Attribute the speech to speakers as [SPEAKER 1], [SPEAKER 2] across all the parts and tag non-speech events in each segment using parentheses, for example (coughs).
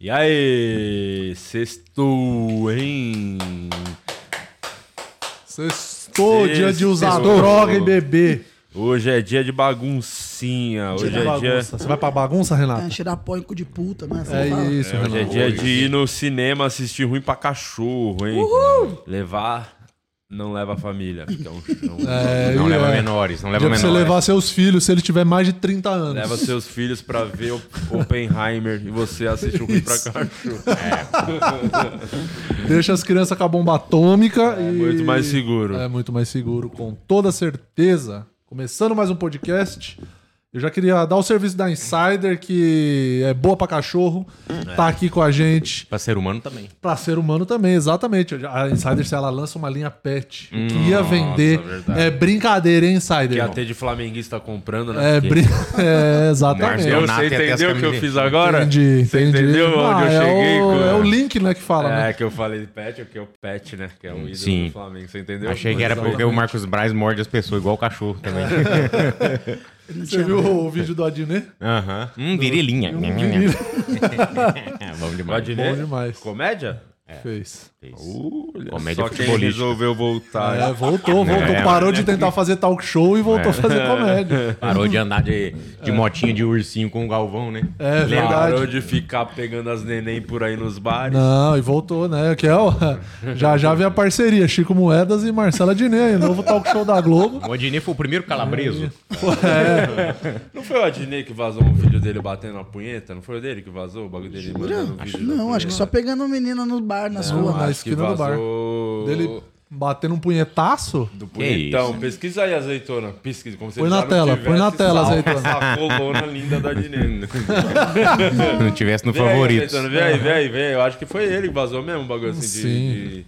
[SPEAKER 1] E aí, sextou, hein?
[SPEAKER 2] Sextou, dia de usar
[SPEAKER 1] Sextou.
[SPEAKER 2] droga e beber.
[SPEAKER 1] Hoje é dia de baguncinha, hoje
[SPEAKER 2] Dia
[SPEAKER 1] é
[SPEAKER 2] de bagunça. Você vai pra bagunça,
[SPEAKER 3] É,
[SPEAKER 2] Renato?
[SPEAKER 3] cheirar pó em cu de puta, né? Você
[SPEAKER 2] É
[SPEAKER 3] fala.
[SPEAKER 2] isso,
[SPEAKER 1] dia... Hoje é
[SPEAKER 2] Renato.
[SPEAKER 1] dia de ir no cinema assistir ruim pra cachorro, hein? Levar não leva a família, que é um chão.
[SPEAKER 2] É,
[SPEAKER 4] Não
[SPEAKER 2] e
[SPEAKER 4] leva
[SPEAKER 2] é.
[SPEAKER 4] menores, não leva
[SPEAKER 2] Dia pra você
[SPEAKER 4] menores.
[SPEAKER 2] levar seus filhos se ele tiver mais de 30 anos.
[SPEAKER 1] Leva seus filhos pra ver o Oppenheimer e você assiste o ruim pra
[SPEAKER 2] Isso.
[SPEAKER 1] cachorro.
[SPEAKER 2] (laughs)
[SPEAKER 1] É.
[SPEAKER 2] Deixa as crianças com a bomba atômica e.
[SPEAKER 1] Muito mais seguro.
[SPEAKER 2] É muito mais seguro, com toda certeza. Começando mais um podcast. Eu já queria dar o serviço da Insider, que é boa pra cachorro, tá aqui com a gente.
[SPEAKER 4] Pra Tipo, ser humano também.
[SPEAKER 2] Pra ser humano também, exatamente. A Insider, se ela lança uma linha pet, que ia vender.
[SPEAKER 1] verdade.
[SPEAKER 2] É brincadeira, hein, Insider?
[SPEAKER 1] Que até de flamenguista comprando, né?
[SPEAKER 2] É,
[SPEAKER 1] Porque-
[SPEAKER 2] brin... (laughs) é,
[SPEAKER 4] Márcio
[SPEAKER 2] exatamente.
[SPEAKER 1] Eu,
[SPEAKER 4] Leonardo
[SPEAKER 1] você
[SPEAKER 4] tem até
[SPEAKER 1] entendeu
[SPEAKER 4] as
[SPEAKER 1] o que eu
[SPEAKER 4] camisetas.
[SPEAKER 1] fiz agora?
[SPEAKER 2] Entendi,
[SPEAKER 1] Você
[SPEAKER 2] entendi.
[SPEAKER 1] entendeu
[SPEAKER 2] Ah,
[SPEAKER 1] onde eu
[SPEAKER 2] é
[SPEAKER 1] cheguei?
[SPEAKER 2] o-
[SPEAKER 1] com-
[SPEAKER 2] É o link, né, que fala, né?
[SPEAKER 1] É, que eu falei de pet, é que é o pet, né? Que é o ídolo
[SPEAKER 4] Sim.
[SPEAKER 1] do Flamengo, você entendeu?
[SPEAKER 4] Achei que era porque o Marcos Braz morde as pessoas, igual o cachorro também.
[SPEAKER 3] Ele não
[SPEAKER 2] Você
[SPEAKER 3] tinha-
[SPEAKER 2] viu o vídeo do um Adnet?
[SPEAKER 4] Aham. Hum, virilinha. (laughs) Vamos
[SPEAKER 1] Pode
[SPEAKER 4] demais.
[SPEAKER 1] ler?
[SPEAKER 2] demais. É.
[SPEAKER 1] Comédia?
[SPEAKER 2] Fez.
[SPEAKER 1] Olha,
[SPEAKER 4] Comédia
[SPEAKER 1] só quem
[SPEAKER 4] futebolística.
[SPEAKER 1] resolveu voltar.
[SPEAKER 2] É, voltou, voltou.
[SPEAKER 4] É,
[SPEAKER 2] Parou de tentar fazer talk show (laughs) e voltou a fazer comédia.
[SPEAKER 4] (laughs) Parou de andar de, de motinha de ursinho com o Galvão, né?
[SPEAKER 2] É
[SPEAKER 1] Parou
[SPEAKER 2] verdade.
[SPEAKER 1] de ficar pegando as neném por aí nos bares.
[SPEAKER 2] Não, e voltou, né? Que é, o- (laughs) já já vem a parceria, Chico Moedas e Marcela Adnet, novo talk show da Globo.
[SPEAKER 4] O Adnet foi o primeiro calabreso.
[SPEAKER 1] É. Não foi o Adnei que vazou um vídeo dele batendo a punheta? Não foi o dele que vazou o bagulho dele? mandando um
[SPEAKER 3] Acho-
[SPEAKER 1] vídeo da
[SPEAKER 3] Não, acho que só
[SPEAKER 1] punheta?
[SPEAKER 3] pegando menina no bar, nas
[SPEAKER 2] Não,
[SPEAKER 3] ruas.
[SPEAKER 2] na
[SPEAKER 1] Acho que
[SPEAKER 2] esquina do bar.
[SPEAKER 1] vazou
[SPEAKER 2] Dele batendo um punhetaço.
[SPEAKER 1] Do punhetão.
[SPEAKER 4] isso?
[SPEAKER 1] Pesquisa aí, azeitona. Pesquisa, como se
[SPEAKER 2] Põe
[SPEAKER 1] já
[SPEAKER 2] na
[SPEAKER 1] não
[SPEAKER 2] tela,
[SPEAKER 1] tivesse
[SPEAKER 2] põe na tela,
[SPEAKER 1] salvo
[SPEAKER 2] azeitona.
[SPEAKER 1] Essa coluna linda da
[SPEAKER 4] (laughs)
[SPEAKER 1] Adnei.
[SPEAKER 4] Se não tivesse no
[SPEAKER 1] Vem aí,
[SPEAKER 4] favorito.
[SPEAKER 1] Caetano, Vem aí, vem aí, vem aí. Eu acho que foi ele que vazou mesmo um bagulho assim de-
[SPEAKER 2] Sim.
[SPEAKER 1] de,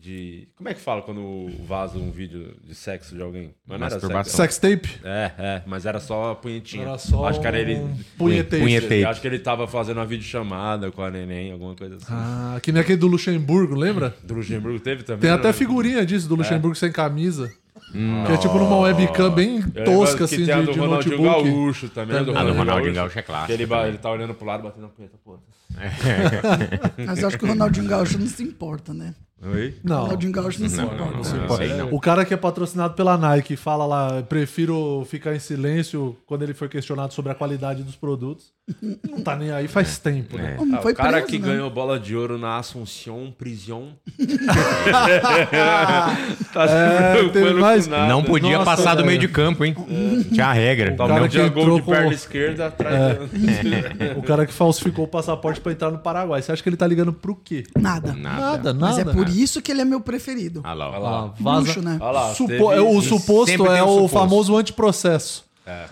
[SPEAKER 1] de- Como é que fala quando vaza um vídeo de sexo de alguém? Mas não era
[SPEAKER 4] Masturbação.
[SPEAKER 2] Sextape.
[SPEAKER 1] sexo. É, é, mas era só a punhetinha.
[SPEAKER 2] Era só
[SPEAKER 1] Acho que era ele.
[SPEAKER 2] um punheteiro.
[SPEAKER 4] Punhete-
[SPEAKER 1] Eu acho que ele tava fazendo uma videochamada com a neném, alguma coisa assim.
[SPEAKER 2] Ah, que nem aquele do Luxemburgo, lembra?
[SPEAKER 1] É, Do Luxemburgo teve também.
[SPEAKER 2] Tem
[SPEAKER 1] né?
[SPEAKER 2] até figurinha disso, do Luxemburgo sem camisa.
[SPEAKER 1] Hum.
[SPEAKER 2] Que é tipo numa webcam bem
[SPEAKER 1] Eu lembro
[SPEAKER 2] tosca,
[SPEAKER 1] É um que
[SPEAKER 2] assim, de,
[SPEAKER 1] tem a do
[SPEAKER 2] de
[SPEAKER 1] Ronaldinho
[SPEAKER 2] notebook.
[SPEAKER 1] Gaúcho também. a
[SPEAKER 4] Ah, do Ronaldinho Gaúcho é
[SPEAKER 1] Que
[SPEAKER 4] clássico.
[SPEAKER 1] ele, ba- ele tá olhando pro lado, batendo a punheta, pô.
[SPEAKER 2] É.
[SPEAKER 3] Mas eu acho que o Ronaldinho Gaúcho não se importa, né?
[SPEAKER 1] Oi?
[SPEAKER 3] O
[SPEAKER 2] Não,
[SPEAKER 3] Ronaldinho Gaúcho não, se importa.
[SPEAKER 2] Pô, O cara que é patrocinado pela Nike fala lá, prefiro ficar em silêncio quando ele foi questionado sobre a qualidade dos produtos. Não tá nem aí faz
[SPEAKER 4] É.
[SPEAKER 2] tempo, né?
[SPEAKER 3] Como
[SPEAKER 1] Ah,
[SPEAKER 3] foi
[SPEAKER 1] o cara
[SPEAKER 3] preso,
[SPEAKER 1] que
[SPEAKER 3] né?
[SPEAKER 1] ganhou bola de ouro na
[SPEAKER 2] (laughs)
[SPEAKER 1] Assunção Prisión. tá
[SPEAKER 2] É,
[SPEAKER 1] se
[SPEAKER 2] teve
[SPEAKER 1] preocupando
[SPEAKER 2] mais-
[SPEAKER 1] com nada.
[SPEAKER 4] Não podia
[SPEAKER 2] Nossa,
[SPEAKER 4] passar do
[SPEAKER 2] velho.
[SPEAKER 4] meio de campo, hein? Tinha a regra.
[SPEAKER 1] Tá,
[SPEAKER 2] cara
[SPEAKER 1] não
[SPEAKER 2] que
[SPEAKER 1] tinha gol
[SPEAKER 2] entrou
[SPEAKER 1] de
[SPEAKER 2] com- É.
[SPEAKER 1] perna esquerda atrás.
[SPEAKER 2] (laughs) O cara que falsificou o passaporte pra entrar no Paraguai. Você acha que ele tá ligando pro quê?
[SPEAKER 3] Nada.
[SPEAKER 2] Nada, nada.
[SPEAKER 3] Mas é por isso que ele é meu preferido.
[SPEAKER 4] Ah lá, ó.
[SPEAKER 1] Olha
[SPEAKER 2] Ah,
[SPEAKER 1] lá.
[SPEAKER 2] vaza.
[SPEAKER 3] Luxo, né?
[SPEAKER 1] Olha lá.
[SPEAKER 2] Supo-
[SPEAKER 1] teve-
[SPEAKER 2] é o
[SPEAKER 4] Sempre
[SPEAKER 2] suposto
[SPEAKER 4] tem
[SPEAKER 2] é
[SPEAKER 4] um
[SPEAKER 2] o
[SPEAKER 4] suposto.
[SPEAKER 2] famoso antiprocesso.
[SPEAKER 4] É.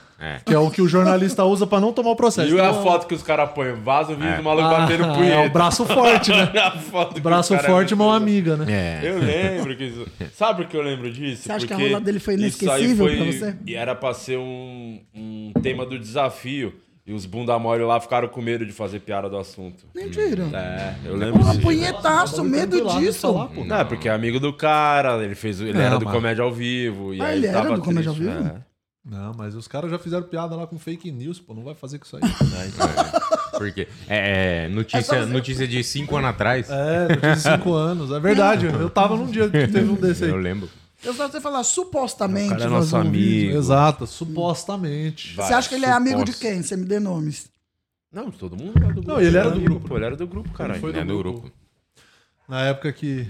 [SPEAKER 2] Que é o que o jornalista usa pra não tomar o processo.
[SPEAKER 1] E a
[SPEAKER 2] Então,
[SPEAKER 1] foto que os caras põem? Vaza o vídeo do maluco
[SPEAKER 2] ah,
[SPEAKER 1] batendo
[SPEAKER 2] é o
[SPEAKER 1] punheta.
[SPEAKER 2] braço forte, né?
[SPEAKER 1] (laughs) A foto que
[SPEAKER 2] Braço
[SPEAKER 1] o cara-
[SPEAKER 2] forte, mão amiga, né?
[SPEAKER 4] É.
[SPEAKER 1] Eu lembro que isso. Sabe por que eu lembro disso?
[SPEAKER 3] Você acha que a
[SPEAKER 1] Porque
[SPEAKER 3] rolada dele foi
[SPEAKER 1] isso aí
[SPEAKER 3] inesquecível
[SPEAKER 1] foi-
[SPEAKER 3] pra você?
[SPEAKER 1] E era pra ser um, um tema do desafio. E os bunda mole lá ficaram com medo de fazer piada do assunto.
[SPEAKER 3] Mentira.
[SPEAKER 1] É, eu lembro
[SPEAKER 3] Porra,
[SPEAKER 1] disso.
[SPEAKER 3] punhetaço, medo
[SPEAKER 2] Tranquilo, tá
[SPEAKER 3] disso.
[SPEAKER 2] lá, pô.
[SPEAKER 1] Não, é porque é amigo do cara, ele fez, o- ele
[SPEAKER 2] Não,
[SPEAKER 1] era do
[SPEAKER 2] mano.
[SPEAKER 1] comédia ao vivo. (laughs) E
[SPEAKER 3] Ah,
[SPEAKER 1] aí ele
[SPEAKER 3] ele era
[SPEAKER 1] tava
[SPEAKER 3] do Comédia
[SPEAKER 1] triste,
[SPEAKER 3] ao Vivo?
[SPEAKER 1] né?
[SPEAKER 2] Não, mas os caras já fizeram piada lá com fake news, pô. Não vai fazer com isso aí. (laughs)
[SPEAKER 4] Porque é, é, notícia, notícia de cinco anos atrás.
[SPEAKER 2] É, eu tive
[SPEAKER 1] (laughs)
[SPEAKER 2] 5 anos. É verdade, eu tava num dia que teve um desse
[SPEAKER 4] Eu
[SPEAKER 2] aí.
[SPEAKER 4] lembro.
[SPEAKER 3] Eu só sei falar supostamente.
[SPEAKER 1] O cara é
[SPEAKER 3] vazou
[SPEAKER 1] nosso
[SPEAKER 3] um vídeo.
[SPEAKER 1] amigo.
[SPEAKER 2] Exato, supostamente.
[SPEAKER 1] Vai.
[SPEAKER 3] Você acha que ele é amigo de
[SPEAKER 4] suposto.
[SPEAKER 3] quem? Você me dê nomes.
[SPEAKER 1] Não, todo mundo era do grupo.
[SPEAKER 2] Não, ele era do
[SPEAKER 1] amigo,
[SPEAKER 2] grupo.
[SPEAKER 1] Pô, ele era do grupo, caralho.
[SPEAKER 2] foi
[SPEAKER 4] É do grupo.
[SPEAKER 2] Na época que.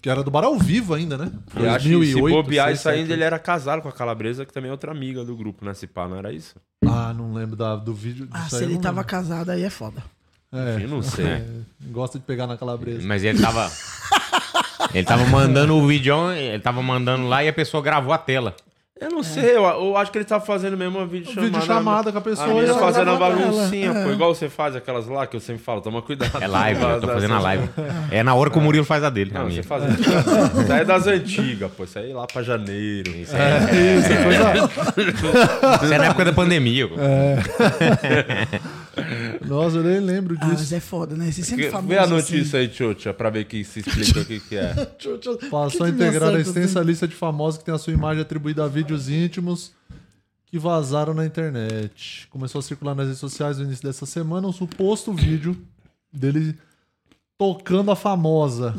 [SPEAKER 2] Que era do bar ao vivo ainda, né?
[SPEAKER 1] Eu acho que se bobear
[SPEAKER 2] seis,
[SPEAKER 1] isso ainda,
[SPEAKER 2] sete.
[SPEAKER 1] ele era casado com a Calabresa, que também é outra amiga do grupo, né? Se pá, não era isso?
[SPEAKER 2] Ah, não lembro da- do vídeo.
[SPEAKER 3] Ah,
[SPEAKER 2] disso
[SPEAKER 3] se
[SPEAKER 2] aí, eu
[SPEAKER 3] ele
[SPEAKER 2] não
[SPEAKER 3] tava
[SPEAKER 2] lembro.
[SPEAKER 3] casado, aí é foda.
[SPEAKER 1] Eu não sei.
[SPEAKER 2] É, é, gosta de pegar na calabresa.
[SPEAKER 4] Mas ele tava. ele tava mandando o vídeo, ele tava mandando lá e a pessoa gravou a tela.
[SPEAKER 1] Eu
[SPEAKER 2] É.
[SPEAKER 1] não sei, eu, eu acho que ele tava fazendo mesmo uma videochamada.
[SPEAKER 2] Videochamada Um com a pessoa,
[SPEAKER 1] A
[SPEAKER 2] ele
[SPEAKER 1] menina fazendo uma
[SPEAKER 3] gravava ela.
[SPEAKER 1] baguncinha,
[SPEAKER 3] É.
[SPEAKER 1] pô. Igual você faz aquelas lá, que eu sempre falo, toma cuidado.
[SPEAKER 4] É live, eu tô
[SPEAKER 1] Das-
[SPEAKER 4] fazendo a
[SPEAKER 1] das-
[SPEAKER 4] live. É na hora que o Murilo faz a dele. a
[SPEAKER 1] Não,
[SPEAKER 4] minha.
[SPEAKER 1] você faz... Isso aí é das antigas, pô. Isso aí é lá pra janeiro. Isso aí
[SPEAKER 2] É, isso, é coisa.
[SPEAKER 4] Isso é na época da pandemia.
[SPEAKER 2] É. (laughs)
[SPEAKER 1] (laughs)
[SPEAKER 2] Nossa, eu nem lembro
[SPEAKER 3] Ah,
[SPEAKER 2] disso.
[SPEAKER 3] mas é foda, né? Esse sempre
[SPEAKER 1] Que-
[SPEAKER 3] famoso.
[SPEAKER 1] Vê
[SPEAKER 2] assim.
[SPEAKER 1] a notícia aí, Tchotcha, pra ver que se explica o que, que
[SPEAKER 3] (laughs)
[SPEAKER 1] é.
[SPEAKER 2] (laughs)
[SPEAKER 3] Assim.
[SPEAKER 2] Passou a integrar a extensa lista de famosos que tem a sua imagem atribuída a vídeos íntimos que vazaram na internet. Começou a circular nas redes sociais no início dessa semana um suposto vídeo dele tocando a famosa.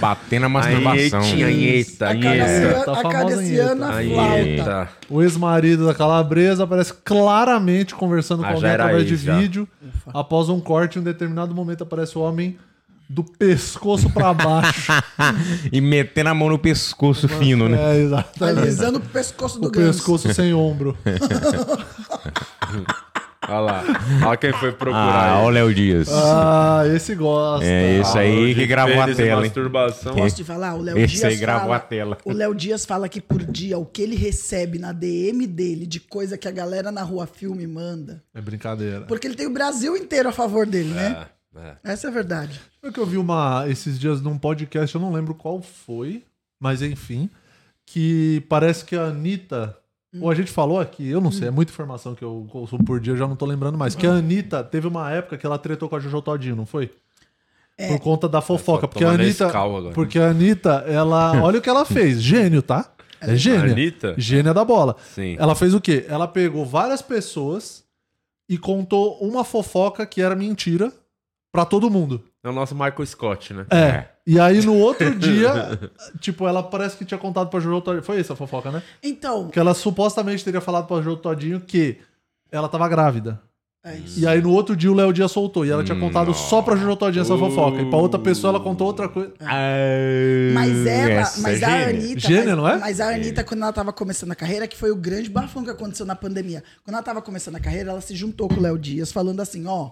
[SPEAKER 4] Batendo a masturbação.
[SPEAKER 1] Anheta, anheta, anheta.
[SPEAKER 2] Tá
[SPEAKER 3] Acariciando a
[SPEAKER 2] famosa
[SPEAKER 3] Cardassiana flauta.
[SPEAKER 1] Anheta.
[SPEAKER 2] O ex-marido da Calabresa aparece claramente conversando com
[SPEAKER 1] Ah,
[SPEAKER 2] alguém
[SPEAKER 1] já era
[SPEAKER 2] através de
[SPEAKER 1] ex, já.
[SPEAKER 2] vídeo. Após um corte, em um determinado momento aparece o homem do pescoço pra baixo.
[SPEAKER 1] (laughs)
[SPEAKER 4] (laughs) E metendo a mão no pescoço fino, né?
[SPEAKER 2] é, exatamente.
[SPEAKER 3] Alisando o pescoço do
[SPEAKER 2] O
[SPEAKER 3] Gans.
[SPEAKER 2] pescoço sem ombro.
[SPEAKER 1] Olha lá. Olha quem foi procurar.
[SPEAKER 4] (laughs) Ah, olha
[SPEAKER 1] ele.
[SPEAKER 4] o Léo Dias.
[SPEAKER 2] Ah, esse gosta.
[SPEAKER 4] é esse aí
[SPEAKER 1] Falou
[SPEAKER 4] que
[SPEAKER 1] de
[SPEAKER 4] gravou a
[SPEAKER 1] pênis e
[SPEAKER 4] tela, hein?
[SPEAKER 1] Masturbação.
[SPEAKER 3] Posso te falar? O Léo
[SPEAKER 4] Esse
[SPEAKER 3] Dias
[SPEAKER 4] aí gravou
[SPEAKER 3] fala,
[SPEAKER 4] a tela.
[SPEAKER 3] O Léo Dias fala que por dia o que ele recebe na DM dele de coisa que a galera na rua filme manda.
[SPEAKER 2] É brincadeira.
[SPEAKER 3] Porque ele tem o Brasil inteiro a favor dele, né? Essa é a verdade.
[SPEAKER 2] Sabe que eu vi uma esses dias num podcast, eu não lembro qual foi, mas enfim, que parece que a Anitta. Ou a gente falou aqui, eu não sei, é muita informação que eu consumo por dia, eu já não tô lembrando mais. Que a Anitta teve uma época que ela tretou com a Jojo Todinho, não foi? Por conta da fofoca.
[SPEAKER 1] Eu tô
[SPEAKER 2] Porque a
[SPEAKER 1] tomando
[SPEAKER 2] Anitta.
[SPEAKER 1] Nescau agora.
[SPEAKER 2] Porque a Anitta, ela.
[SPEAKER 1] (laughs)
[SPEAKER 2] Olha o que ela fez. Gênio, tá? É gênia.
[SPEAKER 1] Anitta?
[SPEAKER 2] Gênia da bola.
[SPEAKER 1] Sim.
[SPEAKER 2] Ela fez o quê? Ela pegou várias pessoas e contou uma fofoca que era mentira pra todo mundo.
[SPEAKER 4] Ah.
[SPEAKER 1] É o nosso Michael Scott, né?
[SPEAKER 2] É. E aí no
[SPEAKER 4] (laughs)
[SPEAKER 2] outro dia, tipo, ela parece que tinha contado pra Jojo Todinho. Foi isso a fofoca, né?
[SPEAKER 3] Então,
[SPEAKER 2] Que ela supostamente teria falado pra Jojo Todinho que ela tava grávida.
[SPEAKER 3] é isso.
[SPEAKER 2] E aí no outro dia o Léo Dias soltou. E ela
[SPEAKER 4] Hum,
[SPEAKER 2] tinha contado só pra Jojo Todinho essa fofoca. E pra outra pessoa ela contou outra coisa.
[SPEAKER 3] Mas ela,
[SPEAKER 4] É. Essa
[SPEAKER 3] mas
[SPEAKER 4] é
[SPEAKER 3] a
[SPEAKER 4] gênia.
[SPEAKER 3] Anitta.
[SPEAKER 2] Gênia,
[SPEAKER 3] mas,
[SPEAKER 2] não é?
[SPEAKER 3] Mas a Anitta, quando ela tava começando a carreira, que foi o grande bafão que aconteceu na pandemia. Quando ela tava começando a carreira, ela se juntou com o Léo Dias, falando assim: ó,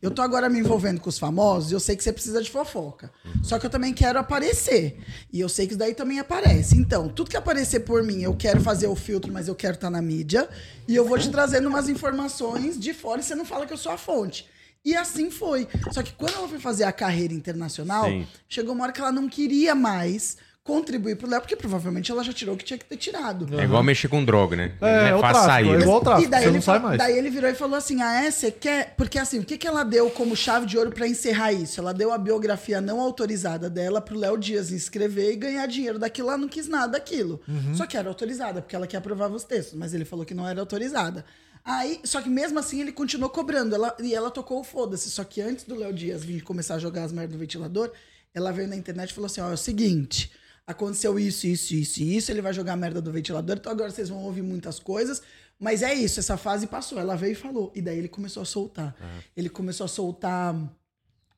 [SPEAKER 3] eu tô agora me envolvendo com os famosos e eu sei que você precisa de fofoca. Só que eu também quero aparecer. E eu sei que isso daí também aparece. Então, tudo que aparecer por mim, eu quero fazer o filtro, mas eu quero estar na mídia. E eu vou te trazendo umas informações de fora e você não fala que eu sou a fonte. E assim foi. Só que quando ela foi fazer a carreira internacional,
[SPEAKER 1] Sim.
[SPEAKER 3] chegou uma hora que ela não queria mais contribuir pro Léo, porque provavelmente ela já tirou o que tinha que ter tirado.
[SPEAKER 4] É igual mexer com droga, né?
[SPEAKER 2] É, é o tráfico, é igual o
[SPEAKER 3] E
[SPEAKER 2] tráfico.
[SPEAKER 3] daí
[SPEAKER 2] Você
[SPEAKER 3] ele,
[SPEAKER 2] não sai
[SPEAKER 3] fa-
[SPEAKER 2] mais.
[SPEAKER 3] daí ele virou e falou assim: Ah, é? Você quer? Porque assim, o que, que ela deu como chave de ouro pra encerrar isso? Ela deu a biografia não autorizada dela pro Léo Dias inscrever e ganhar dinheiro daquilo. Ela não quis nada daquilo.
[SPEAKER 2] Uhum.
[SPEAKER 3] Só que era autorizada, porque ela que aprovava os textos, mas ele falou que não era autorizada. Aí, só que mesmo assim ele continuou cobrando ela, e ela tocou o foda-se. Só que antes do Léo Dias vir começar a jogar as merdas do ventilador, ela veio na internet e falou assim: Ó, é o seguinte. Aconteceu isso, isso, isso e isso. Ele vai jogar a merda do ventilador. Então agora vocês vão ouvir muitas coisas. Mas é isso, essa fase passou. Ela veio e falou. E daí ele começou a soltar. Ele começou a soltar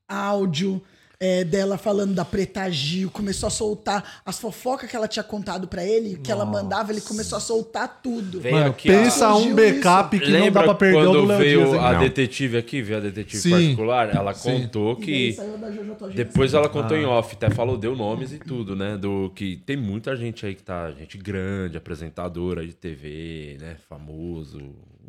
[SPEAKER 3] áudio é, dela falando da Preta Gil. Começou a soltar as fofocas que ela tinha contado pra ele, que ela mandava. Ele começou a soltar tudo.
[SPEAKER 1] Veio
[SPEAKER 2] Mano,
[SPEAKER 1] aqui,
[SPEAKER 2] pensa
[SPEAKER 3] ó.
[SPEAKER 2] um backup que não dá
[SPEAKER 1] Lembra
[SPEAKER 2] pra perder o do
[SPEAKER 1] quando
[SPEAKER 2] Léo
[SPEAKER 1] veio
[SPEAKER 2] Dias. hein?
[SPEAKER 1] a
[SPEAKER 4] Não.
[SPEAKER 1] detetive aqui, veio a detetive
[SPEAKER 2] Sim.
[SPEAKER 1] particular? Ela
[SPEAKER 2] Sim. Ah.
[SPEAKER 1] contou
[SPEAKER 3] E daí
[SPEAKER 1] que...
[SPEAKER 3] saiu da Jojo né? Todinho.
[SPEAKER 1] Depois ela contou em off, até falou, deu nomes e tudo, né? Do que tem muita gente aí que tá, gente grande, apresentadora de TV, né? Famoso,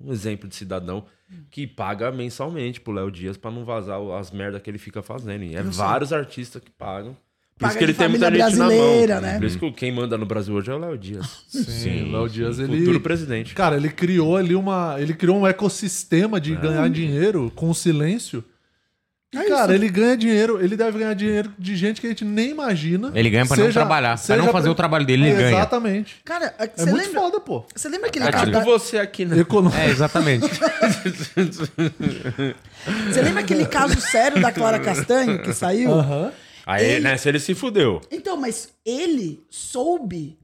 [SPEAKER 1] um exemplo de cidadão que paga mensalmente pro Léo Dias pra não vazar o- as merdas que ele fica fazendo. E é vários artistas que pagam. Por
[SPEAKER 3] Paga
[SPEAKER 1] isso que ele
[SPEAKER 3] de
[SPEAKER 1] tem muita
[SPEAKER 3] família
[SPEAKER 1] gente na
[SPEAKER 3] brasileira,
[SPEAKER 1] mão.
[SPEAKER 3] né?
[SPEAKER 1] Por isso que quem manda no Brasil hoje é o Léo Dias.
[SPEAKER 2] Sim, o Léo Dias, ele... (laughs)
[SPEAKER 1] Futuro presidente.
[SPEAKER 2] Cara, ele criou ali uma... Ele criou um ecossistema
[SPEAKER 4] Ah.
[SPEAKER 2] de ganhar dinheiro com o silêncio. E,
[SPEAKER 3] É
[SPEAKER 2] cara,
[SPEAKER 3] isso.
[SPEAKER 2] ele ganha dinheiro, ele deve ganhar dinheiro de gente que a gente nem imagina.
[SPEAKER 4] Ele ganha pra não trabalhar, pra não fazer o trabalho dele, ele ganha.
[SPEAKER 2] Exatamente.
[SPEAKER 3] Cara,
[SPEAKER 2] É
[SPEAKER 3] você
[SPEAKER 2] muito
[SPEAKER 3] lembra,
[SPEAKER 2] foda, pô.
[SPEAKER 3] você lembra aquele
[SPEAKER 1] É tipo
[SPEAKER 3] cartaz?
[SPEAKER 1] você
[SPEAKER 2] (laughs)
[SPEAKER 1] aqui, né?
[SPEAKER 2] Econo-
[SPEAKER 4] É, exatamente.
[SPEAKER 3] Você lembra aquele caso sério
[SPEAKER 1] (laughs)
[SPEAKER 3] da Clara Castanho que saiu?
[SPEAKER 2] Aham.
[SPEAKER 1] Aí,
[SPEAKER 3] Ele-
[SPEAKER 1] nessa ele se fudeu.
[SPEAKER 3] Então, mas ele soube.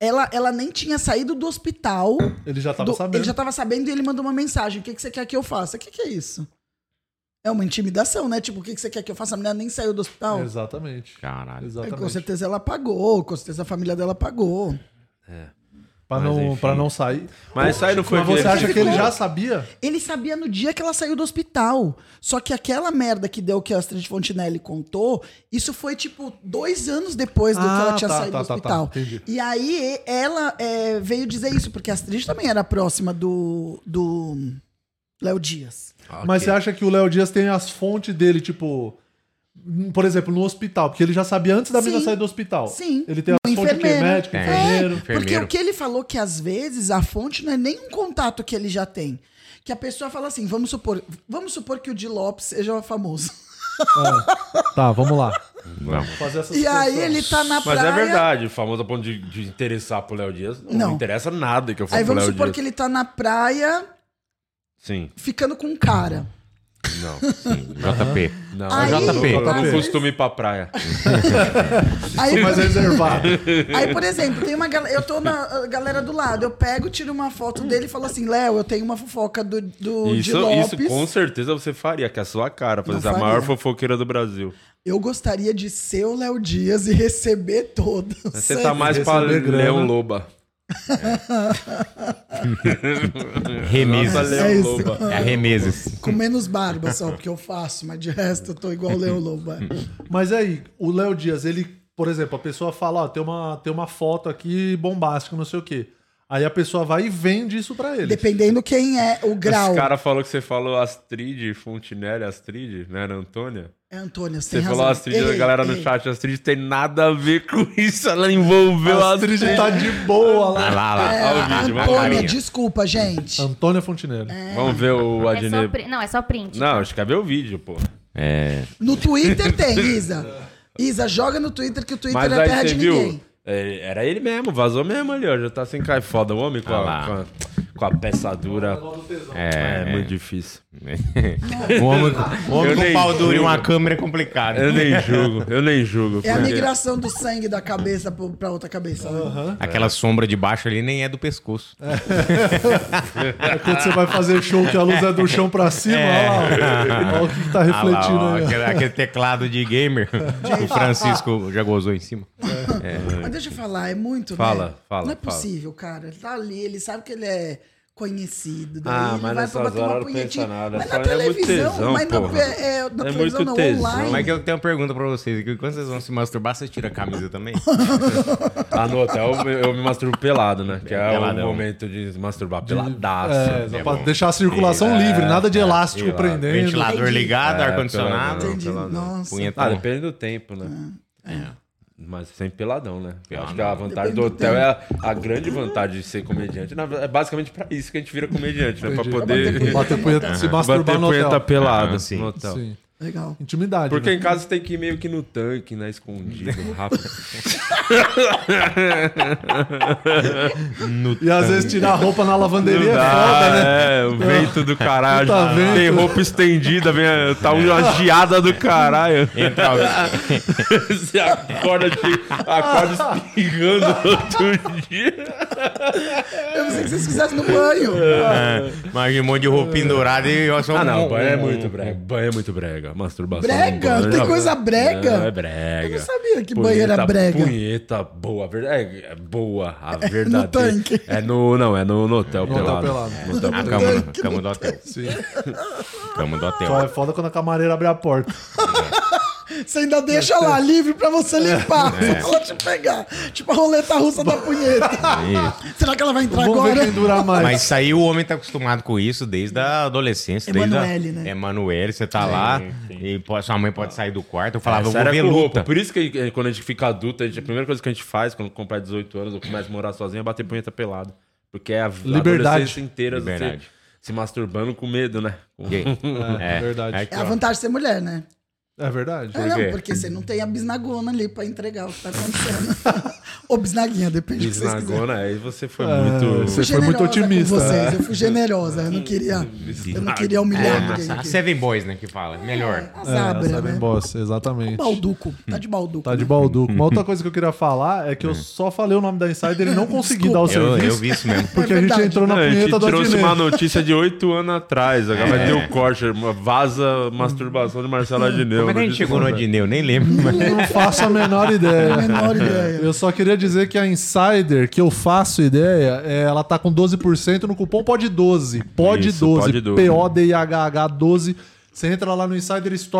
[SPEAKER 3] Ela, ela nem tinha saído do hospital.
[SPEAKER 2] Ele já tava
[SPEAKER 3] do-
[SPEAKER 2] sabendo.
[SPEAKER 3] Ele já tava sabendo e ele mandou uma mensagem. O que, que você quer que eu faça? O que, que é isso? É uma intimidação, né? Tipo, o que, que você quer que eu faça? A menina nem saiu do hospital.
[SPEAKER 2] Exatamente.
[SPEAKER 4] Caralho.
[SPEAKER 2] Exatamente.
[SPEAKER 3] Com certeza ela pagou, com certeza a família dela pagou.
[SPEAKER 2] Pra,
[SPEAKER 1] Mas,
[SPEAKER 2] não,
[SPEAKER 1] enfim.
[SPEAKER 2] pra não sair.
[SPEAKER 1] Mas isso aí não foi
[SPEAKER 2] É. Mas você
[SPEAKER 1] aquele
[SPEAKER 2] acha que ele
[SPEAKER 1] ficou-
[SPEAKER 2] já sabia?
[SPEAKER 3] Ele sabia no dia que ela saiu do hospital. Só que aquela merda que deu que a Astrid Fontinelli contou, isso foi tipo dois anos depois do que
[SPEAKER 2] Ah,
[SPEAKER 3] ela tinha
[SPEAKER 2] tá,
[SPEAKER 3] saído
[SPEAKER 2] tá,
[SPEAKER 3] do
[SPEAKER 2] tá,
[SPEAKER 3] hospital.
[SPEAKER 2] tá, entendi.
[SPEAKER 3] e aí e- ela é, veio dizer isso, porque a Astrid também era próxima do. do Léo Dias.
[SPEAKER 1] Ah,
[SPEAKER 2] Mas
[SPEAKER 1] ok.
[SPEAKER 2] você acha que o Léo Dias tem as fontes dele, tipo. hum, Por exemplo, no hospital, porque ele já sabia antes da menina
[SPEAKER 3] Sim.
[SPEAKER 2] sair do hospital.
[SPEAKER 3] Sim.
[SPEAKER 2] Ele tem as
[SPEAKER 3] Um
[SPEAKER 2] fontes de quê?
[SPEAKER 3] enfermeiro.
[SPEAKER 2] médico,
[SPEAKER 4] Tem.
[SPEAKER 2] enfermeiro.
[SPEAKER 4] É. Enfermeiro.
[SPEAKER 3] Porque o que ele falou que às vezes a fonte não é nem um contato que ele já tem. Que a pessoa fala assim, vamos supor, vamos supor que o Di Lopes seja famoso.
[SPEAKER 2] Tá, vamos lá.
[SPEAKER 4] Não.
[SPEAKER 2] Fazer essas
[SPEAKER 3] E aí
[SPEAKER 2] funções.
[SPEAKER 3] ele tá na
[SPEAKER 1] Mas
[SPEAKER 3] praia.
[SPEAKER 1] é verdade, o famoso a ponto de, de interessar pro Léo Dias. Não,
[SPEAKER 3] Não.
[SPEAKER 1] me interessa nada que eu falo
[SPEAKER 3] Aí
[SPEAKER 1] pro
[SPEAKER 3] vamos
[SPEAKER 1] Léo
[SPEAKER 3] supor
[SPEAKER 1] Dias.
[SPEAKER 3] que ele tá na tá praia
[SPEAKER 1] Sim.
[SPEAKER 3] ficando com
[SPEAKER 1] (laughs)
[SPEAKER 3] um cara.
[SPEAKER 1] Não, sim.
[SPEAKER 4] JP.
[SPEAKER 1] Não,
[SPEAKER 3] Aí-
[SPEAKER 1] eu não-
[SPEAKER 4] JP.
[SPEAKER 1] eu não costumo ir pra
[SPEAKER 3] (laughs)
[SPEAKER 1] praia.
[SPEAKER 3] Aí,
[SPEAKER 2] Mas
[SPEAKER 1] é
[SPEAKER 3] por-
[SPEAKER 2] reservado.
[SPEAKER 3] Aí, por exemplo, tem uma galera. Eu tô na a galera do lado, eu pego, tiro uma foto dele e falo assim: Léo, eu tenho uma fofoca do, do de
[SPEAKER 1] Isso,
[SPEAKER 3] Lopes.
[SPEAKER 1] isso com certeza você faria, que é a sua cara, pra
[SPEAKER 3] Não
[SPEAKER 1] ser a
[SPEAKER 3] faria.
[SPEAKER 1] maior fofoqueira do Brasil.
[SPEAKER 3] Eu gostaria de ser o Léo Dias e receber todas.
[SPEAKER 1] Mas Você tá mais pra
[SPEAKER 2] Receber grana.
[SPEAKER 1] Leão Loba.
[SPEAKER 2] (laughs)
[SPEAKER 1] Nossa,
[SPEAKER 4] Remeses.
[SPEAKER 1] Leão
[SPEAKER 3] É isso.
[SPEAKER 1] Loba.
[SPEAKER 4] É remeses.
[SPEAKER 3] (laughs) Com menos barba só, porque eu faço, mas de resto eu tô igual o Léo Lobo.
[SPEAKER 1] Hum.
[SPEAKER 2] Mas aí, o Léo Dias, ele, por exemplo, a pessoa fala, ó, tem uma, tem uma foto aqui bombástica, não sei o quê. Aí a pessoa vai e vende isso pra ele.
[SPEAKER 3] Dependendo quem é o grau.
[SPEAKER 1] Os caras falaram que você falou Astrid, Fontinelli, Astrid, não era Antônia?
[SPEAKER 3] É, Antônio, você
[SPEAKER 1] Você
[SPEAKER 3] tem
[SPEAKER 1] falou
[SPEAKER 3] razão.
[SPEAKER 1] Astrid, a
[SPEAKER 3] Errei,
[SPEAKER 1] galera no
[SPEAKER 3] errei.
[SPEAKER 1] chat, Astrid tem nada a ver com isso, ela envolveu a Astrid.
[SPEAKER 2] Astrid tá de boa lá.
[SPEAKER 4] Vai lá,
[SPEAKER 1] Ah,
[SPEAKER 4] lá.
[SPEAKER 1] o vídeo, vai lá.
[SPEAKER 3] Antônia, É, desculpa, gente.
[SPEAKER 2] Antônia Fontinelli.
[SPEAKER 1] Vamos ver o
[SPEAKER 5] É só
[SPEAKER 1] Adnet.
[SPEAKER 5] pri- Não, é só print.
[SPEAKER 1] Não, acho que é ver o vídeo, pô.
[SPEAKER 4] É.
[SPEAKER 3] No Twitter tem, Isa. Isa, joga no Twitter que o Twitter
[SPEAKER 1] Mas
[SPEAKER 3] é terra
[SPEAKER 1] aí você
[SPEAKER 3] de
[SPEAKER 1] viu,
[SPEAKER 3] ninguém.
[SPEAKER 1] é, era ele mesmo, vazou mesmo ali, ó. Já tá sem cair foda o homem com,
[SPEAKER 4] Ah
[SPEAKER 1] a,
[SPEAKER 4] lá.
[SPEAKER 1] com, a, com a peça dura. É,
[SPEAKER 4] É.
[SPEAKER 1] muito
[SPEAKER 4] (laughs)
[SPEAKER 1] difícil.
[SPEAKER 4] O homem, o homem
[SPEAKER 1] Eu
[SPEAKER 4] com
[SPEAKER 1] nem
[SPEAKER 4] pau duro e
[SPEAKER 1] julgo.
[SPEAKER 4] uma câmera é complicado.
[SPEAKER 1] Eu
[SPEAKER 4] (laughs)
[SPEAKER 1] nem julgo, eu nem julgo.
[SPEAKER 3] É a
[SPEAKER 1] porque-
[SPEAKER 3] migração do sangue da cabeça pro- pra outra cabeça. né?
[SPEAKER 4] Aquela sombra de baixo ali nem é do pescoço.
[SPEAKER 2] É (laughs) quando você vai fazer show que a luz é do chão pra cima, olha lá. ó. Olha o que, que tá
[SPEAKER 4] Ah lá,
[SPEAKER 2] refletindo
[SPEAKER 4] ó,
[SPEAKER 2] aí. ó.
[SPEAKER 4] aquele, aquele teclado de
[SPEAKER 3] (laughs)
[SPEAKER 4] gamer. o Francisco já gozou em cima.
[SPEAKER 3] Mas deixa eu falar, é muito, né?
[SPEAKER 1] Fala, fala,
[SPEAKER 3] Não é
[SPEAKER 1] fala.
[SPEAKER 3] possível, cara. Ele tá ali, ele sabe que ele é conhecido. Daí
[SPEAKER 1] Ah, mas
[SPEAKER 3] ele vai
[SPEAKER 1] nessas
[SPEAKER 3] pra bater uma
[SPEAKER 1] horas não pensa
[SPEAKER 3] punhetinha.
[SPEAKER 1] nada.
[SPEAKER 3] Mas
[SPEAKER 1] Só-
[SPEAKER 3] na
[SPEAKER 1] é muito
[SPEAKER 3] televisão,
[SPEAKER 1] tesão,
[SPEAKER 3] mas na,
[SPEAKER 1] porra.
[SPEAKER 3] é, é, na
[SPEAKER 1] É
[SPEAKER 3] televisão
[SPEAKER 1] muito
[SPEAKER 3] não,
[SPEAKER 1] tesão.
[SPEAKER 3] online.
[SPEAKER 4] Mas é que eu tenho uma pergunta pra vocês. que Quando vocês vão se masturbar, vocês tiram a
[SPEAKER 1] (laughs)
[SPEAKER 4] camisa também?
[SPEAKER 1] Ah, no hotel eu, eu me masturbo
[SPEAKER 2] (laughs)
[SPEAKER 1] pelado, né? Que é
[SPEAKER 4] Peladão.
[SPEAKER 1] o momento de se masturbar
[SPEAKER 2] É,
[SPEAKER 1] peladaço.
[SPEAKER 2] só pra deixar a circulação livre, nada de elástico
[SPEAKER 1] sei lá,
[SPEAKER 2] prendendo.
[SPEAKER 4] Ventilador ligado,
[SPEAKER 1] É,
[SPEAKER 4] ar-condicionado.
[SPEAKER 1] pelo-
[SPEAKER 3] Entendi.
[SPEAKER 1] pela-
[SPEAKER 3] Nossa.
[SPEAKER 1] Ah,
[SPEAKER 4] Punhetão.
[SPEAKER 1] depende do tempo, né?
[SPEAKER 2] É,
[SPEAKER 1] Mas sempre peladão, né?
[SPEAKER 4] Ah,
[SPEAKER 1] Eu acho que a vantagem do
[SPEAKER 3] Depende do
[SPEAKER 1] hotel é a, a grande vantagem de ser comediante. Na- é basicamente pra isso que a gente vira comediante, né? Pra
[SPEAKER 2] Entendi.
[SPEAKER 1] (laughs) poder
[SPEAKER 2] Bater punheta, se masturbar
[SPEAKER 1] bater
[SPEAKER 2] no
[SPEAKER 1] punheta
[SPEAKER 2] hotel.
[SPEAKER 1] pelado
[SPEAKER 4] Ah, sim.
[SPEAKER 1] no hotel.
[SPEAKER 2] Sim.
[SPEAKER 3] Legal.
[SPEAKER 2] Intimidade.
[SPEAKER 1] Porque
[SPEAKER 2] né?
[SPEAKER 1] em casa você tem que ir meio que no tanque, né? Escondido, rápido.
[SPEAKER 2] (laughs) E às vezes tirar a roupa na lavanderia é
[SPEAKER 1] Não dá,
[SPEAKER 2] foda, né?
[SPEAKER 1] É, o vento do caralho.
[SPEAKER 2] Puta
[SPEAKER 1] Tem
[SPEAKER 2] vento.
[SPEAKER 1] roupa estendida, vem, tá uma geada do caralho.
[SPEAKER 4] Entra
[SPEAKER 3] Ah,
[SPEAKER 1] (laughs)
[SPEAKER 4] alguém.
[SPEAKER 1] Você acorda, de- acorda espirrando no outro dia.
[SPEAKER 3] (laughs) Eu não sei o que vocês fizessem no banho.
[SPEAKER 4] Imagina um monte de roupa pendurada e ó, só
[SPEAKER 1] Ah, não,
[SPEAKER 4] um-
[SPEAKER 1] banho é
[SPEAKER 4] um-
[SPEAKER 1] muito brega. Banho é muito brega. Masturbação.
[SPEAKER 3] Brega?
[SPEAKER 1] no banho. é
[SPEAKER 3] Tem coisa brega?
[SPEAKER 1] Não, é tá brega.
[SPEAKER 3] Eu não sabia que banho era brega.
[SPEAKER 1] Punheta boa, ver- é, é boa,
[SPEAKER 3] (laughs)
[SPEAKER 1] a verdadeira.
[SPEAKER 3] tanque.
[SPEAKER 1] É no, não, é no, no hotel
[SPEAKER 2] No hotel
[SPEAKER 1] pelado.
[SPEAKER 2] pelado.
[SPEAKER 1] No hotel
[SPEAKER 4] A
[SPEAKER 1] pelado.
[SPEAKER 4] cama, a cama do hotel.
[SPEAKER 2] Sim.
[SPEAKER 4] Cama do
[SPEAKER 2] Só
[SPEAKER 4] hotel.
[SPEAKER 2] é foda quando a camareira abre a porta.
[SPEAKER 3] (laughs) Você ainda deixa lá livre pra você limpar.
[SPEAKER 1] É.
[SPEAKER 3] Só pra ela te pegar. Tipo a roleta russa da punheta.
[SPEAKER 1] (laughs)
[SPEAKER 3] Será que ela vai entrar
[SPEAKER 2] Vamos ver
[SPEAKER 3] agora? é
[SPEAKER 2] quem dura mais.
[SPEAKER 4] Mas isso aí o homem tá acostumado com isso desde a adolescência.
[SPEAKER 3] Emanuele,
[SPEAKER 4] desde a...
[SPEAKER 3] né?
[SPEAKER 4] Emanuele, você tá lá e pô, sua mãe pode sair do quarto. Eu falava,
[SPEAKER 1] Essa
[SPEAKER 4] eu
[SPEAKER 1] era
[SPEAKER 4] vou ver
[SPEAKER 1] com roupa.
[SPEAKER 4] luta.
[SPEAKER 1] Por isso que eh, quando a gente fica adulto, a, gente- a primeira coisa que a gente faz quando comprar 18 anos ou começa a morar sozinho é bater punheta pelado. Porque é a v-
[SPEAKER 2] Liberdade.
[SPEAKER 1] adolescência inteira você
[SPEAKER 4] Liberdade.
[SPEAKER 1] se masturbando com medo, né? (laughs)
[SPEAKER 4] E aí?
[SPEAKER 2] É, verdade.
[SPEAKER 4] aí
[SPEAKER 3] É
[SPEAKER 4] que,
[SPEAKER 3] a
[SPEAKER 4] ó,
[SPEAKER 3] vantagem de ser mulher, né?
[SPEAKER 2] É verdade.
[SPEAKER 3] É, não, porque você não tem a bisnagona ali pra entregar o que
[SPEAKER 1] (laughs)
[SPEAKER 3] tá acontecendo. Ou
[SPEAKER 2] (laughs)
[SPEAKER 3] bisnaguinha, depende do que vocês quiserem.
[SPEAKER 1] Bisnagona, aí você foi
[SPEAKER 2] É,
[SPEAKER 1] muito.
[SPEAKER 2] você foi muito
[SPEAKER 3] Ah, generosa
[SPEAKER 2] otimista.
[SPEAKER 3] Com vocês. Eu fui generosa. Eu não queria, eu
[SPEAKER 1] Ah,
[SPEAKER 3] não queria
[SPEAKER 1] é,
[SPEAKER 3] humilhar ninguém.
[SPEAKER 4] a
[SPEAKER 3] aqui.
[SPEAKER 4] Seven Boys, né, que fala. Melhor.
[SPEAKER 3] A
[SPEAKER 2] É,
[SPEAKER 3] Zabra,
[SPEAKER 2] sabem
[SPEAKER 3] né?
[SPEAKER 2] boss, exatamente.
[SPEAKER 3] Balduco. Tá de balduco.
[SPEAKER 2] Tá de balduco. Uma outra coisa que eu queria falar é que eu só falei o nome da Insider e não consegui dar o
[SPEAKER 4] Eu,
[SPEAKER 2] serviço.
[SPEAKER 4] eu vi isso mesmo.
[SPEAKER 2] (laughs) Porque
[SPEAKER 3] É
[SPEAKER 2] a gente
[SPEAKER 3] verdade.
[SPEAKER 2] entrou na
[SPEAKER 1] a gente
[SPEAKER 2] punheta do
[SPEAKER 1] trouxe
[SPEAKER 2] Adnet.
[SPEAKER 1] uma notícia de 8 anos atrás. Agora vai
[SPEAKER 4] É.
[SPEAKER 1] ter o corte, uma vaza masturbação de Marcelo Adneu.
[SPEAKER 4] Como é que a gente chegou no Adneu? Nem lembro. mas-
[SPEAKER 2] Eu não faço a
[SPEAKER 4] (laughs)
[SPEAKER 3] (laughs)
[SPEAKER 2] menor
[SPEAKER 3] A
[SPEAKER 2] ideia.
[SPEAKER 3] menor ideia.
[SPEAKER 2] Eu só queria dizer que a Insider, que eu faço ideia, é, ela tá com 12% no cupom POD12.
[SPEAKER 1] Isso,
[SPEAKER 2] POD12.
[SPEAKER 1] POD12.
[SPEAKER 2] P-O-D-I-H-H-12. Você entra lá no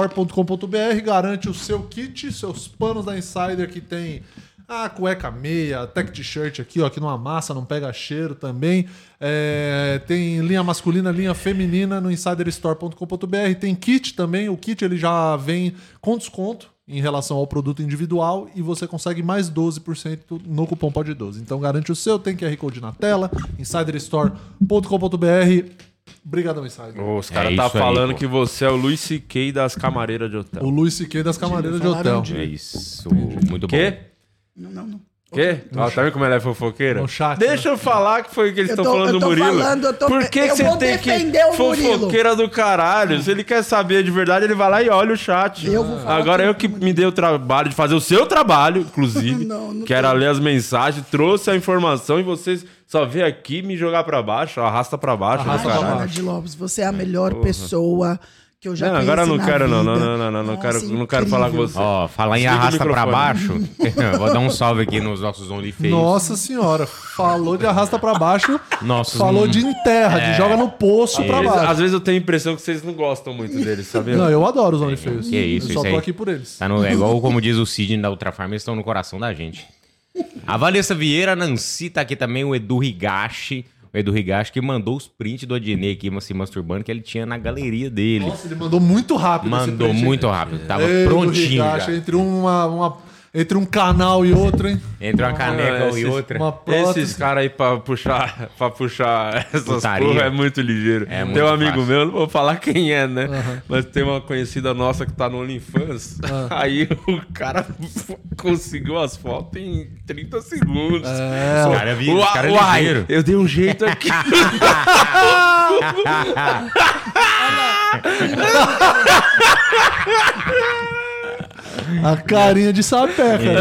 [SPEAKER 2] insiderstore.com.br, garante o seu kit, seus panos da Insider que tem a cueca meia, tech t-shirt aqui, ó, que não amassa, não pega cheiro também. É, tem linha masculina, linha feminina no insiderstore.com.br. Tem kit também, o kit ele já vem com desconto em relação ao produto individual e você consegue mais 12% no cupom POD12. Então garante o seu, tem QR Code na tela, insiderstore.com.br. Obrigadão, Insider.
[SPEAKER 1] Os
[SPEAKER 4] É
[SPEAKER 1] caras
[SPEAKER 4] isso
[SPEAKER 1] tá
[SPEAKER 4] aí,
[SPEAKER 1] falando
[SPEAKER 4] pô.
[SPEAKER 1] que você é o Luiz C.K. das camareiras de
[SPEAKER 2] O
[SPEAKER 4] tá.
[SPEAKER 1] hotel.
[SPEAKER 2] Luiz Siquei das Camareiras de
[SPEAKER 3] Falaram
[SPEAKER 2] Hotel.
[SPEAKER 3] de-
[SPEAKER 4] É isso. Muito bom.
[SPEAKER 1] Quê?
[SPEAKER 3] Não, não, não.
[SPEAKER 1] Quê? Ó, tá vendo como ela é fofoqueira?
[SPEAKER 2] No chat,
[SPEAKER 1] Deixa eu falar que foi que eles
[SPEAKER 3] Eu
[SPEAKER 1] estão
[SPEAKER 3] tô-
[SPEAKER 1] falando
[SPEAKER 3] eu
[SPEAKER 1] do
[SPEAKER 3] tô
[SPEAKER 1] Murilo.
[SPEAKER 3] falando, eu tô-
[SPEAKER 1] Por que,
[SPEAKER 3] eu
[SPEAKER 1] que você
[SPEAKER 3] vou
[SPEAKER 1] tem que.
[SPEAKER 3] defender o Murilo.
[SPEAKER 1] Fofoqueira do caralho. Se ele quer saber de verdade, ele vai lá e olha o chat.
[SPEAKER 3] Eu vou falar
[SPEAKER 1] Agora
[SPEAKER 3] que-
[SPEAKER 1] eu que me dei o trabalho de fazer o seu trabalho, inclusive. (laughs)
[SPEAKER 3] Não, não
[SPEAKER 1] que era ler as mensagens, trouxe a informação e vocês só vê aqui me jogar pra baixo, arrasta pra baixo.
[SPEAKER 2] Arrasta
[SPEAKER 1] do
[SPEAKER 3] Ai,
[SPEAKER 2] pra
[SPEAKER 1] caralho.
[SPEAKER 2] baixo.
[SPEAKER 3] Jana de Lopes, você é a melhor pessoa que eu já
[SPEAKER 1] Não,
[SPEAKER 3] conheci
[SPEAKER 1] agora eu não
[SPEAKER 3] na
[SPEAKER 1] quero, não,
[SPEAKER 3] vida.
[SPEAKER 1] não, não, não, não, não quero-
[SPEAKER 3] Nossa,
[SPEAKER 1] não quero falar com
[SPEAKER 3] incrível.
[SPEAKER 1] você.
[SPEAKER 4] Ó, falar em
[SPEAKER 1] Desliga o
[SPEAKER 4] arrasta pra
[SPEAKER 1] microfone.
[SPEAKER 4] baixo, (laughs) vou dar um salve aqui nos nossos OnlyFans.
[SPEAKER 2] Nossa senhora, falou de arrasta pra baixo,
[SPEAKER 4] Nossos- hum.
[SPEAKER 2] falou de enterra,
[SPEAKER 4] É.
[SPEAKER 2] de joga no poço pra
[SPEAKER 1] Às vezes-
[SPEAKER 2] baixo.
[SPEAKER 1] Às vezes eu tenho a impressão que vocês não gostam muito deles, sabe?
[SPEAKER 2] Não, eu adoro os OnlyFans.
[SPEAKER 4] Que isso,
[SPEAKER 2] Eu só
[SPEAKER 4] isso
[SPEAKER 2] tô
[SPEAKER 4] aí.
[SPEAKER 2] aqui por eles.
[SPEAKER 4] Tá no, é igual como diz o Sidney da Ultrafarma, eles estão no coração da gente. A Vanessa Vieira, a Nancy, tá aqui também, o Edu Higashi. O Edu Higashi que mandou os prints do Adnê aqui, se masturbando, que ele tinha na galeria dele.
[SPEAKER 2] Nossa, ele mandou muito rápido. esse
[SPEAKER 4] mandou
[SPEAKER 2] print, hein?
[SPEAKER 4] muito rápido, tava
[SPEAKER 2] Ei,
[SPEAKER 4] prontinho
[SPEAKER 2] do
[SPEAKER 4] já.
[SPEAKER 2] Higashi, entre uma, uma- entre um canal e outro,
[SPEAKER 4] (laughs)
[SPEAKER 2] hein?
[SPEAKER 4] Entre uma caneca
[SPEAKER 1] Ah,
[SPEAKER 4] e
[SPEAKER 1] esses-
[SPEAKER 4] outra.
[SPEAKER 2] Uma
[SPEAKER 1] Esses
[SPEAKER 2] prótese.
[SPEAKER 1] caras aí pra puxar, pra puxar essas
[SPEAKER 4] Putaria.
[SPEAKER 1] porra é muito ligeiro.
[SPEAKER 4] É
[SPEAKER 1] tem
[SPEAKER 4] muito
[SPEAKER 1] um amigo
[SPEAKER 4] fácil.
[SPEAKER 1] meu, não vou falar quem é, né? Mas tem uma conhecida nossa que tá no OnlyFans.
[SPEAKER 2] (laughs) Ah.
[SPEAKER 1] Aí o cara (laughs) conseguiu as fotos em 30 segundos.
[SPEAKER 2] É,
[SPEAKER 4] Os cara é vi-
[SPEAKER 1] Ua-
[SPEAKER 4] os cara é
[SPEAKER 1] uai,
[SPEAKER 4] ligeiro. (laughs)
[SPEAKER 1] eu dei um jeito aqui. (laughs)
[SPEAKER 2] a carinha de né? sapé, cara.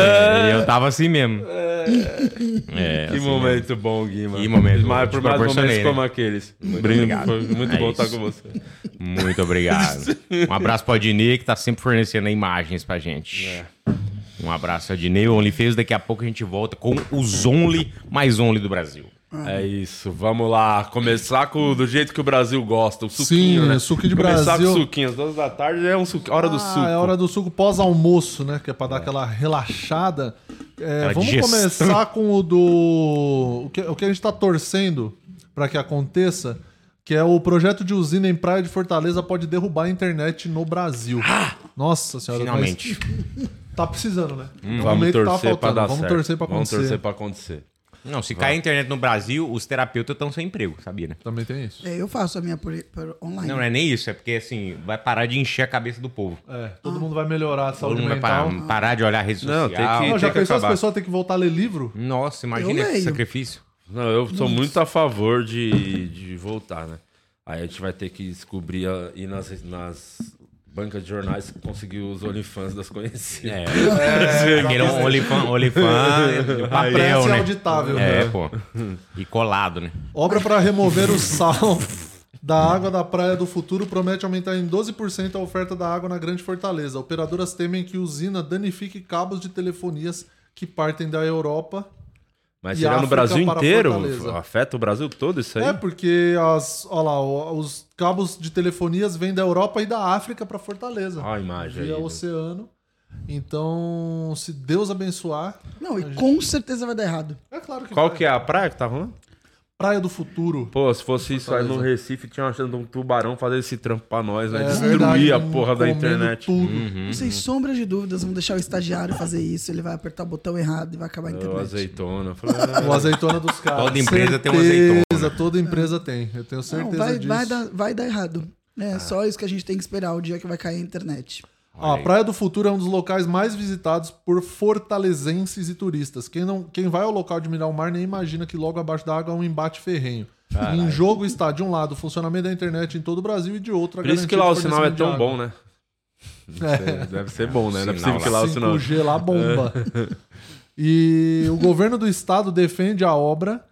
[SPEAKER 4] É, eu tava assim mesmo. É,
[SPEAKER 1] que
[SPEAKER 4] assim
[SPEAKER 1] momento bom, Guima.
[SPEAKER 4] Que momento bom,
[SPEAKER 1] Mas
[SPEAKER 4] te
[SPEAKER 1] por mais momentos
[SPEAKER 4] proporcionei, né?
[SPEAKER 1] como aqueles. Muito
[SPEAKER 4] obrigado.
[SPEAKER 1] Foi muito
[SPEAKER 4] É
[SPEAKER 1] bom estar
[SPEAKER 4] isso.
[SPEAKER 1] com você.
[SPEAKER 4] mesmo.
[SPEAKER 1] (laughs)
[SPEAKER 4] Muito obrigado. Um abraço pro Adnê, que tá sempre fornecendo imagens pra gente.
[SPEAKER 1] É.
[SPEAKER 4] Um abraço, Adnê, o OnlyFans. Daqui a pouco a gente volta com os Only mais Only do Brasil.
[SPEAKER 1] É isso, vamos lá. Ah, Começar com, do jeito que o Brasil gosta, o suquinho,
[SPEAKER 2] Sim,
[SPEAKER 1] né?
[SPEAKER 2] suco de
[SPEAKER 1] Começar
[SPEAKER 2] Brasil.
[SPEAKER 1] com suquinho, às duas da tarde é um suco, hora do suco.
[SPEAKER 2] Ah, é hora do suco pós-almoço, né? Que é pra dar aquela relaxada. É,
[SPEAKER 4] Aquela
[SPEAKER 2] vamos
[SPEAKER 4] digestão.
[SPEAKER 2] começar com o do. O que, o que a gente tá torcendo pra que aconteça, que é o projeto de usina em Praia de Fortaleza pode derrubar a internet no Brasil.
[SPEAKER 1] Ah!
[SPEAKER 2] Nossa senhora, mas
[SPEAKER 4] Finalmente.
[SPEAKER 2] (laughs) tá precisando, né?
[SPEAKER 1] Hum, Vamos
[SPEAKER 2] Realmente tá
[SPEAKER 1] torcer pra
[SPEAKER 2] faltando.
[SPEAKER 1] dar
[SPEAKER 2] Vamos
[SPEAKER 1] certo.
[SPEAKER 2] torcer pra
[SPEAKER 1] Vamos
[SPEAKER 2] acontecer.
[SPEAKER 1] torcer pra acontecer.
[SPEAKER 4] Não, se cair a internet no Brasil, os terapeutas estão sem emprego, sabia, né?
[SPEAKER 2] Também tem isso.
[SPEAKER 3] É, eu faço a minha por, por online.
[SPEAKER 4] Não, não é nem isso, é porque assim, vai parar de encher a cabeça do povo.
[SPEAKER 2] É, todo mundo vai melhorar a
[SPEAKER 4] Todo
[SPEAKER 2] saúde
[SPEAKER 4] mundo vai
[SPEAKER 2] mental.
[SPEAKER 4] parar, parar de olhar a rede
[SPEAKER 1] Não,
[SPEAKER 4] social.
[SPEAKER 1] tem que-
[SPEAKER 2] Não, já
[SPEAKER 1] Tem
[SPEAKER 2] pensou as
[SPEAKER 1] acabar.
[SPEAKER 2] pessoas têm que voltar a ler livro?
[SPEAKER 4] Nossa, imagina
[SPEAKER 3] Eu
[SPEAKER 4] esse
[SPEAKER 3] leio.
[SPEAKER 4] sacrifício.
[SPEAKER 1] Não, eu sou muito a favor de, de voltar, né? Aí a gente vai ter que descobrir a- ir nas, nas bancas de jornais conseguir os OnlyFans das conhecidas. (laughs)
[SPEAKER 4] (laughs) É. Aquele olifan,
[SPEAKER 1] é,
[SPEAKER 4] olifan, papel,
[SPEAKER 2] Parece
[SPEAKER 4] né?
[SPEAKER 2] auditável,
[SPEAKER 4] É,
[SPEAKER 2] né?
[SPEAKER 4] pô. E colado, né?
[SPEAKER 2] Obra para
[SPEAKER 4] (laughs)
[SPEAKER 2] remover o sal da água da Praia do Futuro promete aumentar em 12% a oferta da água na Grande Fortaleza. Operadoras temem que usina danifique cabos de telefonias que partem da Europa.
[SPEAKER 1] Mas
[SPEAKER 2] E
[SPEAKER 1] será no
[SPEAKER 2] África
[SPEAKER 1] Brasil
[SPEAKER 2] para
[SPEAKER 1] inteiro?
[SPEAKER 2] Fortaleza.
[SPEAKER 1] Afeta o Brasil todo isso aí?
[SPEAKER 2] É porque as, ó lá, ó, os cabos de telefonias vêm da Europa e da África para Fortaleza.
[SPEAKER 1] Ó a imagem
[SPEAKER 2] via
[SPEAKER 1] aí, né?
[SPEAKER 2] oceano. Então, se Deus abençoar,
[SPEAKER 3] Não, e com certeza vai dar errado.
[SPEAKER 2] é claro que
[SPEAKER 1] Qual
[SPEAKER 2] vai.
[SPEAKER 1] que é a praia que tá rolando?
[SPEAKER 2] Praia do Futuro.
[SPEAKER 1] Pô, se fosse isso aí no Recife, tinha uma chance de um tubarão fazer esse trampo pra nós, né?
[SPEAKER 2] É
[SPEAKER 1] Destruir
[SPEAKER 2] verdade,
[SPEAKER 1] a porra da
[SPEAKER 2] comendo
[SPEAKER 1] internet.
[SPEAKER 2] Tudo.
[SPEAKER 1] Uhum.
[SPEAKER 3] Sem sombra de dúvidas, vamos deixar o estagiário fazer isso. Ele vai apertar o botão errado e vai acabar a
[SPEAKER 1] O
[SPEAKER 3] internet.
[SPEAKER 1] azeitona. Eu falei, ah,
[SPEAKER 2] O azeitona dos caras.
[SPEAKER 4] Toda empresa tem um azeitona.
[SPEAKER 2] Toda empresa tem. Eu tenho certeza
[SPEAKER 3] Não, vai,
[SPEAKER 2] disso.
[SPEAKER 3] vai, dar, vai dar errado. É
[SPEAKER 1] Ah.
[SPEAKER 3] só isso que a gente tem que esperar o dia que vai cair a internet.
[SPEAKER 2] Ó, a Praia do Futuro é um dos locais mais visitados por fortalezenses e turistas. Quem, não, quem vai ao local admirar o mar nem imagina que logo abaixo da água é um embate ferrenho. Em jogo está, de um lado, o funcionamento da internet em todo o Brasil e de outro, a
[SPEAKER 1] Por isso que lá o sinal é tão bom, né?
[SPEAKER 2] É.
[SPEAKER 1] Deve ser bom, né? Não é
[SPEAKER 4] Sinal
[SPEAKER 1] possível que lá o sinal.
[SPEAKER 2] 5G lá
[SPEAKER 1] (laughs)
[SPEAKER 2] bomba. E o governo do estado defende a obra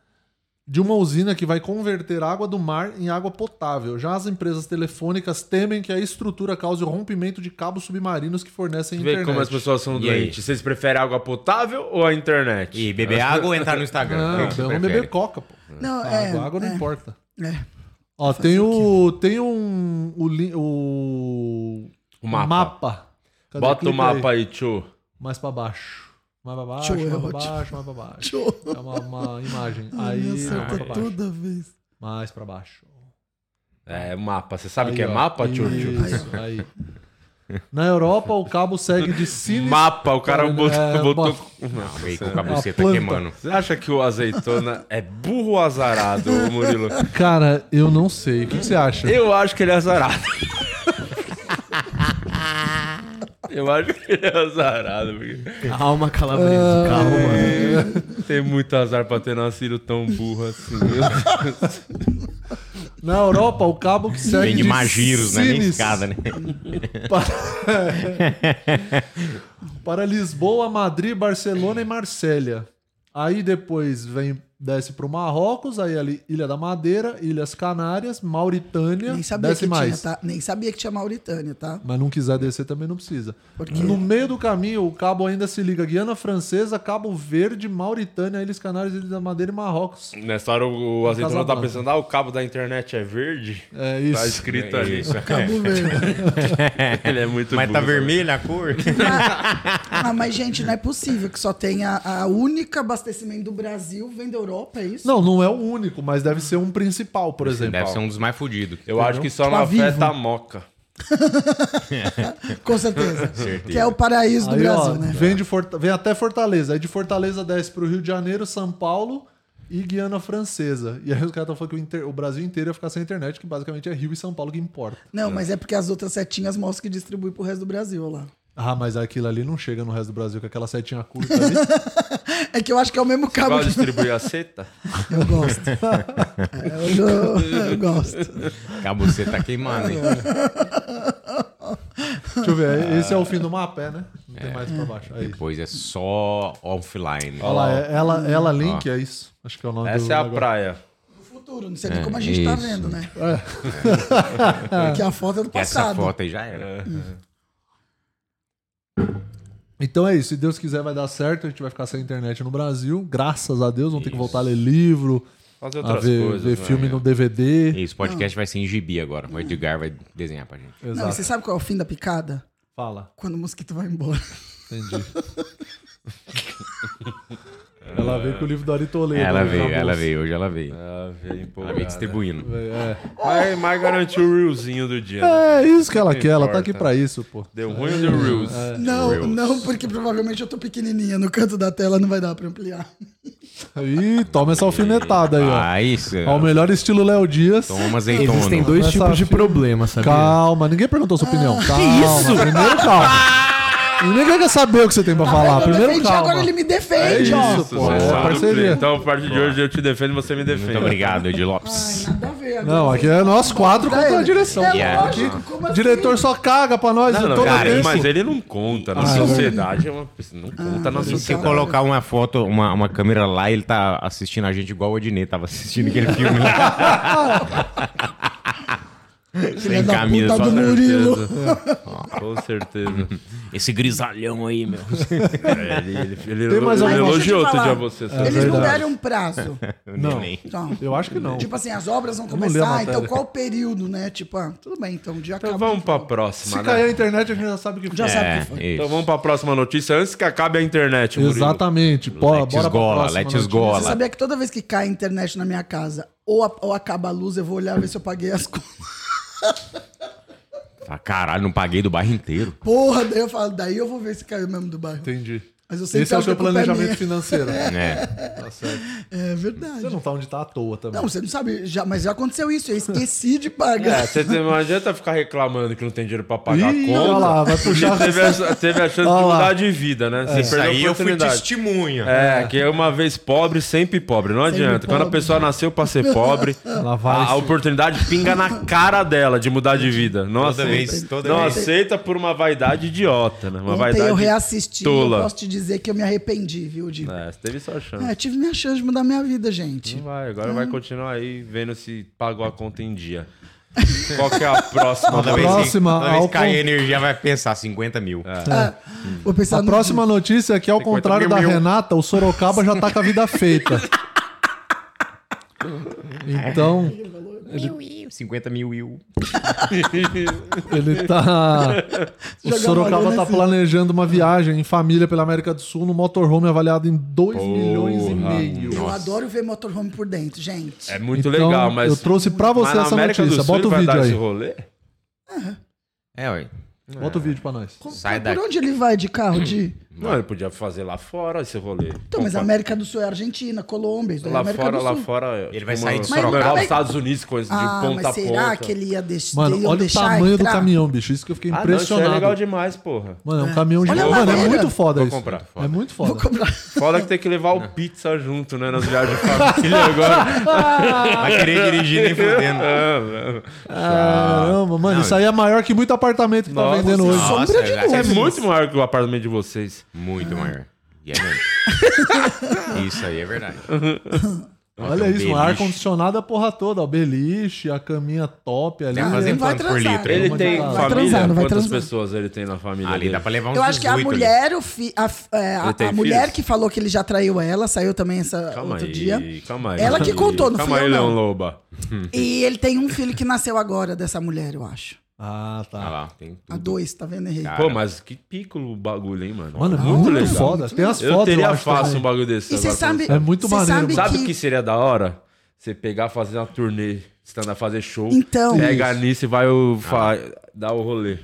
[SPEAKER 2] de uma usina que vai converter água do mar em água potável. Já as empresas telefônicas temem que a estrutura cause o rompimento de cabos submarinos que fornecem é
[SPEAKER 1] Vê
[SPEAKER 2] internet.
[SPEAKER 1] como as pessoas são
[SPEAKER 4] E aí?
[SPEAKER 1] doentes. Vocês preferem água potável ou a internet?
[SPEAKER 4] E beber água ou entrar no Instagram?
[SPEAKER 2] Ah,
[SPEAKER 4] O que que você
[SPEAKER 2] vamos
[SPEAKER 4] prefere?
[SPEAKER 2] beber coca, pô.
[SPEAKER 3] Não, é,
[SPEAKER 2] Ah, água, água não
[SPEAKER 3] é,
[SPEAKER 2] importa.
[SPEAKER 3] é.
[SPEAKER 2] Ó, tem o. Tem um. O. li- o
[SPEAKER 1] O mapa.
[SPEAKER 2] Cadê?
[SPEAKER 1] Bota o
[SPEAKER 2] Clica
[SPEAKER 1] mapa aí, tio.
[SPEAKER 2] Mais pra baixo. Mais pra baixo,
[SPEAKER 3] Tio,
[SPEAKER 2] mais
[SPEAKER 3] eu
[SPEAKER 2] pra
[SPEAKER 3] vou te-
[SPEAKER 2] baixo, mais pra baixo.
[SPEAKER 3] Show.
[SPEAKER 2] É uma, uma imagem.
[SPEAKER 3] Ai,
[SPEAKER 2] Aí,
[SPEAKER 3] meu
[SPEAKER 2] mais
[SPEAKER 3] Deus,
[SPEAKER 2] pra
[SPEAKER 3] eu tô
[SPEAKER 2] baixo.
[SPEAKER 3] toda vez.
[SPEAKER 2] Mais pra baixo.
[SPEAKER 1] É, mapa. Você sabe o
[SPEAKER 2] Aí,
[SPEAKER 1] que é
[SPEAKER 2] ó.
[SPEAKER 1] mapa, tio? tio?
[SPEAKER 2] Isso,
[SPEAKER 1] (laughs)
[SPEAKER 2] aí. Na Europa, o cabo segue de (laughs) Sines...
[SPEAKER 1] Mapa, o cara
[SPEAKER 2] É,
[SPEAKER 1] botou. botou-
[SPEAKER 4] Não, veio com a
[SPEAKER 2] É
[SPEAKER 4] cabuceta
[SPEAKER 2] uma planta.
[SPEAKER 4] queimando.
[SPEAKER 1] Você acha que o azeitona é burro ou azarado, ô Murilo?
[SPEAKER 2] Cara, eu não sei. O que, que você acha?
[SPEAKER 1] Eu acho que ele é azarado. Eu acho que ele é azarado. Porque Ah, é.
[SPEAKER 5] Calma, Calabresa, calma.
[SPEAKER 1] tem muito azar pra ter nascido tão burro assim. Meu Deus.
[SPEAKER 2] Na Europa, o cabo que segue.
[SPEAKER 4] Vem de magiros, né? Nem
[SPEAKER 2] Sines (laughs)
[SPEAKER 4] escada, né?
[SPEAKER 2] Para Lisboa, Madrid, Barcelona e Marsella. Aí depois vem, desce para o Marrocos, aí ali Ilha da Madeira, Ilhas Canárias, Mauritânia.
[SPEAKER 3] Nem sabia,
[SPEAKER 2] desce
[SPEAKER 3] que tinha,
[SPEAKER 2] mais.
[SPEAKER 3] tá? Nem sabia que tinha Mauritânia, tá?
[SPEAKER 2] Mas não quiser descer também não precisa.
[SPEAKER 3] Por quê?
[SPEAKER 2] No meio do caminho, o cabo ainda se liga Guiana Francesa, Cabo Verde, Mauritânia, Ilhas Canárias, Ilha da Madeira e Marrocos.
[SPEAKER 1] Nessa hora o, o azeitona tá
[SPEAKER 2] É um Casablanca.
[SPEAKER 1] pensando, ah, o cabo da internet é verde?
[SPEAKER 2] É
[SPEAKER 1] Tá
[SPEAKER 2] isso.
[SPEAKER 1] escrito
[SPEAKER 4] É
[SPEAKER 1] ali.
[SPEAKER 4] isso.
[SPEAKER 1] (laughs)
[SPEAKER 4] (laughs)
[SPEAKER 3] Cabo Verde.
[SPEAKER 1] Ele é muito
[SPEAKER 4] Mas
[SPEAKER 1] burro,
[SPEAKER 4] tá
[SPEAKER 1] né?
[SPEAKER 4] vermelha a cor. (laughs)
[SPEAKER 3] Ah, mas, gente, não é possível que só tenha a única abastecimento do Brasil vem da Europa, é isso?
[SPEAKER 2] Não, não é o único, mas deve ser um principal, por exemplo.
[SPEAKER 4] Deve ser um dos mais fudidos.
[SPEAKER 1] Eu acho que só
[SPEAKER 2] Tipo,
[SPEAKER 3] Tá
[SPEAKER 1] na
[SPEAKER 3] vivo.
[SPEAKER 1] fé
[SPEAKER 2] (laughs)
[SPEAKER 1] tá moca.
[SPEAKER 3] Com certeza. Que é o paraíso do
[SPEAKER 2] Aí,
[SPEAKER 3] Brasil,
[SPEAKER 2] ó,
[SPEAKER 3] né?
[SPEAKER 2] vem, de Forta- vem até Fortaleza. Aí de Fortaleza desce pro Rio de Janeiro, São Paulo e Guiana Francesa. E aí os caras estão falando que o, inter- o Brasil inteiro ia ficar sem internet, que basicamente é Rio e São Paulo que importa.
[SPEAKER 3] Não, mas é porque as outras setinhas mostram que distribui pro resto do Brasil, olha lá.
[SPEAKER 2] Ah, mas aquilo ali não chega no resto do Brasil, com aquela setinha
[SPEAKER 3] (laughs)
[SPEAKER 2] curta ali.
[SPEAKER 3] É que eu acho que é o mesmo cabo
[SPEAKER 1] Vai
[SPEAKER 3] que
[SPEAKER 1] distribuir
[SPEAKER 3] (laughs)
[SPEAKER 1] a seta?
[SPEAKER 3] eu
[SPEAKER 1] (laughs)
[SPEAKER 3] gosto.
[SPEAKER 2] (laughs)
[SPEAKER 3] É, eu, eu gosto.
[SPEAKER 4] Cabo, você tá queimando, hein?
[SPEAKER 2] Deixa eu ver, aí, esse é o fim do mapé, né? Não tem mais pra baixo. Aí.
[SPEAKER 4] Depois é só offline.
[SPEAKER 2] Olha lá, é- ela, ela Link, é isso. Acho que é o nome do
[SPEAKER 1] Essa é a
[SPEAKER 2] negócio.
[SPEAKER 1] praia.
[SPEAKER 3] No futuro, não sei nem como a gente tá
[SPEAKER 4] isso.
[SPEAKER 3] vendo, né? (laughs) Porque a foto é do
[SPEAKER 4] Essa
[SPEAKER 3] passado.
[SPEAKER 4] foto aí já era.
[SPEAKER 2] Então é isso. Se Deus quiser, vai dar certo. A gente vai ficar sem internet no Brasil. Graças a Deus, vão ter que voltar a ler livro,
[SPEAKER 1] Fazer
[SPEAKER 2] a
[SPEAKER 1] outras
[SPEAKER 2] ver,
[SPEAKER 1] coisas.
[SPEAKER 2] ver
[SPEAKER 1] né?
[SPEAKER 2] filme no DVD.
[SPEAKER 4] Esse podcast vai ser em gibi agora. O Edgar vai desenhar pra gente.
[SPEAKER 3] Não,
[SPEAKER 2] Ah.
[SPEAKER 3] e
[SPEAKER 2] Exato.
[SPEAKER 3] você sabe qual é o fim da picada?
[SPEAKER 2] Fala.
[SPEAKER 3] Quando o mosquito vai embora.
[SPEAKER 2] Entendi.
[SPEAKER 3] (laughs)
[SPEAKER 1] É.
[SPEAKER 2] ela veio com o livro do Ari Toledo.
[SPEAKER 4] Ela
[SPEAKER 2] né,
[SPEAKER 4] veio,
[SPEAKER 2] na
[SPEAKER 4] ela
[SPEAKER 2] bolsa.
[SPEAKER 4] veio. Hoje ela veio.
[SPEAKER 1] Ah, veio
[SPEAKER 4] Ela veio
[SPEAKER 1] empolgada.
[SPEAKER 4] Tá distribuindo.
[SPEAKER 2] É,
[SPEAKER 1] Mas, mas garantiu o reelzinho do dia. né?
[SPEAKER 2] É isso que ela quer. Ela tá
[SPEAKER 1] importa.
[SPEAKER 2] aqui pra isso, pô. É.
[SPEAKER 1] Deu ruim ou deu reels?
[SPEAKER 3] Não,
[SPEAKER 4] Reels.
[SPEAKER 3] não, porque provavelmente eu tô pequenininha no canto da tela, não vai dar pra ampliar.
[SPEAKER 2] Ih, toma essa alfinetada aí, ó.
[SPEAKER 4] Ah, isso.
[SPEAKER 2] Ó, o melhor estilo Léo Dias.
[SPEAKER 4] Toma uma azeitona.
[SPEAKER 5] Existem dois
[SPEAKER 2] Essa
[SPEAKER 5] tipos de
[SPEAKER 2] filha-
[SPEAKER 5] problema, sabia?
[SPEAKER 2] Calma, ninguém perguntou sua opinião. Calma, que isso? Primeiro calma. Ninguém quer saber o que você tem pra falar.
[SPEAKER 3] eu
[SPEAKER 2] Primeiro
[SPEAKER 3] defendi,
[SPEAKER 2] calma.
[SPEAKER 3] agora ele me defende, ó.
[SPEAKER 2] isso, pô, é
[SPEAKER 1] Zé.
[SPEAKER 2] parceria.
[SPEAKER 1] Então, a partir de hoje, eu te defendo e você me defende.
[SPEAKER 4] Muito obrigado, Ed
[SPEAKER 3] Ai,
[SPEAKER 4] Lopes.
[SPEAKER 3] nada a ver agora.
[SPEAKER 2] Não, aqui é nós quatro contra a direção.
[SPEAKER 3] É
[SPEAKER 4] Yeah.
[SPEAKER 3] lógico, como
[SPEAKER 2] O
[SPEAKER 3] assim?
[SPEAKER 2] diretor só caga pra nós
[SPEAKER 1] Não, não,
[SPEAKER 2] todo
[SPEAKER 1] cara,
[SPEAKER 2] tempo.
[SPEAKER 1] mas ele não conta. Na
[SPEAKER 2] Ah,
[SPEAKER 1] sociedade, é uma... não conta na
[SPEAKER 4] Se eu
[SPEAKER 1] sociedade.
[SPEAKER 4] colocar uma foto, uma, uma câmera lá, ele tá assistindo a gente igual o Ednei tava assistindo
[SPEAKER 1] (laughs)
[SPEAKER 4] aquele filme lá.
[SPEAKER 3] Filha da
[SPEAKER 4] camisa,
[SPEAKER 3] puta
[SPEAKER 4] só
[SPEAKER 3] do
[SPEAKER 4] certeza.
[SPEAKER 3] Murilo.
[SPEAKER 1] (laughs) Com certeza.
[SPEAKER 4] Esse grisalhão aí, meu.
[SPEAKER 1] É, ele ele, ele,
[SPEAKER 2] Tem mais
[SPEAKER 1] ele
[SPEAKER 2] alguma-
[SPEAKER 3] Deixa eu
[SPEAKER 1] elogiou
[SPEAKER 3] te
[SPEAKER 1] outro
[SPEAKER 3] falar.
[SPEAKER 1] dia você.
[SPEAKER 4] É
[SPEAKER 1] sabe?
[SPEAKER 3] Eles não
[SPEAKER 2] verdade.
[SPEAKER 3] deram um
[SPEAKER 4] (laughs)
[SPEAKER 3] prazo.
[SPEAKER 2] Não.
[SPEAKER 4] Ednei.
[SPEAKER 3] Tá.
[SPEAKER 2] Eu acho que não.
[SPEAKER 3] Tipo assim, as obras vão
[SPEAKER 2] não li a
[SPEAKER 3] começar,
[SPEAKER 2] matéria.
[SPEAKER 3] então qual o período, né? Tipo, ah, tudo bem, então dia
[SPEAKER 1] Então
[SPEAKER 3] acabou.
[SPEAKER 1] vamos pra próxima,
[SPEAKER 2] Se
[SPEAKER 1] né?
[SPEAKER 2] cair a internet, a gente já sabe o que
[SPEAKER 3] Já
[SPEAKER 2] foi.
[SPEAKER 3] sabe o que foi.
[SPEAKER 4] É,
[SPEAKER 1] Então
[SPEAKER 4] isso.
[SPEAKER 1] vamos pra próxima notícia antes que acabe a internet, Murilo.
[SPEAKER 2] Exatamente. Pô,
[SPEAKER 4] Let's
[SPEAKER 2] bora pra
[SPEAKER 4] gola,
[SPEAKER 2] próxima
[SPEAKER 4] let's
[SPEAKER 2] notícia.
[SPEAKER 4] gola.
[SPEAKER 3] Você sabia que toda vez que cai a internet na minha casa ou, a- ou acaba a luz, eu vou olhar ver se eu paguei as (laughs) contas.
[SPEAKER 4] Fala, Caralho, não paguei do bairro inteiro.
[SPEAKER 3] Porra, daí eu falo, daí eu vou ver se caiu mesmo do bairro.
[SPEAKER 2] Entendi.
[SPEAKER 3] Mas eu sempre
[SPEAKER 2] Esse é o
[SPEAKER 3] acho
[SPEAKER 2] seu
[SPEAKER 3] que a culpa é
[SPEAKER 2] planejamento
[SPEAKER 3] minha. (laughs)
[SPEAKER 2] financeiro.
[SPEAKER 4] É.
[SPEAKER 2] Tá certo.
[SPEAKER 3] É verdade.
[SPEAKER 2] Você não tá onde tá à toa também.
[SPEAKER 3] Não, você não sabe, já, mas já aconteceu isso, eu esqueci de pagar.
[SPEAKER 1] É, você tem- não adianta ficar reclamando que não tem dinheiro pra pagar a
[SPEAKER 2] Ih,
[SPEAKER 1] conta.
[SPEAKER 2] olha lá, vai
[SPEAKER 1] Você
[SPEAKER 2] puxar.
[SPEAKER 1] teve a, teve a chance
[SPEAKER 2] Olha
[SPEAKER 1] de
[SPEAKER 2] lá.
[SPEAKER 1] mudar de vida,
[SPEAKER 2] É.
[SPEAKER 1] né?
[SPEAKER 6] É.
[SPEAKER 1] Você perdeu a oportunidade.
[SPEAKER 4] testemunha.
[SPEAKER 1] É, que é uma vez pobre, sempre pobre. Não adianta. Quando a
[SPEAKER 3] pobre.
[SPEAKER 1] pessoa nasceu pra ser pobre,
[SPEAKER 2] Ela vai.
[SPEAKER 1] a, a oportunidade pinga na cara dela de mudar de vida. Não
[SPEAKER 4] Toda
[SPEAKER 1] aceita.
[SPEAKER 4] vez, toda
[SPEAKER 1] não
[SPEAKER 4] vez.
[SPEAKER 1] aceita por uma vaidade idiota, né? Uma
[SPEAKER 3] Ontem
[SPEAKER 1] vaidade
[SPEAKER 3] eu reassisti,
[SPEAKER 1] tola.
[SPEAKER 3] eu posso te dizer que eu me arrependi, viu, Di?
[SPEAKER 1] É, você teve sua chance.
[SPEAKER 3] É, tive minha chance de mudar minha vida, gente.
[SPEAKER 1] Não vai, agora vai continuar aí vendo se pagou a conta em dia. (laughs) Qual que é a próxima?
[SPEAKER 4] Toda
[SPEAKER 1] notícia?
[SPEAKER 4] vez,
[SPEAKER 2] Próxima
[SPEAKER 4] toda vez
[SPEAKER 2] ao
[SPEAKER 4] que cair
[SPEAKER 2] con-
[SPEAKER 4] a energia, vai pensar 50 mil.
[SPEAKER 1] É.
[SPEAKER 4] É. Tá.
[SPEAKER 3] Ah, vou pensar
[SPEAKER 2] A
[SPEAKER 3] no
[SPEAKER 2] próxima notícia é que, ao contrário
[SPEAKER 4] mil
[SPEAKER 2] da
[SPEAKER 4] mil.
[SPEAKER 2] Renata, o Sorocaba já tá com a vida feita. Então,
[SPEAKER 3] É.
[SPEAKER 4] Iu, iu, 50 mil, iu.
[SPEAKER 2] ele tá.
[SPEAKER 3] (laughs)
[SPEAKER 2] O
[SPEAKER 3] Jogar
[SPEAKER 2] Sorocaba
[SPEAKER 3] bola
[SPEAKER 2] tá
[SPEAKER 3] nesse-
[SPEAKER 2] planejando uma viagem em família pela América do Sul no motorhome avaliado em 2 milhões e meio.
[SPEAKER 3] Eu adoro ver motorhome por dentro, gente.
[SPEAKER 1] É muito
[SPEAKER 2] Então,
[SPEAKER 1] legal, mas.
[SPEAKER 2] eu trouxe pra você
[SPEAKER 1] mas na
[SPEAKER 2] essa
[SPEAKER 1] América do
[SPEAKER 2] notícia.
[SPEAKER 1] Sul
[SPEAKER 2] Bota o
[SPEAKER 1] ele vai
[SPEAKER 2] vídeo
[SPEAKER 1] dar
[SPEAKER 2] aí.
[SPEAKER 1] esse rolê?
[SPEAKER 4] É, ué.
[SPEAKER 2] Bota o vídeo pra nós.
[SPEAKER 3] É, Como-
[SPEAKER 4] sai
[SPEAKER 3] por
[SPEAKER 4] daqui.
[SPEAKER 3] onde ele vai de carro, Di?
[SPEAKER 1] (clears throat) Não, ele podia fazer lá fora esse rolê.
[SPEAKER 3] Então, mas a América do Sul é Argentina, Colômbia, isso daí é
[SPEAKER 1] Lá
[SPEAKER 3] América
[SPEAKER 1] fora,
[SPEAKER 3] do
[SPEAKER 1] lá
[SPEAKER 3] Sul.
[SPEAKER 1] fora.
[SPEAKER 4] Ele vai
[SPEAKER 1] como
[SPEAKER 4] sair de
[SPEAKER 1] na
[SPEAKER 4] Sorocaba.
[SPEAKER 1] Europa,
[SPEAKER 3] Mas-
[SPEAKER 1] Estados Unidos, coisas
[SPEAKER 3] Ah,
[SPEAKER 1] de ponta
[SPEAKER 3] mas
[SPEAKER 1] a
[SPEAKER 3] será
[SPEAKER 1] ponta.
[SPEAKER 3] que ele ia deix...
[SPEAKER 2] Mano,
[SPEAKER 3] iam
[SPEAKER 2] olha o
[SPEAKER 3] deixar
[SPEAKER 2] tamanho
[SPEAKER 3] entrar?
[SPEAKER 2] do caminhão, bicho. Isso que eu fiquei
[SPEAKER 1] Ah, não, isso é
[SPEAKER 2] impressionado.
[SPEAKER 1] legal demais, porra.
[SPEAKER 2] Mano, é um caminhão de
[SPEAKER 3] Olha a
[SPEAKER 2] Mano, é
[SPEAKER 3] madeira.
[SPEAKER 2] muito foda
[SPEAKER 1] Vou
[SPEAKER 2] isso.
[SPEAKER 1] comprar.
[SPEAKER 2] É muito
[SPEAKER 3] Vou
[SPEAKER 2] foda.
[SPEAKER 3] comprar.
[SPEAKER 1] Foda que tem que levar
[SPEAKER 3] (laughs)
[SPEAKER 1] o pizza junto, né? Nas viagens de família agora.
[SPEAKER 4] Vai querer dirigir
[SPEAKER 3] (laughs)
[SPEAKER 4] nem fudendo.
[SPEAKER 3] Ah,
[SPEAKER 2] Caramba, mano, isso aí é maior que muito apartamento que tá
[SPEAKER 1] Nossa
[SPEAKER 2] vendendo hoje.
[SPEAKER 4] Nossa,
[SPEAKER 3] Sombra de
[SPEAKER 4] é
[SPEAKER 1] É
[SPEAKER 3] dúvida.
[SPEAKER 1] muito
[SPEAKER 2] (laughs)
[SPEAKER 1] maior que o apartamento de vocês.
[SPEAKER 4] Muito maior. E é
[SPEAKER 3] (laughs)
[SPEAKER 4] mesmo. Isso aí é verdade.
[SPEAKER 2] Olha
[SPEAKER 4] Tem
[SPEAKER 2] isso,
[SPEAKER 4] um
[SPEAKER 2] um
[SPEAKER 4] beliche.
[SPEAKER 2] ar-condicionado a porra toda. O beliche, a caminha top ali.
[SPEAKER 4] Tem que fazer
[SPEAKER 3] Não vai
[SPEAKER 4] quanto por
[SPEAKER 3] transar.
[SPEAKER 4] tá litro? hein?
[SPEAKER 1] Ele
[SPEAKER 2] Vai
[SPEAKER 1] tem
[SPEAKER 2] transar.
[SPEAKER 1] família?
[SPEAKER 3] Vai transar, não vai
[SPEAKER 1] Quantas
[SPEAKER 3] transar.
[SPEAKER 1] pessoas ele tem na família
[SPEAKER 4] Ali
[SPEAKER 1] dele?
[SPEAKER 4] dá pra levar uns
[SPEAKER 3] Eu acho que a
[SPEAKER 4] 18 ali.
[SPEAKER 3] mulher, o fi- a, f- é, a-
[SPEAKER 1] Ele tem
[SPEAKER 3] a mulher
[SPEAKER 1] filhos?
[SPEAKER 3] que falou que ele já traiu ela, saiu também essa
[SPEAKER 1] Calma
[SPEAKER 3] outro
[SPEAKER 1] aí,
[SPEAKER 3] dia.
[SPEAKER 1] calma aí.
[SPEAKER 3] Ela que contou, não
[SPEAKER 1] Calma
[SPEAKER 3] fui eu,
[SPEAKER 1] aí, Leão
[SPEAKER 3] não.
[SPEAKER 1] Loba.
[SPEAKER 3] E ele tem um filho que nasceu agora dessa mulher, eu acho.
[SPEAKER 2] Ah,
[SPEAKER 4] Ah
[SPEAKER 2] tá.
[SPEAKER 4] lá, tem tudo.
[SPEAKER 3] A dois, tá vendo, Henrique?
[SPEAKER 4] Cara.
[SPEAKER 1] Pô, mas que pico o bagulho, hein, mano?
[SPEAKER 2] Mano, é muito, foda. Tem as
[SPEAKER 1] Eu
[SPEAKER 2] fotos,
[SPEAKER 1] teria
[SPEAKER 2] acho,
[SPEAKER 1] fácil
[SPEAKER 2] também.
[SPEAKER 1] um bagulho desse.
[SPEAKER 3] E você
[SPEAKER 1] agora pra
[SPEAKER 3] sabe.
[SPEAKER 1] você.
[SPEAKER 2] É muito
[SPEAKER 3] você
[SPEAKER 2] maneiro,
[SPEAKER 3] Sabe,
[SPEAKER 1] Sabe o
[SPEAKER 3] que,
[SPEAKER 1] que seria da hora? Você pegar, fazer uma turnê, estando a fazer show.
[SPEAKER 3] Então.
[SPEAKER 1] Pega nisso e vai o, fa- dar o rolê.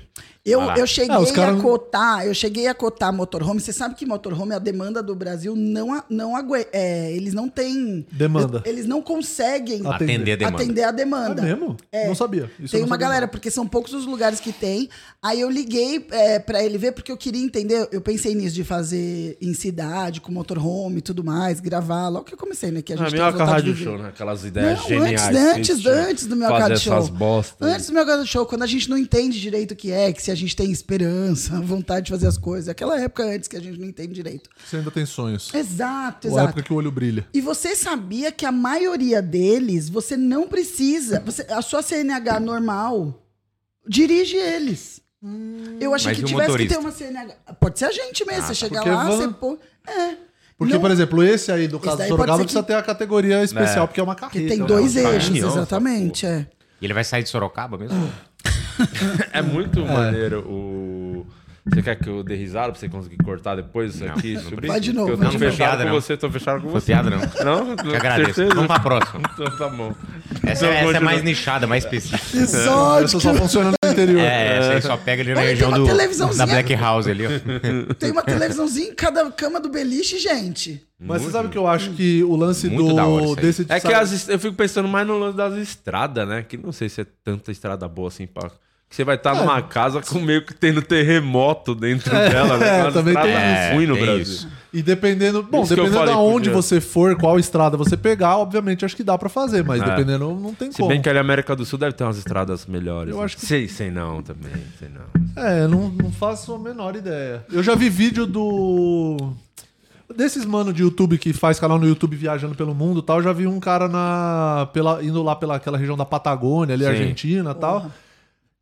[SPEAKER 3] eu,
[SPEAKER 4] Ah lá.
[SPEAKER 3] eu cheguei
[SPEAKER 2] Ah, os caras
[SPEAKER 3] a
[SPEAKER 2] não-
[SPEAKER 3] cotar, eu cheguei a cotar motorhome. Você sabe que motorhome, a demanda do Brasil não, a- não aguenta. eles não têm.
[SPEAKER 2] Demanda.
[SPEAKER 3] Eles não conseguem
[SPEAKER 2] Ah,
[SPEAKER 4] Atender a demanda.
[SPEAKER 3] atender a
[SPEAKER 2] É
[SPEAKER 3] demanda. É.
[SPEAKER 2] mesmo? Não sabia. Isso eu
[SPEAKER 3] tem
[SPEAKER 2] não
[SPEAKER 3] uma
[SPEAKER 2] sabia.
[SPEAKER 3] galera, porque são poucos os lugares que tem. Aí eu liguei é, para ele ver, porque eu queria entender. Eu pensei nisso, de fazer em cidade, com motorhome e tudo mais, gravar. Logo que eu comecei, né? Que a
[SPEAKER 1] Ah,
[SPEAKER 3] gente tem
[SPEAKER 1] minha
[SPEAKER 3] vontade de
[SPEAKER 1] rádio
[SPEAKER 3] viver.
[SPEAKER 1] show, né? Aquelas
[SPEAKER 3] Não,
[SPEAKER 1] ideias geniais.
[SPEAKER 3] antes, né? antes,
[SPEAKER 1] Isso,
[SPEAKER 3] antes do meu
[SPEAKER 1] né? fazer
[SPEAKER 3] mercado show.
[SPEAKER 1] essas bostas.
[SPEAKER 3] Antes do meu mercado show, quando a gente não entende direito o que é, que se a gente tem esperança, (laughs) vontade de fazer as coisas. é Aquela época antes que a gente não entende direito.
[SPEAKER 2] Você ainda tem sonhos.
[SPEAKER 3] Exato,
[SPEAKER 2] Ou a
[SPEAKER 3] exato.
[SPEAKER 2] época que o olho brilha.
[SPEAKER 3] E você sabia que a maioria deles, você não precisa. você- a sua CNH normal dirige eles. Eu achei
[SPEAKER 4] Mas
[SPEAKER 3] que
[SPEAKER 4] e o
[SPEAKER 3] tivesse que
[SPEAKER 4] motorista?
[SPEAKER 3] ter uma CNH. Pode ser a gente
[SPEAKER 1] Ah,
[SPEAKER 3] mesmo. você chega
[SPEAKER 2] porque
[SPEAKER 3] lá,
[SPEAKER 2] van-
[SPEAKER 3] você põe. É.
[SPEAKER 2] Porque,
[SPEAKER 3] Não-
[SPEAKER 2] por exemplo, esse aí do caso do
[SPEAKER 3] daí
[SPEAKER 2] Sorocaba
[SPEAKER 3] pode ser
[SPEAKER 2] precisa ter a categoria especial,
[SPEAKER 1] É.
[SPEAKER 2] porque é uma
[SPEAKER 3] Porque
[SPEAKER 2] carreta.
[SPEAKER 3] tem
[SPEAKER 2] né?
[SPEAKER 3] dois
[SPEAKER 1] tá
[SPEAKER 3] eixos,
[SPEAKER 1] caminhão, essa
[SPEAKER 3] exatamente. É.
[SPEAKER 4] E ele vai sair de Sorocaba mesmo?
[SPEAKER 2] (laughs)
[SPEAKER 1] (laughs) É muito maneiro o. Você quer que eu dê risada pra você conseguir cortar depois isso
[SPEAKER 4] Não,
[SPEAKER 1] aqui?
[SPEAKER 4] não
[SPEAKER 1] sobre
[SPEAKER 4] precisa.
[SPEAKER 1] isso?
[SPEAKER 3] Vai de novo,
[SPEAKER 1] Porque
[SPEAKER 3] vai
[SPEAKER 1] Eu
[SPEAKER 4] de
[SPEAKER 1] tô
[SPEAKER 4] novo.
[SPEAKER 1] fechado
[SPEAKER 4] Piada,
[SPEAKER 1] com
[SPEAKER 4] não.
[SPEAKER 1] você, tô fechado com
[SPEAKER 4] Foi
[SPEAKER 1] você.
[SPEAKER 4] piada, não.
[SPEAKER 1] Não?
[SPEAKER 4] Te agradeço. Vamos pra próxima.
[SPEAKER 1] (laughs) Então tá bom.
[SPEAKER 4] Essa,
[SPEAKER 1] Então,
[SPEAKER 4] essa é
[SPEAKER 1] continua.
[SPEAKER 4] mais nichada, mais
[SPEAKER 3] (laughs)
[SPEAKER 4] específica.
[SPEAKER 2] Essa só funciona no interior.
[SPEAKER 4] É, essa aí só pega ali na
[SPEAKER 3] Olha, tem
[SPEAKER 4] região
[SPEAKER 3] uma
[SPEAKER 4] do,
[SPEAKER 3] televisãozinha.
[SPEAKER 4] da Black House ali, ó.
[SPEAKER 3] (laughs) Tem uma televisãozinha em cada cama do beliche, gente.
[SPEAKER 2] Mas você sabe que eu acho que o lance
[SPEAKER 4] Muito da hora isso
[SPEAKER 2] do
[SPEAKER 4] aí.
[SPEAKER 2] desse
[SPEAKER 1] É que
[SPEAKER 2] sabe-
[SPEAKER 1] as, est- eu fico pensando mais no lance das estradas, né? Que não sei se é tanta estrada boa assim pra. Que você vai estar numa casa com meio que tendo terremoto dentro dela, né?
[SPEAKER 2] É. é,
[SPEAKER 1] Aquelas
[SPEAKER 2] também tem
[SPEAKER 1] estradas
[SPEAKER 4] isso.
[SPEAKER 1] ruins no
[SPEAKER 4] É, tem
[SPEAKER 1] Brasil.
[SPEAKER 4] isso.
[SPEAKER 2] E dependendo, bom,
[SPEAKER 1] Isso que eu
[SPEAKER 2] dependendo
[SPEAKER 1] falei,
[SPEAKER 2] da onde
[SPEAKER 1] podia.
[SPEAKER 2] você for, qual estrada você pegar, obviamente acho que dá pra fazer, mas
[SPEAKER 1] É.
[SPEAKER 2] dependendo não tem
[SPEAKER 1] Se
[SPEAKER 2] como.
[SPEAKER 1] bem que ali na América do Sul deve ter umas estradas melhores.
[SPEAKER 2] Eu
[SPEAKER 1] né?
[SPEAKER 2] acho que-
[SPEAKER 1] Sei, sei não também, sei não.
[SPEAKER 2] É, não, não faço a menor ideia. Eu já vi vídeo do desses mano de YouTube que faz canal no YouTube viajando pelo mundo, e tal, eu já vi um cara na pela indo lá pela aquela região da Patagônia, ali
[SPEAKER 1] Sim.
[SPEAKER 2] Argentina, e tal.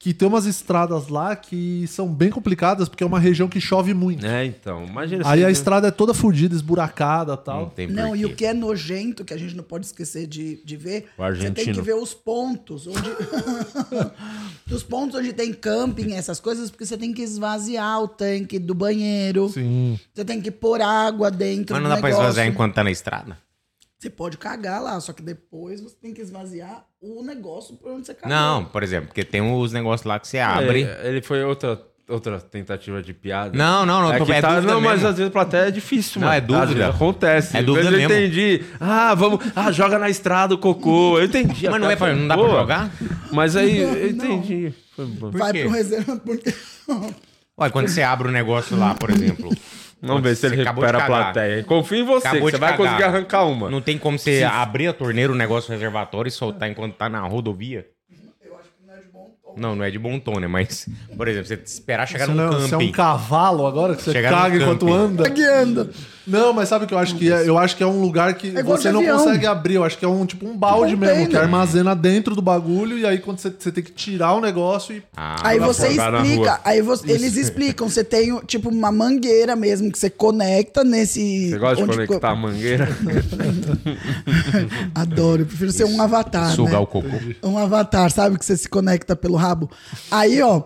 [SPEAKER 2] Que tem umas estradas lá que são bem complicadas, porque é uma região que chove muito.
[SPEAKER 1] É, então, imagina
[SPEAKER 2] Aí
[SPEAKER 1] se-
[SPEAKER 2] a estrada é toda fodida, esburacada
[SPEAKER 4] Não
[SPEAKER 2] tal.
[SPEAKER 4] tem
[SPEAKER 3] Não, e o
[SPEAKER 4] porquê.
[SPEAKER 3] que é nojento, que a gente não pode esquecer de, de ver,
[SPEAKER 1] O
[SPEAKER 3] você tem que
[SPEAKER 1] argentino.
[SPEAKER 3] ver os pontos onde. (laughs) os pontos onde tem camping, essas coisas, porque você tem que esvaziar o tanque do banheiro.
[SPEAKER 2] Sim.
[SPEAKER 3] Você tem que pôr água dentro.
[SPEAKER 4] (laughs) Mas
[SPEAKER 3] do
[SPEAKER 4] não dá pra
[SPEAKER 3] negócio.
[SPEAKER 4] esvaziar enquanto tá na estrada?
[SPEAKER 3] Você pode cagar lá, só que depois você tem que esvaziar o negócio por onde você cagou.
[SPEAKER 4] Não, por exemplo, porque tem os negócios lá que você abre.
[SPEAKER 1] É, ele foi outra, outra tentativa de piada.
[SPEAKER 4] Não, não, não.
[SPEAKER 1] É
[SPEAKER 4] tô-
[SPEAKER 1] que
[SPEAKER 4] é
[SPEAKER 1] tá-
[SPEAKER 4] dúvida
[SPEAKER 1] não, mas
[SPEAKER 4] mesmo.
[SPEAKER 1] às vezes plateia é difícil,
[SPEAKER 4] Não,
[SPEAKER 1] mano.
[SPEAKER 4] é dúvida.
[SPEAKER 1] Às vezes acontece.
[SPEAKER 4] É
[SPEAKER 1] Às
[SPEAKER 4] dúvida
[SPEAKER 1] vezes eu
[SPEAKER 4] mesmo.
[SPEAKER 1] entendi. Ah, vamos. Ah, joga na estrada o cocô. Eu entendi.
[SPEAKER 4] Mas não
[SPEAKER 1] até
[SPEAKER 4] é pra-
[SPEAKER 1] foi
[SPEAKER 4] não dá pra
[SPEAKER 1] boa.
[SPEAKER 4] jogar?
[SPEAKER 1] Mas aí, eu
[SPEAKER 3] Não.
[SPEAKER 1] entendi. Foi bom.
[SPEAKER 3] Vai
[SPEAKER 4] quê?
[SPEAKER 3] pro reserva porque.
[SPEAKER 4] Ué, quando você abre o negócio lá, por exemplo.
[SPEAKER 1] (laughs) Vamos ver se
[SPEAKER 4] Você
[SPEAKER 1] ele
[SPEAKER 4] acabou de
[SPEAKER 1] recupera a
[SPEAKER 4] cagar.
[SPEAKER 1] plateia. hein? Confio em você,
[SPEAKER 4] Acabou
[SPEAKER 1] que
[SPEAKER 4] de
[SPEAKER 1] você vai
[SPEAKER 4] cagar.
[SPEAKER 1] conseguir arrancar uma.
[SPEAKER 4] Não tem como você abrir a torneira, o negócio do reservatório e soltar enquanto tá na rodovia? Não, não é de bom tom, né? Mas, por exemplo, você esperar chegar
[SPEAKER 2] Você
[SPEAKER 4] num
[SPEAKER 2] não- você é
[SPEAKER 4] camping.
[SPEAKER 2] um cavalo agora que você
[SPEAKER 4] Chegar num
[SPEAKER 2] caga enquanto
[SPEAKER 4] camping.
[SPEAKER 2] anda.
[SPEAKER 3] Guiando.
[SPEAKER 2] Não, mas sabe o que eu acho que é? Eu acho que é um lugar que
[SPEAKER 3] igual
[SPEAKER 2] você
[SPEAKER 3] de
[SPEAKER 2] não
[SPEAKER 3] avião.
[SPEAKER 2] consegue abrir. Eu acho que é um tipo um balde
[SPEAKER 3] Container.
[SPEAKER 2] mesmo, que armazena dentro do bagulho e aí quando você, você tem que tirar o negócio e.
[SPEAKER 4] Ah,
[SPEAKER 3] Aí
[SPEAKER 1] dá
[SPEAKER 3] você
[SPEAKER 1] pra andar na
[SPEAKER 3] explica,
[SPEAKER 1] rua.
[SPEAKER 3] aí você- eles explicam, você tem tipo uma mangueira mesmo que você conecta nesse.
[SPEAKER 1] Você gosta de
[SPEAKER 3] onde-
[SPEAKER 1] conectar a
[SPEAKER 3] (laughs)
[SPEAKER 1] mangueira?
[SPEAKER 3] Adoro, eu prefiro ser um avatar.
[SPEAKER 4] sugar
[SPEAKER 3] né?
[SPEAKER 4] o cocô.
[SPEAKER 3] Um avatar, sabe? Que você se conecta pelo rabo. Aí, ó,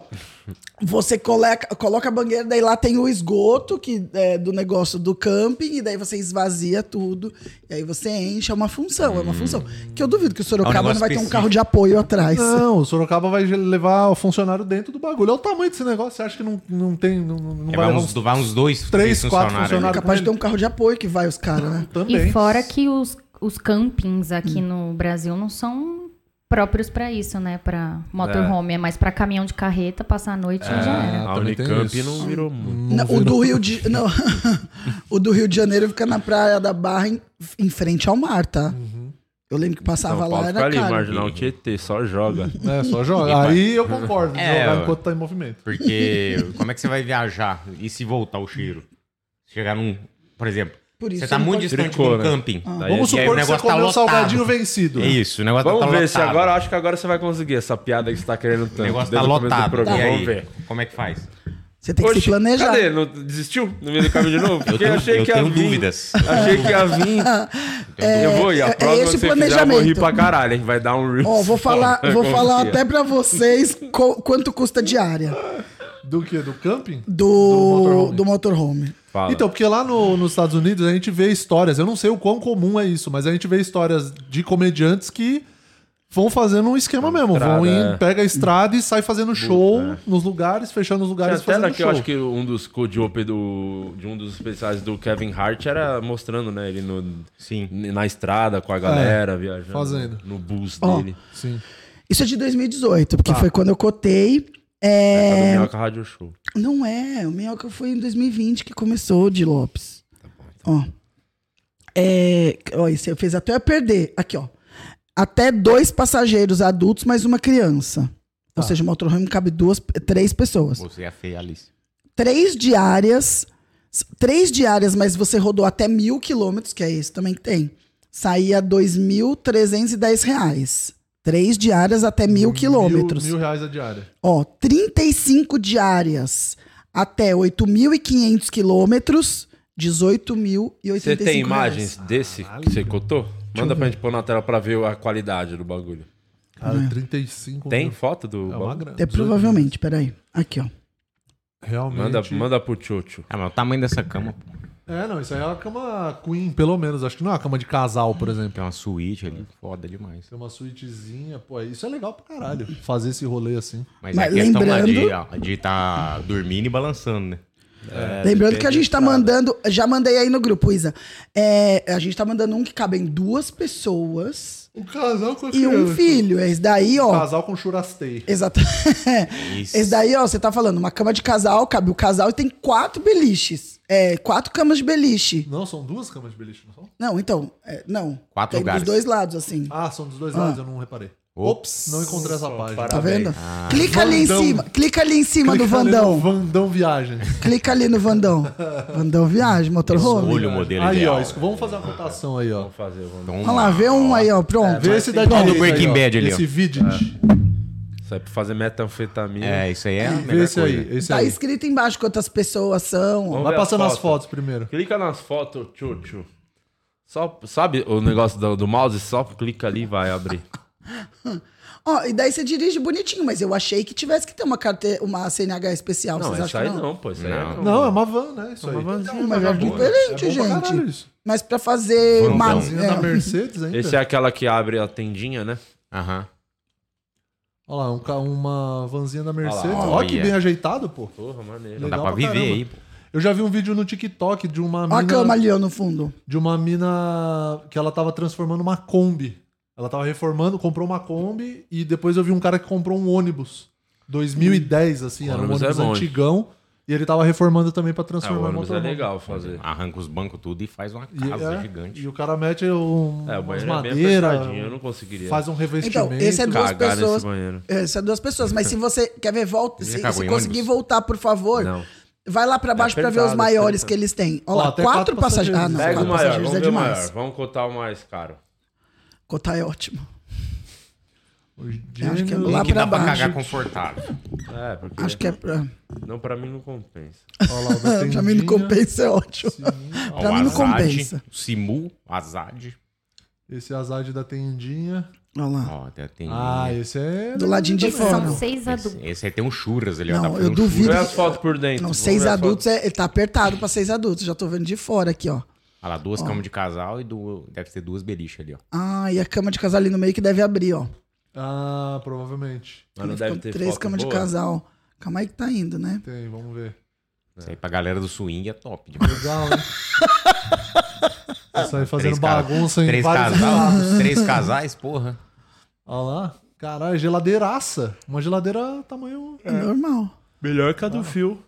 [SPEAKER 3] Você coloca, coloca a banheira, daí lá tem o esgoto que é do negócio do camping, e daí você esvazia tudo, e aí você enche, é uma função, é uma função. Que eu duvido que
[SPEAKER 4] Hum.
[SPEAKER 3] o
[SPEAKER 4] É um
[SPEAKER 3] Sorocaba
[SPEAKER 4] negócio
[SPEAKER 3] não vai ter um
[SPEAKER 4] específico.
[SPEAKER 3] carro de apoio atrás.
[SPEAKER 2] Não, o Sorocaba vai levar o funcionário dentro do bagulho. Olha o tamanho desse negócio. Você acha que não, não tem. Não, não
[SPEAKER 4] É,
[SPEAKER 2] vai
[SPEAKER 4] vai,
[SPEAKER 2] levar
[SPEAKER 4] uns, vai uns dois,
[SPEAKER 2] três, quatro
[SPEAKER 3] É
[SPEAKER 2] funcionários.
[SPEAKER 3] capaz de ter um carro de apoio que vai os caras, né?
[SPEAKER 2] Também.
[SPEAKER 7] E fora que os, os campings aqui
[SPEAKER 3] Hum.
[SPEAKER 7] no Brasil não são próprios pra isso, né? Pra motorhome, é, mais pra caminhão de carreta, passar a noite e
[SPEAKER 2] É.
[SPEAKER 7] já era.
[SPEAKER 1] Ah, a
[SPEAKER 2] também tem
[SPEAKER 1] Unicamp
[SPEAKER 2] isso.
[SPEAKER 1] não virou muito.
[SPEAKER 3] Não, o, do Rio de, não. (laughs) o do Rio de Janeiro fica na Praia da Barra, em, em frente ao mar, tá?
[SPEAKER 4] Uhum.
[SPEAKER 3] Eu lembro que passava
[SPEAKER 4] Então,
[SPEAKER 1] São
[SPEAKER 3] lá,
[SPEAKER 1] Paulo
[SPEAKER 3] era
[SPEAKER 1] fica ali,
[SPEAKER 3] caro.
[SPEAKER 1] marginal Tietê, só joga.
[SPEAKER 2] É, só
[SPEAKER 4] (laughs) E
[SPEAKER 2] joga.
[SPEAKER 4] vai-
[SPEAKER 2] Aí eu concordo.
[SPEAKER 4] É,
[SPEAKER 2] jogar
[SPEAKER 4] ó.
[SPEAKER 2] enquanto tá em movimento. (laughs)
[SPEAKER 4] Porque como é que você vai viajar e se voltar o cheiro? Chegar num. Por exemplo,
[SPEAKER 3] Por isso
[SPEAKER 4] você tá
[SPEAKER 3] ele
[SPEAKER 4] muito
[SPEAKER 3] pode- Ah.
[SPEAKER 4] distante
[SPEAKER 1] Tricô,
[SPEAKER 4] de um
[SPEAKER 1] né?
[SPEAKER 4] camping.
[SPEAKER 1] Daí
[SPEAKER 2] Vamos
[SPEAKER 1] é-
[SPEAKER 4] aí o
[SPEAKER 2] supor que você
[SPEAKER 4] negócio tá
[SPEAKER 2] comeu um
[SPEAKER 4] lotado.
[SPEAKER 2] salgadinho vencido.
[SPEAKER 4] É isso, o negócio tá
[SPEAKER 1] Vamos ver se
[SPEAKER 4] lotado.
[SPEAKER 1] agora, acho que agora você vai conseguir essa piada que você tá querendo tanto.
[SPEAKER 4] O negócio
[SPEAKER 1] desde
[SPEAKER 4] tá
[SPEAKER 1] o começo do
[SPEAKER 4] lotado.
[SPEAKER 1] programa.
[SPEAKER 4] E
[SPEAKER 1] Vamos
[SPEAKER 4] aí,
[SPEAKER 1] ver.
[SPEAKER 4] como é que faz?
[SPEAKER 3] Você tem que
[SPEAKER 1] Oxi,
[SPEAKER 3] se planejar.
[SPEAKER 1] Cadê? Não- desistiu no meio do caminho de novo? Porque
[SPEAKER 4] (laughs) Eu tenho,
[SPEAKER 1] achei
[SPEAKER 4] eu
[SPEAKER 1] que
[SPEAKER 4] tenho
[SPEAKER 1] ia vir.
[SPEAKER 4] dúvidas.
[SPEAKER 1] Achei que ia vir. eu vou ir. A
[SPEAKER 3] (laughs) é
[SPEAKER 1] próxima
[SPEAKER 3] esse
[SPEAKER 1] que
[SPEAKER 3] o
[SPEAKER 1] você fizer, eu vou rir
[SPEAKER 3] planejamento.
[SPEAKER 1] pra caralho, hein? Vai dar um reels.
[SPEAKER 3] Ó, vou falar,
[SPEAKER 1] foda, é assim?
[SPEAKER 3] vou
[SPEAKER 1] confia.
[SPEAKER 3] falar até pra vocês co- quanto custa a diária
[SPEAKER 2] Do que? Do camping?
[SPEAKER 3] do,
[SPEAKER 2] motorhome.
[SPEAKER 3] do motorhome.
[SPEAKER 1] Fala.
[SPEAKER 2] Então, porque lá no- nos Estados Unidos a gente vê histórias, eu não sei o quão comum é isso, mas a gente vê histórias de comediantes que vão fazendo um esquema mesmo. vão
[SPEAKER 1] estrada,
[SPEAKER 2] em,
[SPEAKER 1] é.
[SPEAKER 2] pega a estrada e sai fazendo show nos lugares, fechando os
[SPEAKER 1] Tinha
[SPEAKER 2] lugares
[SPEAKER 1] até
[SPEAKER 2] fazendo
[SPEAKER 1] daqui, eu
[SPEAKER 2] show.
[SPEAKER 1] acho que um dos co-diope do, de um dos especiais do Kevin Hart era mostrando, né? Ele no,
[SPEAKER 4] Sim.
[SPEAKER 1] na estrada com a galera, viajando.
[SPEAKER 2] É, fazendo.
[SPEAKER 1] No bus
[SPEAKER 3] Ó,
[SPEAKER 1] dele.
[SPEAKER 2] Sim. Tá.
[SPEAKER 3] Isso é de 2018, porque foi quando eu cotei. É,
[SPEAKER 1] É... do Minhoca Rádio Show.
[SPEAKER 3] Não é, o Minhoca foi em 2020 que começou de Lopes. Ó. É, ó, isso eu fiz até eu perder. Aqui, ó. Até dois passageiros adultos, mais uma criança. Ou seja, o motorhome cabe duas, três pessoas.
[SPEAKER 4] Você é feia, Alice.
[SPEAKER 3] Três diárias. s- Três diárias, mas você rodou até mil quilômetros, que é isso também que tem. Saía R$ 2.310 reais. Três diárias até mil quilômetros.
[SPEAKER 2] Mil, mil reais a diária.
[SPEAKER 3] Ó, 35 diárias até 8.500 quilômetros, 18.085
[SPEAKER 1] Você tem
[SPEAKER 3] reais.
[SPEAKER 1] imagens desse que você cotou? Manda pra gente pôr na tela pra ver a qualidade do bagulho.
[SPEAKER 2] Cara, 35
[SPEAKER 1] Tem
[SPEAKER 2] mil.
[SPEAKER 1] foto do
[SPEAKER 2] É uma
[SPEAKER 1] bagulho? É,
[SPEAKER 2] grana.
[SPEAKER 3] É, provavelmente, peraí. Aqui, ó.
[SPEAKER 2] Realmente.
[SPEAKER 1] Manda, manda pro Tchotcho.
[SPEAKER 4] Ah, mas o tamanho dessa cama, pô.
[SPEAKER 2] É, não, isso aí é uma cama queen, pelo menos. Acho que não é uma cama de casal, por exemplo.
[SPEAKER 4] Tem uma suíte ali, foda demais.
[SPEAKER 2] Tem uma suítezinha, pô, isso é legal pra caralho. Fazer esse rolê assim.
[SPEAKER 4] Mas,
[SPEAKER 3] Mas
[SPEAKER 4] é questão
[SPEAKER 3] lembrando-
[SPEAKER 4] lá de, de estar dormindo e balançando, né?
[SPEAKER 1] É,
[SPEAKER 3] Lembrando que a gente tá mandando. Já mandei aí no grupo, Isa. É, a gente tá mandando um que cabem duas pessoas
[SPEAKER 2] O casal com a
[SPEAKER 3] e um filho. Esse daí,
[SPEAKER 2] O
[SPEAKER 3] ó.
[SPEAKER 2] Um casal com churastei.
[SPEAKER 3] (laughs) Exato.
[SPEAKER 4] Isso.
[SPEAKER 3] Esse daí, ó, você tá falando, uma cama de casal, cabe o casal e tem quatro beliches. É, quatro camas de beliche.
[SPEAKER 2] Não, são duas camas de beliche, não são?
[SPEAKER 3] Não, então, é, não.
[SPEAKER 4] Quatro
[SPEAKER 3] tem
[SPEAKER 4] lugares.
[SPEAKER 3] dos dois lados, assim.
[SPEAKER 2] Ah, são dos dois
[SPEAKER 3] Ah.
[SPEAKER 2] lados, eu não reparei. Ops, não encontrei essa página.
[SPEAKER 3] Tá vendo?
[SPEAKER 4] Ah.
[SPEAKER 3] clica
[SPEAKER 2] Vandão.
[SPEAKER 3] ali em cima, clica ali em cima
[SPEAKER 2] Clica
[SPEAKER 3] do
[SPEAKER 2] ali
[SPEAKER 3] Vandão.
[SPEAKER 2] no Vandão Viagens.
[SPEAKER 3] Clica ali no Vandão. Vandão Viagem, motorhome.
[SPEAKER 4] Escolha o modelo
[SPEAKER 2] aí,
[SPEAKER 4] ideal.
[SPEAKER 2] ó, isso- vamos fazer uma cotação aí, ó. É,
[SPEAKER 1] Vamos fazer, vamos.
[SPEAKER 4] Então,
[SPEAKER 3] Olha lá, vê um aí, ó, pronto.
[SPEAKER 2] Vê esse
[SPEAKER 1] tem
[SPEAKER 2] daqui.
[SPEAKER 4] todo
[SPEAKER 2] aí,
[SPEAKER 4] Breaking
[SPEAKER 2] ó.
[SPEAKER 4] Bad ali, ó.
[SPEAKER 2] Esse Vidit.
[SPEAKER 1] É. Isso aí pra fazer metanfetamina.
[SPEAKER 4] É, isso aí é a
[SPEAKER 2] Vê
[SPEAKER 4] melhor
[SPEAKER 2] esse aí,
[SPEAKER 4] coisa.
[SPEAKER 2] esse
[SPEAKER 3] tá
[SPEAKER 2] aí.
[SPEAKER 3] escrito embaixo quantas pessoas são. ó.
[SPEAKER 1] Vamos
[SPEAKER 2] Vai
[SPEAKER 1] ver
[SPEAKER 2] passando
[SPEAKER 1] as
[SPEAKER 2] as fotos primeiro.
[SPEAKER 1] Clica nas fotos, Tchotcho. Só, sabe o negócio do, do mouse? Só clica ali e vai abrir.
[SPEAKER 3] Ó, e daí você dirige bonitinho, mas eu achei que tivesse que ter uma carteira, uma CNH especial.
[SPEAKER 1] Não,
[SPEAKER 3] vocês
[SPEAKER 1] isso
[SPEAKER 3] acham
[SPEAKER 1] aí
[SPEAKER 3] que não?
[SPEAKER 1] não, pô. Isso aí
[SPEAKER 4] Não.
[SPEAKER 1] é
[SPEAKER 2] Não, é uma van, né? Isso aí.
[SPEAKER 3] Não, mas é diferente,
[SPEAKER 2] É bom pra
[SPEAKER 3] gente.
[SPEAKER 2] caralho isso.
[SPEAKER 3] Mas pra fazer
[SPEAKER 4] Vandão.
[SPEAKER 3] uma.
[SPEAKER 2] Vanzinha da Mercedes ainda.
[SPEAKER 1] Esse é aquela que abre a tendinha, né?
[SPEAKER 4] Aham.
[SPEAKER 2] Olha lá, um ca- uma vanzinha da Mercedes.
[SPEAKER 4] Olha
[SPEAKER 2] Olha,
[SPEAKER 4] lá.
[SPEAKER 2] que
[SPEAKER 4] Olha.
[SPEAKER 2] bem ajeitado, pô.
[SPEAKER 1] Porra, maneiro.
[SPEAKER 4] Não dá
[SPEAKER 2] Legal
[SPEAKER 4] pra
[SPEAKER 2] pra
[SPEAKER 4] viver
[SPEAKER 2] caramba.
[SPEAKER 4] aí, pô.
[SPEAKER 2] Eu já vi um vídeo no TikTok de uma
[SPEAKER 3] Ó a
[SPEAKER 2] mina...
[SPEAKER 3] cama ali, ó, no fundo.
[SPEAKER 2] de uma mina que ela tava transformando uma Kombi. Ela tava reformando, comprou uma Kombi e depois eu vi um cara que comprou um ônibus. 2010, assim, era um
[SPEAKER 1] Ônibus é
[SPEAKER 2] ônibus
[SPEAKER 1] bom,
[SPEAKER 2] antigão. E ele tava reformando também pra
[SPEAKER 1] Ah, o
[SPEAKER 2] transformar
[SPEAKER 1] ônibus é
[SPEAKER 2] motorhome.
[SPEAKER 1] legal fazer.
[SPEAKER 4] Arranca os bancos tudo e faz uma
[SPEAKER 2] E,
[SPEAKER 4] casa
[SPEAKER 2] é,
[SPEAKER 4] gigante.
[SPEAKER 2] e o cara mete um,
[SPEAKER 1] É, o
[SPEAKER 2] umas
[SPEAKER 1] banheiro é bem
[SPEAKER 2] madeiras,
[SPEAKER 1] apertadinho, eu não conseguiria.
[SPEAKER 2] faz um revestimento.
[SPEAKER 3] Então, esse é do- duas
[SPEAKER 1] Cagar
[SPEAKER 3] pessoas.
[SPEAKER 1] nesse banheiro.
[SPEAKER 3] Essa é duas pessoas.
[SPEAKER 1] (laughs)
[SPEAKER 3] Mas se você quer ver, volta.
[SPEAKER 4] Ele
[SPEAKER 3] Se,
[SPEAKER 4] acabou
[SPEAKER 3] se
[SPEAKER 4] em
[SPEAKER 3] conseguir
[SPEAKER 4] ônibus?
[SPEAKER 3] voltar, por favor,
[SPEAKER 1] Não. Tá
[SPEAKER 3] vai lá pra baixo pra ver
[SPEAKER 1] apertado,
[SPEAKER 3] os maiores
[SPEAKER 1] apertado.
[SPEAKER 3] que eles têm.
[SPEAKER 2] Ó,
[SPEAKER 3] Olha lá,
[SPEAKER 2] até
[SPEAKER 3] quatro
[SPEAKER 2] quatro passageiros.
[SPEAKER 3] passageiros. Ah, não,
[SPEAKER 1] Pega o
[SPEAKER 3] quatro
[SPEAKER 1] maior,
[SPEAKER 3] passageiros
[SPEAKER 1] vamos
[SPEAKER 3] é
[SPEAKER 1] ver o maior.
[SPEAKER 3] demais.
[SPEAKER 1] Vamos cotar o mais caro.
[SPEAKER 3] Cotar é ótimo.
[SPEAKER 2] Eu
[SPEAKER 3] acho que é
[SPEAKER 4] Um
[SPEAKER 3] lá
[SPEAKER 4] que
[SPEAKER 3] pra
[SPEAKER 4] dá pra
[SPEAKER 3] baixo.
[SPEAKER 4] cagar confortável.
[SPEAKER 1] É, porque
[SPEAKER 3] Acho que é pra.
[SPEAKER 1] não, pra mim não compensa.
[SPEAKER 3] (laughs) pra mim não compensa, é ótimo.
[SPEAKER 4] Ó,
[SPEAKER 3] Pra
[SPEAKER 4] o
[SPEAKER 3] mim não
[SPEAKER 4] Azad,
[SPEAKER 3] compensa.
[SPEAKER 4] o Simu, o Azad.
[SPEAKER 2] é Esse Azad da tendinha.
[SPEAKER 3] Olha lá.
[SPEAKER 4] Ó, tem, tem-
[SPEAKER 2] Ah, esse é.
[SPEAKER 3] Do ladinho de fora.
[SPEAKER 7] São seis
[SPEAKER 4] esse,
[SPEAKER 7] adultos.
[SPEAKER 4] esse aí tem um churras ali, ó.
[SPEAKER 3] Não,
[SPEAKER 4] dá pra
[SPEAKER 3] eu
[SPEAKER 4] ver um
[SPEAKER 3] duvido.
[SPEAKER 4] churras.
[SPEAKER 1] Vê as fotos por dentro.
[SPEAKER 3] Não,
[SPEAKER 1] vamos
[SPEAKER 3] seis
[SPEAKER 1] ver as
[SPEAKER 3] adultos,
[SPEAKER 1] fotos.
[SPEAKER 3] é, ele tá apertado pra seis adultos. Já tô vendo de fora aqui, ó.
[SPEAKER 4] Olha lá, duas camas de casal e duas, deve ter duas beliches ali, ó.
[SPEAKER 3] Ah, e a cama de casal ali no meio que deve abrir, ó.
[SPEAKER 2] Ah, provavelmente.
[SPEAKER 1] Mas não
[SPEAKER 3] Ficou
[SPEAKER 1] deve ter
[SPEAKER 3] três
[SPEAKER 1] foto
[SPEAKER 3] camas de
[SPEAKER 1] boa?
[SPEAKER 3] casal. Calma aí que tá indo, né? (laughs)
[SPEAKER 2] Tem, vamos ver.
[SPEAKER 4] Isso aí pra galera do swing é top demais.
[SPEAKER 2] Legal, hein? Isso aí fazendo
[SPEAKER 4] Três ca-
[SPEAKER 2] bagunça em
[SPEAKER 4] Três
[SPEAKER 2] vários lados.
[SPEAKER 4] casais, três casais, porra.
[SPEAKER 2] Olha lá. Caralho, geladeiraça. Uma geladeira tamanho.
[SPEAKER 3] É normal.
[SPEAKER 1] Melhor que a do fio.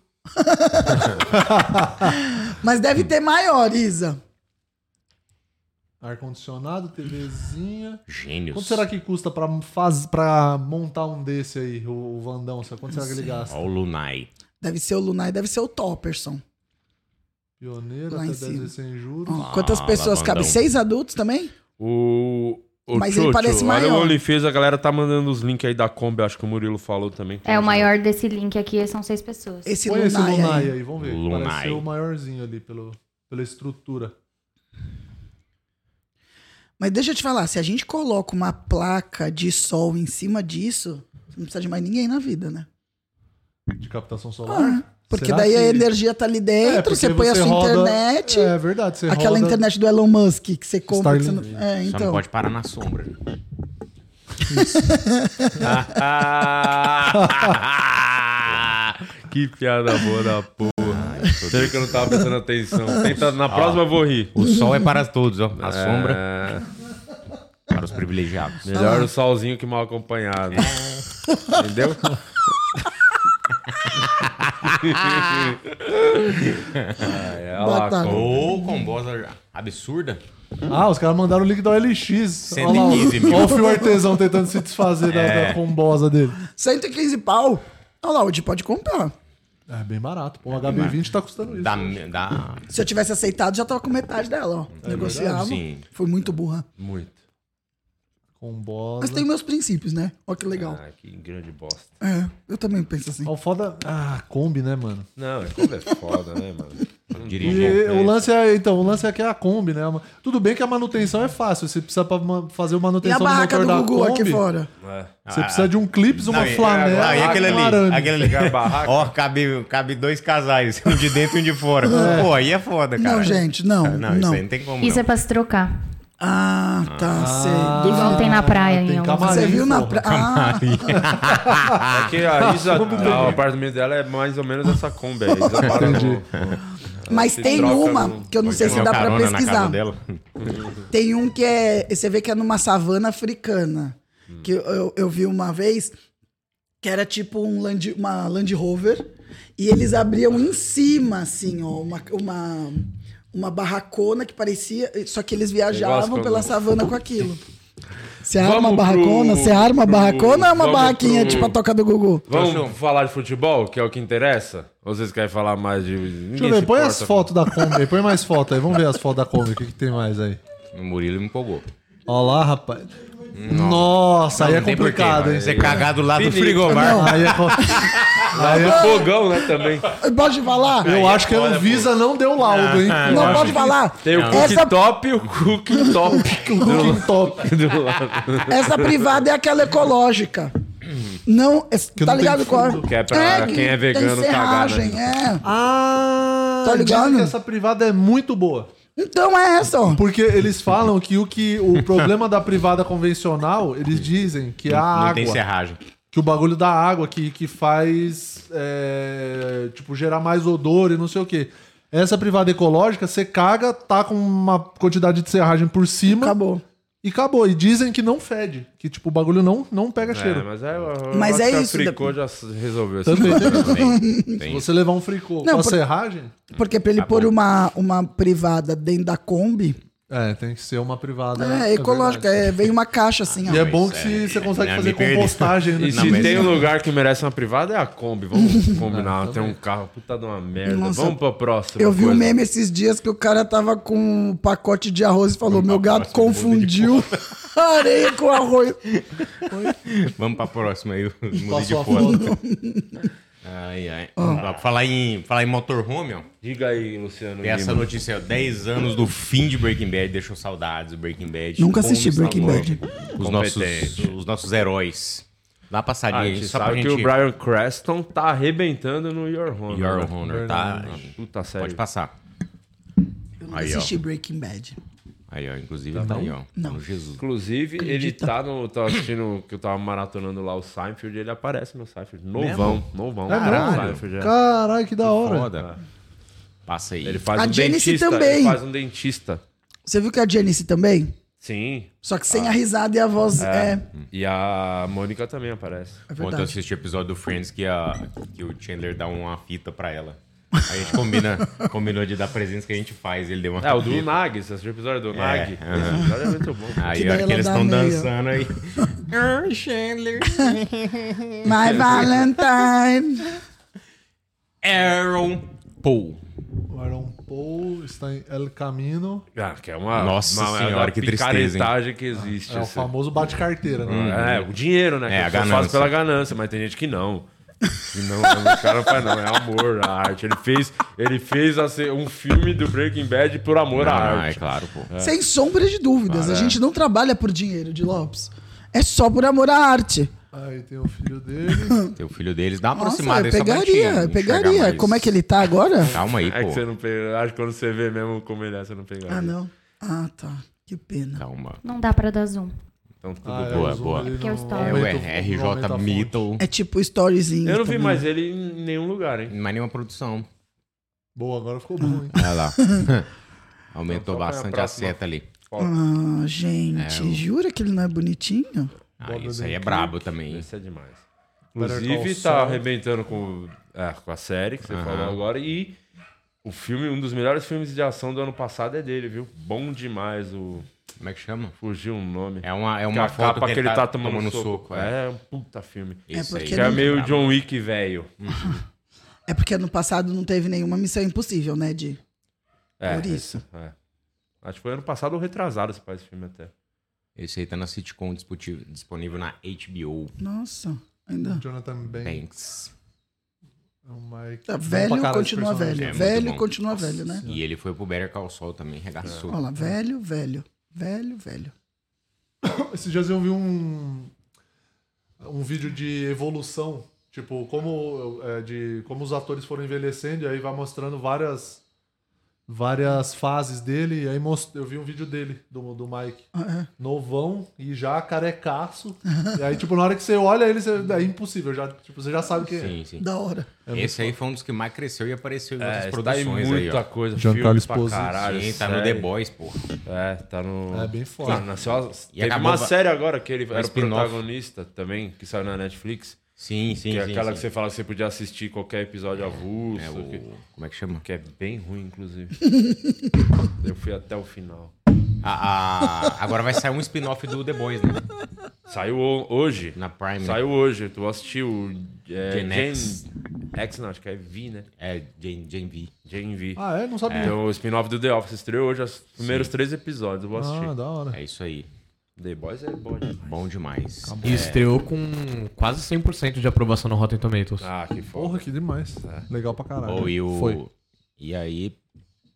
[SPEAKER 3] Mas deve ter maior, Isa.
[SPEAKER 2] (laughs) Ar-condicionado, TVzinha.
[SPEAKER 4] Gênios.
[SPEAKER 2] Quanto será que custa pra, faz, pra montar um desse aí, o, o Vandão? sabe? Quanto será que ele gasta?
[SPEAKER 4] Ó o Lunai.
[SPEAKER 3] Deve ser o Lunar e deve ser o Topperson.
[SPEAKER 2] Pioneiro,
[SPEAKER 3] Lá
[SPEAKER 2] até
[SPEAKER 3] em
[SPEAKER 2] 10
[SPEAKER 3] cima.
[SPEAKER 2] vezes sem juros.
[SPEAKER 3] Ó, quantas
[SPEAKER 4] Ah.
[SPEAKER 3] pessoas
[SPEAKER 4] lavandão.
[SPEAKER 3] cabem? Seis adultos também?
[SPEAKER 1] O. o
[SPEAKER 3] Mas ele parece
[SPEAKER 1] Olha
[SPEAKER 3] maior.
[SPEAKER 1] o OnlyFans, a galera tá mandando os links aí da Kombi, acho que o Murilo falou também.
[SPEAKER 7] É, o maior desse link aqui são seis pessoas.
[SPEAKER 3] Esse
[SPEAKER 2] Põe esse
[SPEAKER 3] Lunar
[SPEAKER 2] Lunai
[SPEAKER 3] aí.
[SPEAKER 2] aí, vamos ver.
[SPEAKER 4] Lunai.
[SPEAKER 2] Parece ser o maiorzinho ali pelo, pela estrutura.
[SPEAKER 3] Mas deixa eu te falar, se a gente coloca uma placa de sol em cima disso, não precisa de mais ninguém na vida, né?
[SPEAKER 2] De captação solar.
[SPEAKER 3] Ah, porque
[SPEAKER 2] Será
[SPEAKER 3] daí a
[SPEAKER 2] que-
[SPEAKER 3] energia tá ali
[SPEAKER 2] É,
[SPEAKER 3] dentro,
[SPEAKER 2] porque
[SPEAKER 3] você põe a sua
[SPEAKER 2] roda-
[SPEAKER 3] internet.
[SPEAKER 2] É verdade, você
[SPEAKER 3] Aquela
[SPEAKER 2] roda-
[SPEAKER 3] internet do Elon Musk que você compra. que você
[SPEAKER 2] Starlink.
[SPEAKER 3] não- É,
[SPEAKER 4] Só não
[SPEAKER 3] então.
[SPEAKER 4] pode parar
[SPEAKER 2] (laughs)
[SPEAKER 4] na sombra. (laughs)
[SPEAKER 3] (laughs)
[SPEAKER 1] (laughs) Que piada boa da porra. Sério que eu não tava prestando atenção. Tenta- na próxima eu vou rir.
[SPEAKER 4] Ah. o sol é para todos, ó. A sombra
[SPEAKER 1] É,
[SPEAKER 4] para os privilegiados.
[SPEAKER 1] melhor o solzinho que mal acompanhado.
[SPEAKER 4] (laughs)
[SPEAKER 1] Entendeu? Ai, olha lá,
[SPEAKER 3] Batata.
[SPEAKER 1] como-
[SPEAKER 4] Ou com voz absurda.
[SPEAKER 2] Ah, os caras mandaram o link da OLX.
[SPEAKER 4] 115 mil. É.
[SPEAKER 2] Olha o fio artesão tentando se desfazer da- da, combosa dele.
[SPEAKER 3] 115 pau. Olha lá, o Di pode comprar.
[SPEAKER 2] É bem barato. Pô, o HB20 tá custando isso.
[SPEAKER 4] Da, da...
[SPEAKER 3] Se eu tivesse aceitado, já tava com metade dela, ó. Negociava.
[SPEAKER 4] É Sim.
[SPEAKER 3] Foi muito burra.
[SPEAKER 1] Muito.
[SPEAKER 2] Combosa.
[SPEAKER 3] Mas
[SPEAKER 4] Uhum.
[SPEAKER 3] tem meus princípios, né? Olha que legal.
[SPEAKER 1] Ah, que grande bosta.
[SPEAKER 3] É, eu também penso assim.
[SPEAKER 2] Ó, o foda. Ah, Kombi, né, mano?
[SPEAKER 1] Não, é como é foda, né, mano?
[SPEAKER 4] Dirigir.
[SPEAKER 2] E o lance é, então, o lance é que é a Kombi, né? Tudo bem que a manutenção é fácil. Você precisa pra ma- fazer uma
[SPEAKER 3] E a
[SPEAKER 2] manutenção
[SPEAKER 3] barraca do
[SPEAKER 2] motor
[SPEAKER 3] Gugu
[SPEAKER 2] da Kombi.
[SPEAKER 3] aqui fora?
[SPEAKER 1] É.
[SPEAKER 2] Você precisa de um clips, uma
[SPEAKER 4] e-
[SPEAKER 2] flanela.
[SPEAKER 4] Ah, e aquele
[SPEAKER 2] um
[SPEAKER 4] ali,
[SPEAKER 2] arame.
[SPEAKER 4] aquele
[SPEAKER 1] Pegar É a
[SPEAKER 4] ali.
[SPEAKER 1] barraca.
[SPEAKER 4] Ó, cabe, cabe dois casais, um de dentro e um de fora. Pô, aí é foda, cara.
[SPEAKER 3] Não, gente, É, não.
[SPEAKER 4] Ah,
[SPEAKER 3] Não,
[SPEAKER 4] Não, isso aí não tem como.
[SPEAKER 7] Isso
[SPEAKER 4] não.
[SPEAKER 7] é pra se trocar.
[SPEAKER 3] Ah, tá, sei.
[SPEAKER 7] Igual tem na praia, em
[SPEAKER 2] tem
[SPEAKER 7] algum-
[SPEAKER 2] camarim,
[SPEAKER 3] Você viu na
[SPEAKER 2] porra.
[SPEAKER 3] pra... Ah,
[SPEAKER 1] É que a Isa, a- o apartamento dela é mais ou menos essa Kombi. aí. A Isa para no-
[SPEAKER 4] Ah,
[SPEAKER 3] mas
[SPEAKER 1] Se
[SPEAKER 3] tem
[SPEAKER 1] troca
[SPEAKER 3] uma
[SPEAKER 1] no-
[SPEAKER 3] que eu não sei
[SPEAKER 4] um- Tem
[SPEAKER 3] se
[SPEAKER 4] uma
[SPEAKER 3] dá pra
[SPEAKER 4] carona na casa
[SPEAKER 3] pesquisar.
[SPEAKER 4] dela.
[SPEAKER 3] Tem um que é. Você vê que é numa savana africana.
[SPEAKER 4] Hum.
[SPEAKER 3] Que eu, eu, eu vi uma vez que era tipo um Land, uma Land Rover. E eles abriam em cima, assim, ó, uma, uma, uma barracona que parecia. Só que eles viajavam
[SPEAKER 1] quando-
[SPEAKER 4] (laughs)
[SPEAKER 3] pela savana com aquilo. Você arma
[SPEAKER 1] Vamos
[SPEAKER 3] uma barracona?
[SPEAKER 1] pro-
[SPEAKER 3] Você arma uma
[SPEAKER 1] pro-
[SPEAKER 3] barracona ou é uma
[SPEAKER 1] vamos
[SPEAKER 3] barraquinha
[SPEAKER 1] pro-
[SPEAKER 3] tipo a toca do Gugu?
[SPEAKER 1] Vamos
[SPEAKER 4] Trouxe um.
[SPEAKER 1] falar de futebol, que é o que interessa? Ou vocês querem falar mais de.
[SPEAKER 2] (laughs) Deixa eu ver, põe as fotos da Kombi aí, põe mais fotos aí, vamos ver as fotos da Kombi, o que, que tem mais aí.
[SPEAKER 4] O Murilo me empolgou.
[SPEAKER 2] Olha lá, rapaz. Nossa, aí é
[SPEAKER 4] Não tem
[SPEAKER 2] complicado,
[SPEAKER 4] porquê,
[SPEAKER 2] hein?
[SPEAKER 4] Você cagar do lado do
[SPEAKER 1] Finito.
[SPEAKER 4] frigobar.
[SPEAKER 2] Aí
[SPEAKER 4] (laughs)
[SPEAKER 2] é co- aí é-
[SPEAKER 1] Fogão, né, também.
[SPEAKER 3] Pode falar?
[SPEAKER 2] Eu
[SPEAKER 4] é
[SPEAKER 2] acho que a Anvisa não deu laudo, hein?
[SPEAKER 1] Ah,
[SPEAKER 2] Eu
[SPEAKER 3] Não
[SPEAKER 2] acho
[SPEAKER 3] pode falar.
[SPEAKER 1] Tem o
[SPEAKER 3] Essa,
[SPEAKER 1] cooktop e o cooktop
[SPEAKER 2] que o Cooking Top.
[SPEAKER 1] (laughs) do lado.
[SPEAKER 3] essa privada é aquela ecológica. Não, é- tá
[SPEAKER 2] não tem
[SPEAKER 3] ligado qual?
[SPEAKER 1] Que é pra quem é
[SPEAKER 3] tem
[SPEAKER 1] vegano cagar,
[SPEAKER 3] serragem,
[SPEAKER 1] né?
[SPEAKER 3] é.
[SPEAKER 2] Ah,
[SPEAKER 3] Tá ligado?
[SPEAKER 2] dizem que essa privada é muito boa.
[SPEAKER 3] Então é essa, ó.
[SPEAKER 2] Porque eles falam que o, que, o problema da privada convencional, eles dizem que é a
[SPEAKER 4] Não
[SPEAKER 2] água.
[SPEAKER 4] tem serragem. (laughs)
[SPEAKER 2] Que o bagulho da água que, que faz, é, tipo, gerar mais odor e não sei o quê. Essa privada ecológica, você caga, tá com uma quantidade de serragem por cima
[SPEAKER 3] Acabou.
[SPEAKER 2] e acabou. E dizem que não fede. Que, tipo, o bagulho não, não pega
[SPEAKER 1] É,
[SPEAKER 2] cheiro.
[SPEAKER 1] mas é, eu
[SPEAKER 3] Mas
[SPEAKER 1] acho
[SPEAKER 3] é
[SPEAKER 1] que a
[SPEAKER 3] isso,
[SPEAKER 1] Fricô já resolveu esse
[SPEAKER 2] Também. (laughs)
[SPEAKER 1] problema.
[SPEAKER 4] Tem,
[SPEAKER 2] Se
[SPEAKER 4] tem.
[SPEAKER 2] você levar um fricô
[SPEAKER 3] Não,
[SPEAKER 2] com a
[SPEAKER 3] por-
[SPEAKER 2] serragem...
[SPEAKER 3] Porque pra ele
[SPEAKER 2] Tá
[SPEAKER 3] pôr uma, uma privada dentro da Kombi,
[SPEAKER 2] É, tem que ser uma privada. né?
[SPEAKER 3] é, ecológica.
[SPEAKER 2] verdade.
[SPEAKER 3] é, vem uma caixa assim, ó.
[SPEAKER 2] E é bom
[SPEAKER 4] isso
[SPEAKER 2] que
[SPEAKER 4] é-
[SPEAKER 2] se você consegue
[SPEAKER 4] não,
[SPEAKER 2] fazer
[SPEAKER 4] me perdi.
[SPEAKER 2] compostagem, né?
[SPEAKER 1] E
[SPEAKER 4] Não,
[SPEAKER 1] se
[SPEAKER 4] mas-
[SPEAKER 3] é.
[SPEAKER 1] tem um lugar que merece uma privada é a Kombi.
[SPEAKER 3] (laughs)
[SPEAKER 1] Vamos combinar. tem um carro, puta de uma merda.
[SPEAKER 3] Nossa,
[SPEAKER 1] Vamos pra próxima.
[SPEAKER 3] Eu vi um
[SPEAKER 1] coisa.
[SPEAKER 3] meme esses dias que o cara tava com um pacote de arroz e
[SPEAKER 4] Tá
[SPEAKER 3] falou: meu gato confundiu (laughs) areia com arroz. (laughs)
[SPEAKER 4] Vamos pra próxima aí. Mudei de
[SPEAKER 2] Passou a
[SPEAKER 4] foto.
[SPEAKER 2] foto.
[SPEAKER 4] Ai, ai.
[SPEAKER 3] Ah.
[SPEAKER 4] Ó, Falar, em, falar em motorhome, ó.
[SPEAKER 1] Diga aí, Luciano.
[SPEAKER 4] Tem essa
[SPEAKER 1] Lima.
[SPEAKER 4] notícia, ó, 10 anos do fim de Breaking Bad, deixou saudades do Breaking Bad.
[SPEAKER 3] Nunca
[SPEAKER 4] Bom
[SPEAKER 3] assisti
[SPEAKER 4] sabor.
[SPEAKER 3] Breaking Bad.
[SPEAKER 4] Os nossos,
[SPEAKER 1] Competente.
[SPEAKER 4] os nossos heróis. Dá uma passadinha
[SPEAKER 1] Ah, a
[SPEAKER 4] aí,
[SPEAKER 1] gente
[SPEAKER 4] só pra
[SPEAKER 1] sabe
[SPEAKER 4] gente...
[SPEAKER 1] que o Brian Creston tá arrebentando no Your Honor.
[SPEAKER 4] Your
[SPEAKER 1] né?
[SPEAKER 4] Honor, tá?
[SPEAKER 1] Puta sério.
[SPEAKER 4] Pode passar.
[SPEAKER 3] Eu não
[SPEAKER 4] Aí, ó.
[SPEAKER 3] assisti Breaking Bad.
[SPEAKER 4] Aí, ó, inclusive, tá aí, ó.
[SPEAKER 3] Não.
[SPEAKER 4] No Jesus.
[SPEAKER 1] Inclusive, ele tá no. Tá assistindo que eu tava maratonando lá o Seinfeld, ele aparece no Seinfeld. Novão, novão.
[SPEAKER 4] Caralho.
[SPEAKER 1] Seinfeld, é.
[SPEAKER 2] Caralho, que da hora.
[SPEAKER 4] Foda. Passa aí.
[SPEAKER 1] Ele faz
[SPEAKER 3] A
[SPEAKER 1] um
[SPEAKER 3] Janice
[SPEAKER 1] dentista.
[SPEAKER 3] também.
[SPEAKER 1] Ele faz um dentista.
[SPEAKER 3] Você viu que a Janice também?
[SPEAKER 1] Sim. Ah.
[SPEAKER 3] Só que
[SPEAKER 4] Ah.
[SPEAKER 3] sem a risada e a voz. É,
[SPEAKER 1] E a Mônica também aparece.
[SPEAKER 3] é
[SPEAKER 4] Ontem eu
[SPEAKER 3] verdade.
[SPEAKER 4] assisti o episódio do Friends que, a, que o Chandler dá uma fita pra ela. A
[SPEAKER 2] (laughs)
[SPEAKER 4] gente combina, combinou de dar presentes que a gente faz. Ele deu uma
[SPEAKER 1] É, o do
[SPEAKER 4] fita. É,
[SPEAKER 1] Nag, você assistiu o episódio do Nag?
[SPEAKER 4] aham.
[SPEAKER 1] Esse episódio é muito bom.
[SPEAKER 4] Aí,
[SPEAKER 3] Que
[SPEAKER 4] a hora
[SPEAKER 3] daí
[SPEAKER 4] que
[SPEAKER 3] ela
[SPEAKER 4] eles
[SPEAKER 3] dá
[SPEAKER 4] estão
[SPEAKER 3] meio-
[SPEAKER 4] dançando aí. Ai, Chandler. (laughs)
[SPEAKER 3] My Valentine.
[SPEAKER 4] Aaron Paul.
[SPEAKER 2] O Aaron Paul está em El Camino.
[SPEAKER 1] Ah, que é uma.
[SPEAKER 4] Nossa
[SPEAKER 1] uma, uma
[SPEAKER 4] senhora,
[SPEAKER 1] da
[SPEAKER 4] que tristeza, hein?
[SPEAKER 1] picaretagem que existe.
[SPEAKER 2] É o
[SPEAKER 1] esse-
[SPEAKER 2] famoso bate-carteira, né?
[SPEAKER 1] É, o dinheiro, né?
[SPEAKER 4] É, a
[SPEAKER 1] que a pessoa faz
[SPEAKER 4] ganância.
[SPEAKER 1] pela ganância, mas tem gente que não. Que não, o cara não faz não, é amor à arte. Ele fez, ele fez assim, um filme do Breaking Bad por amor à
[SPEAKER 4] Ah, é
[SPEAKER 1] arte.
[SPEAKER 4] claro, pô.
[SPEAKER 3] Sem sombra de dúvidas. A gente não trabalha por dinheiro de Lopes. É só por amor à arte.
[SPEAKER 2] Aí tem o filho dele.
[SPEAKER 4] Tem o filho deles, dá uma
[SPEAKER 3] Nossa,
[SPEAKER 4] aproximada é
[SPEAKER 3] eu
[SPEAKER 4] aí só pra gente
[SPEAKER 3] pegaria, eu
[SPEAKER 4] enxergar
[SPEAKER 3] pegaria.
[SPEAKER 4] mais.
[SPEAKER 3] Como é que ele tá agora?
[SPEAKER 4] Calma aí,
[SPEAKER 1] É que você
[SPEAKER 4] pô.
[SPEAKER 1] não pega. Acho que quando você vê mesmo como ele é, você não pega.
[SPEAKER 3] Ah, não. Ah, tá. Que pena.
[SPEAKER 4] Calma.
[SPEAKER 7] Não dá pra dar zoom.
[SPEAKER 1] Então tudo
[SPEAKER 2] Ah, é,
[SPEAKER 1] boa.
[SPEAKER 4] boa,
[SPEAKER 2] o zoom
[SPEAKER 4] boa.
[SPEAKER 2] dele
[SPEAKER 7] Porque
[SPEAKER 2] não
[SPEAKER 7] eu estou-
[SPEAKER 4] É
[SPEAKER 2] aumenta-
[SPEAKER 4] o
[SPEAKER 2] não aumenta a
[SPEAKER 4] RJ
[SPEAKER 2] fonte.
[SPEAKER 4] Mitchell.
[SPEAKER 3] um É tipo storyzinho.
[SPEAKER 1] Eu não vi
[SPEAKER 3] também.
[SPEAKER 1] mais ele em nenhum lugar, hein?
[SPEAKER 4] Mas nenhuma produção.
[SPEAKER 2] Boa, agora ficou bom, hein?
[SPEAKER 4] Olha lá.
[SPEAKER 1] (laughs)
[SPEAKER 4] Aumentou
[SPEAKER 1] Então, qual é a
[SPEAKER 4] bastante a
[SPEAKER 1] próxima?
[SPEAKER 4] seta ali.
[SPEAKER 3] Ah, gente,
[SPEAKER 4] É, o-
[SPEAKER 3] jura que ele não é bonitinho?
[SPEAKER 4] Ah,
[SPEAKER 2] Bob
[SPEAKER 4] isso aí é
[SPEAKER 2] Odenkirk.
[SPEAKER 4] brabo também. hein?
[SPEAKER 1] Isso é demais.
[SPEAKER 2] Better Call
[SPEAKER 1] Inclusive, tá
[SPEAKER 2] Saul.
[SPEAKER 1] arrebentando com, é, com a série que você
[SPEAKER 4] Aham.
[SPEAKER 1] falou agora. E o filme, um dos melhores filmes de ação do ano passado é dele, viu? Bom demais o.
[SPEAKER 4] Como é que chama?
[SPEAKER 1] Fugiu um nome.
[SPEAKER 4] É uma,
[SPEAKER 1] Que
[SPEAKER 4] é uma
[SPEAKER 1] a
[SPEAKER 4] foto
[SPEAKER 1] capa que ele tá, tomando, soco.
[SPEAKER 4] é.
[SPEAKER 1] é. um puta filme.
[SPEAKER 3] É
[SPEAKER 4] Isso aí.
[SPEAKER 3] porque Uhum.
[SPEAKER 1] Que é
[SPEAKER 3] não-
[SPEAKER 1] meio John Wick, velho.
[SPEAKER 3] É porque ano passado não teve nenhuma missão impossível, né, Di?
[SPEAKER 1] É,
[SPEAKER 3] Por isso.
[SPEAKER 1] é. Acho que foi ano passado ou retrasado esse esse filme até.
[SPEAKER 4] Esse aí tá na sitcom disputi- disponível na HBO.
[SPEAKER 3] Nossa, (laughs) ainda.
[SPEAKER 2] Jonathan Banks.
[SPEAKER 4] Thanks.
[SPEAKER 2] É o Mike.
[SPEAKER 3] Tá,
[SPEAKER 2] Bom pra
[SPEAKER 3] velho
[SPEAKER 2] caralho esse
[SPEAKER 3] continua
[SPEAKER 2] personagem.
[SPEAKER 3] velho.
[SPEAKER 4] É muito
[SPEAKER 3] velho
[SPEAKER 4] bom.
[SPEAKER 3] continua velho, né?
[SPEAKER 4] E ele foi pro Better Call Saul também, regaçou.
[SPEAKER 2] É.
[SPEAKER 3] Olha lá, velho, velho. Velho, velho.
[SPEAKER 2] (coughs) Esses dias eu vi um um vídeo de evolução, tipo como é, de como os atores foram envelhecendo e aí vai mostrando várias várias fases dele e aí most- eu vi um vídeo dele do, do Mike
[SPEAKER 3] Ah, é.
[SPEAKER 2] novão e já
[SPEAKER 3] (laughs)
[SPEAKER 2] carecaço e aí tipo na hora que você olha ele você, é impossível já tipo você já sabe que
[SPEAKER 4] Sim, sim.
[SPEAKER 3] Da hora.
[SPEAKER 2] É
[SPEAKER 4] Esse aí foi um dos que mais cresceu e apareceu em
[SPEAKER 1] É,
[SPEAKER 4] outras
[SPEAKER 1] está em
[SPEAKER 4] produções aí,
[SPEAKER 1] muita
[SPEAKER 4] ó.
[SPEAKER 1] coisa.
[SPEAKER 2] Jean
[SPEAKER 1] filme
[SPEAKER 2] Carlos
[SPEAKER 1] pra
[SPEAKER 2] Posey.
[SPEAKER 1] caralho,
[SPEAKER 4] Sim, tá no The
[SPEAKER 1] série.
[SPEAKER 4] Boys, pô.
[SPEAKER 1] É, tá no.
[SPEAKER 2] É, bem foda.
[SPEAKER 1] Ah, nasceu a- Teve
[SPEAKER 4] acabou
[SPEAKER 1] uma
[SPEAKER 4] va- um
[SPEAKER 1] série agora que ele era o
[SPEAKER 4] spin-off.
[SPEAKER 1] protagonista também, que saiu na Netflix.
[SPEAKER 4] Sim, sim,
[SPEAKER 1] que é
[SPEAKER 4] sim,
[SPEAKER 1] aquela
[SPEAKER 4] sim.
[SPEAKER 1] que você fala que você podia assistir qualquer episódio avulso.
[SPEAKER 4] É
[SPEAKER 1] que,
[SPEAKER 4] o... Como é que chama?
[SPEAKER 1] que é bem ruim,
[SPEAKER 4] (laughs)
[SPEAKER 1] inclusive. Eu fui até o final.
[SPEAKER 4] A- a- Agora vai sair um spin-off do The Boys, né?
[SPEAKER 1] Saiu o- hoje.
[SPEAKER 4] Na Prime. né?
[SPEAKER 1] Saiu hoje, tu assistiu é,
[SPEAKER 4] Gen X.
[SPEAKER 1] Gen- X não, acho que é V, né?
[SPEAKER 4] É, Jane, Jane V.
[SPEAKER 1] Gen V.
[SPEAKER 2] ah é não sabia
[SPEAKER 1] Então o spin-off do The Office estreou hoje os primeiros três episódios, eu vou assistir.
[SPEAKER 2] ah da hora
[SPEAKER 4] É isso aí.
[SPEAKER 1] The Boys é bom demais.
[SPEAKER 4] Bom demais. É.
[SPEAKER 5] E estreou com
[SPEAKER 2] um
[SPEAKER 5] quase 100% de aprovação no Rotten Tomatoes.
[SPEAKER 1] Ah, que foda. é.
[SPEAKER 2] porra que demais legal pra caralho
[SPEAKER 4] Ou e o...
[SPEAKER 2] foi
[SPEAKER 4] E aí...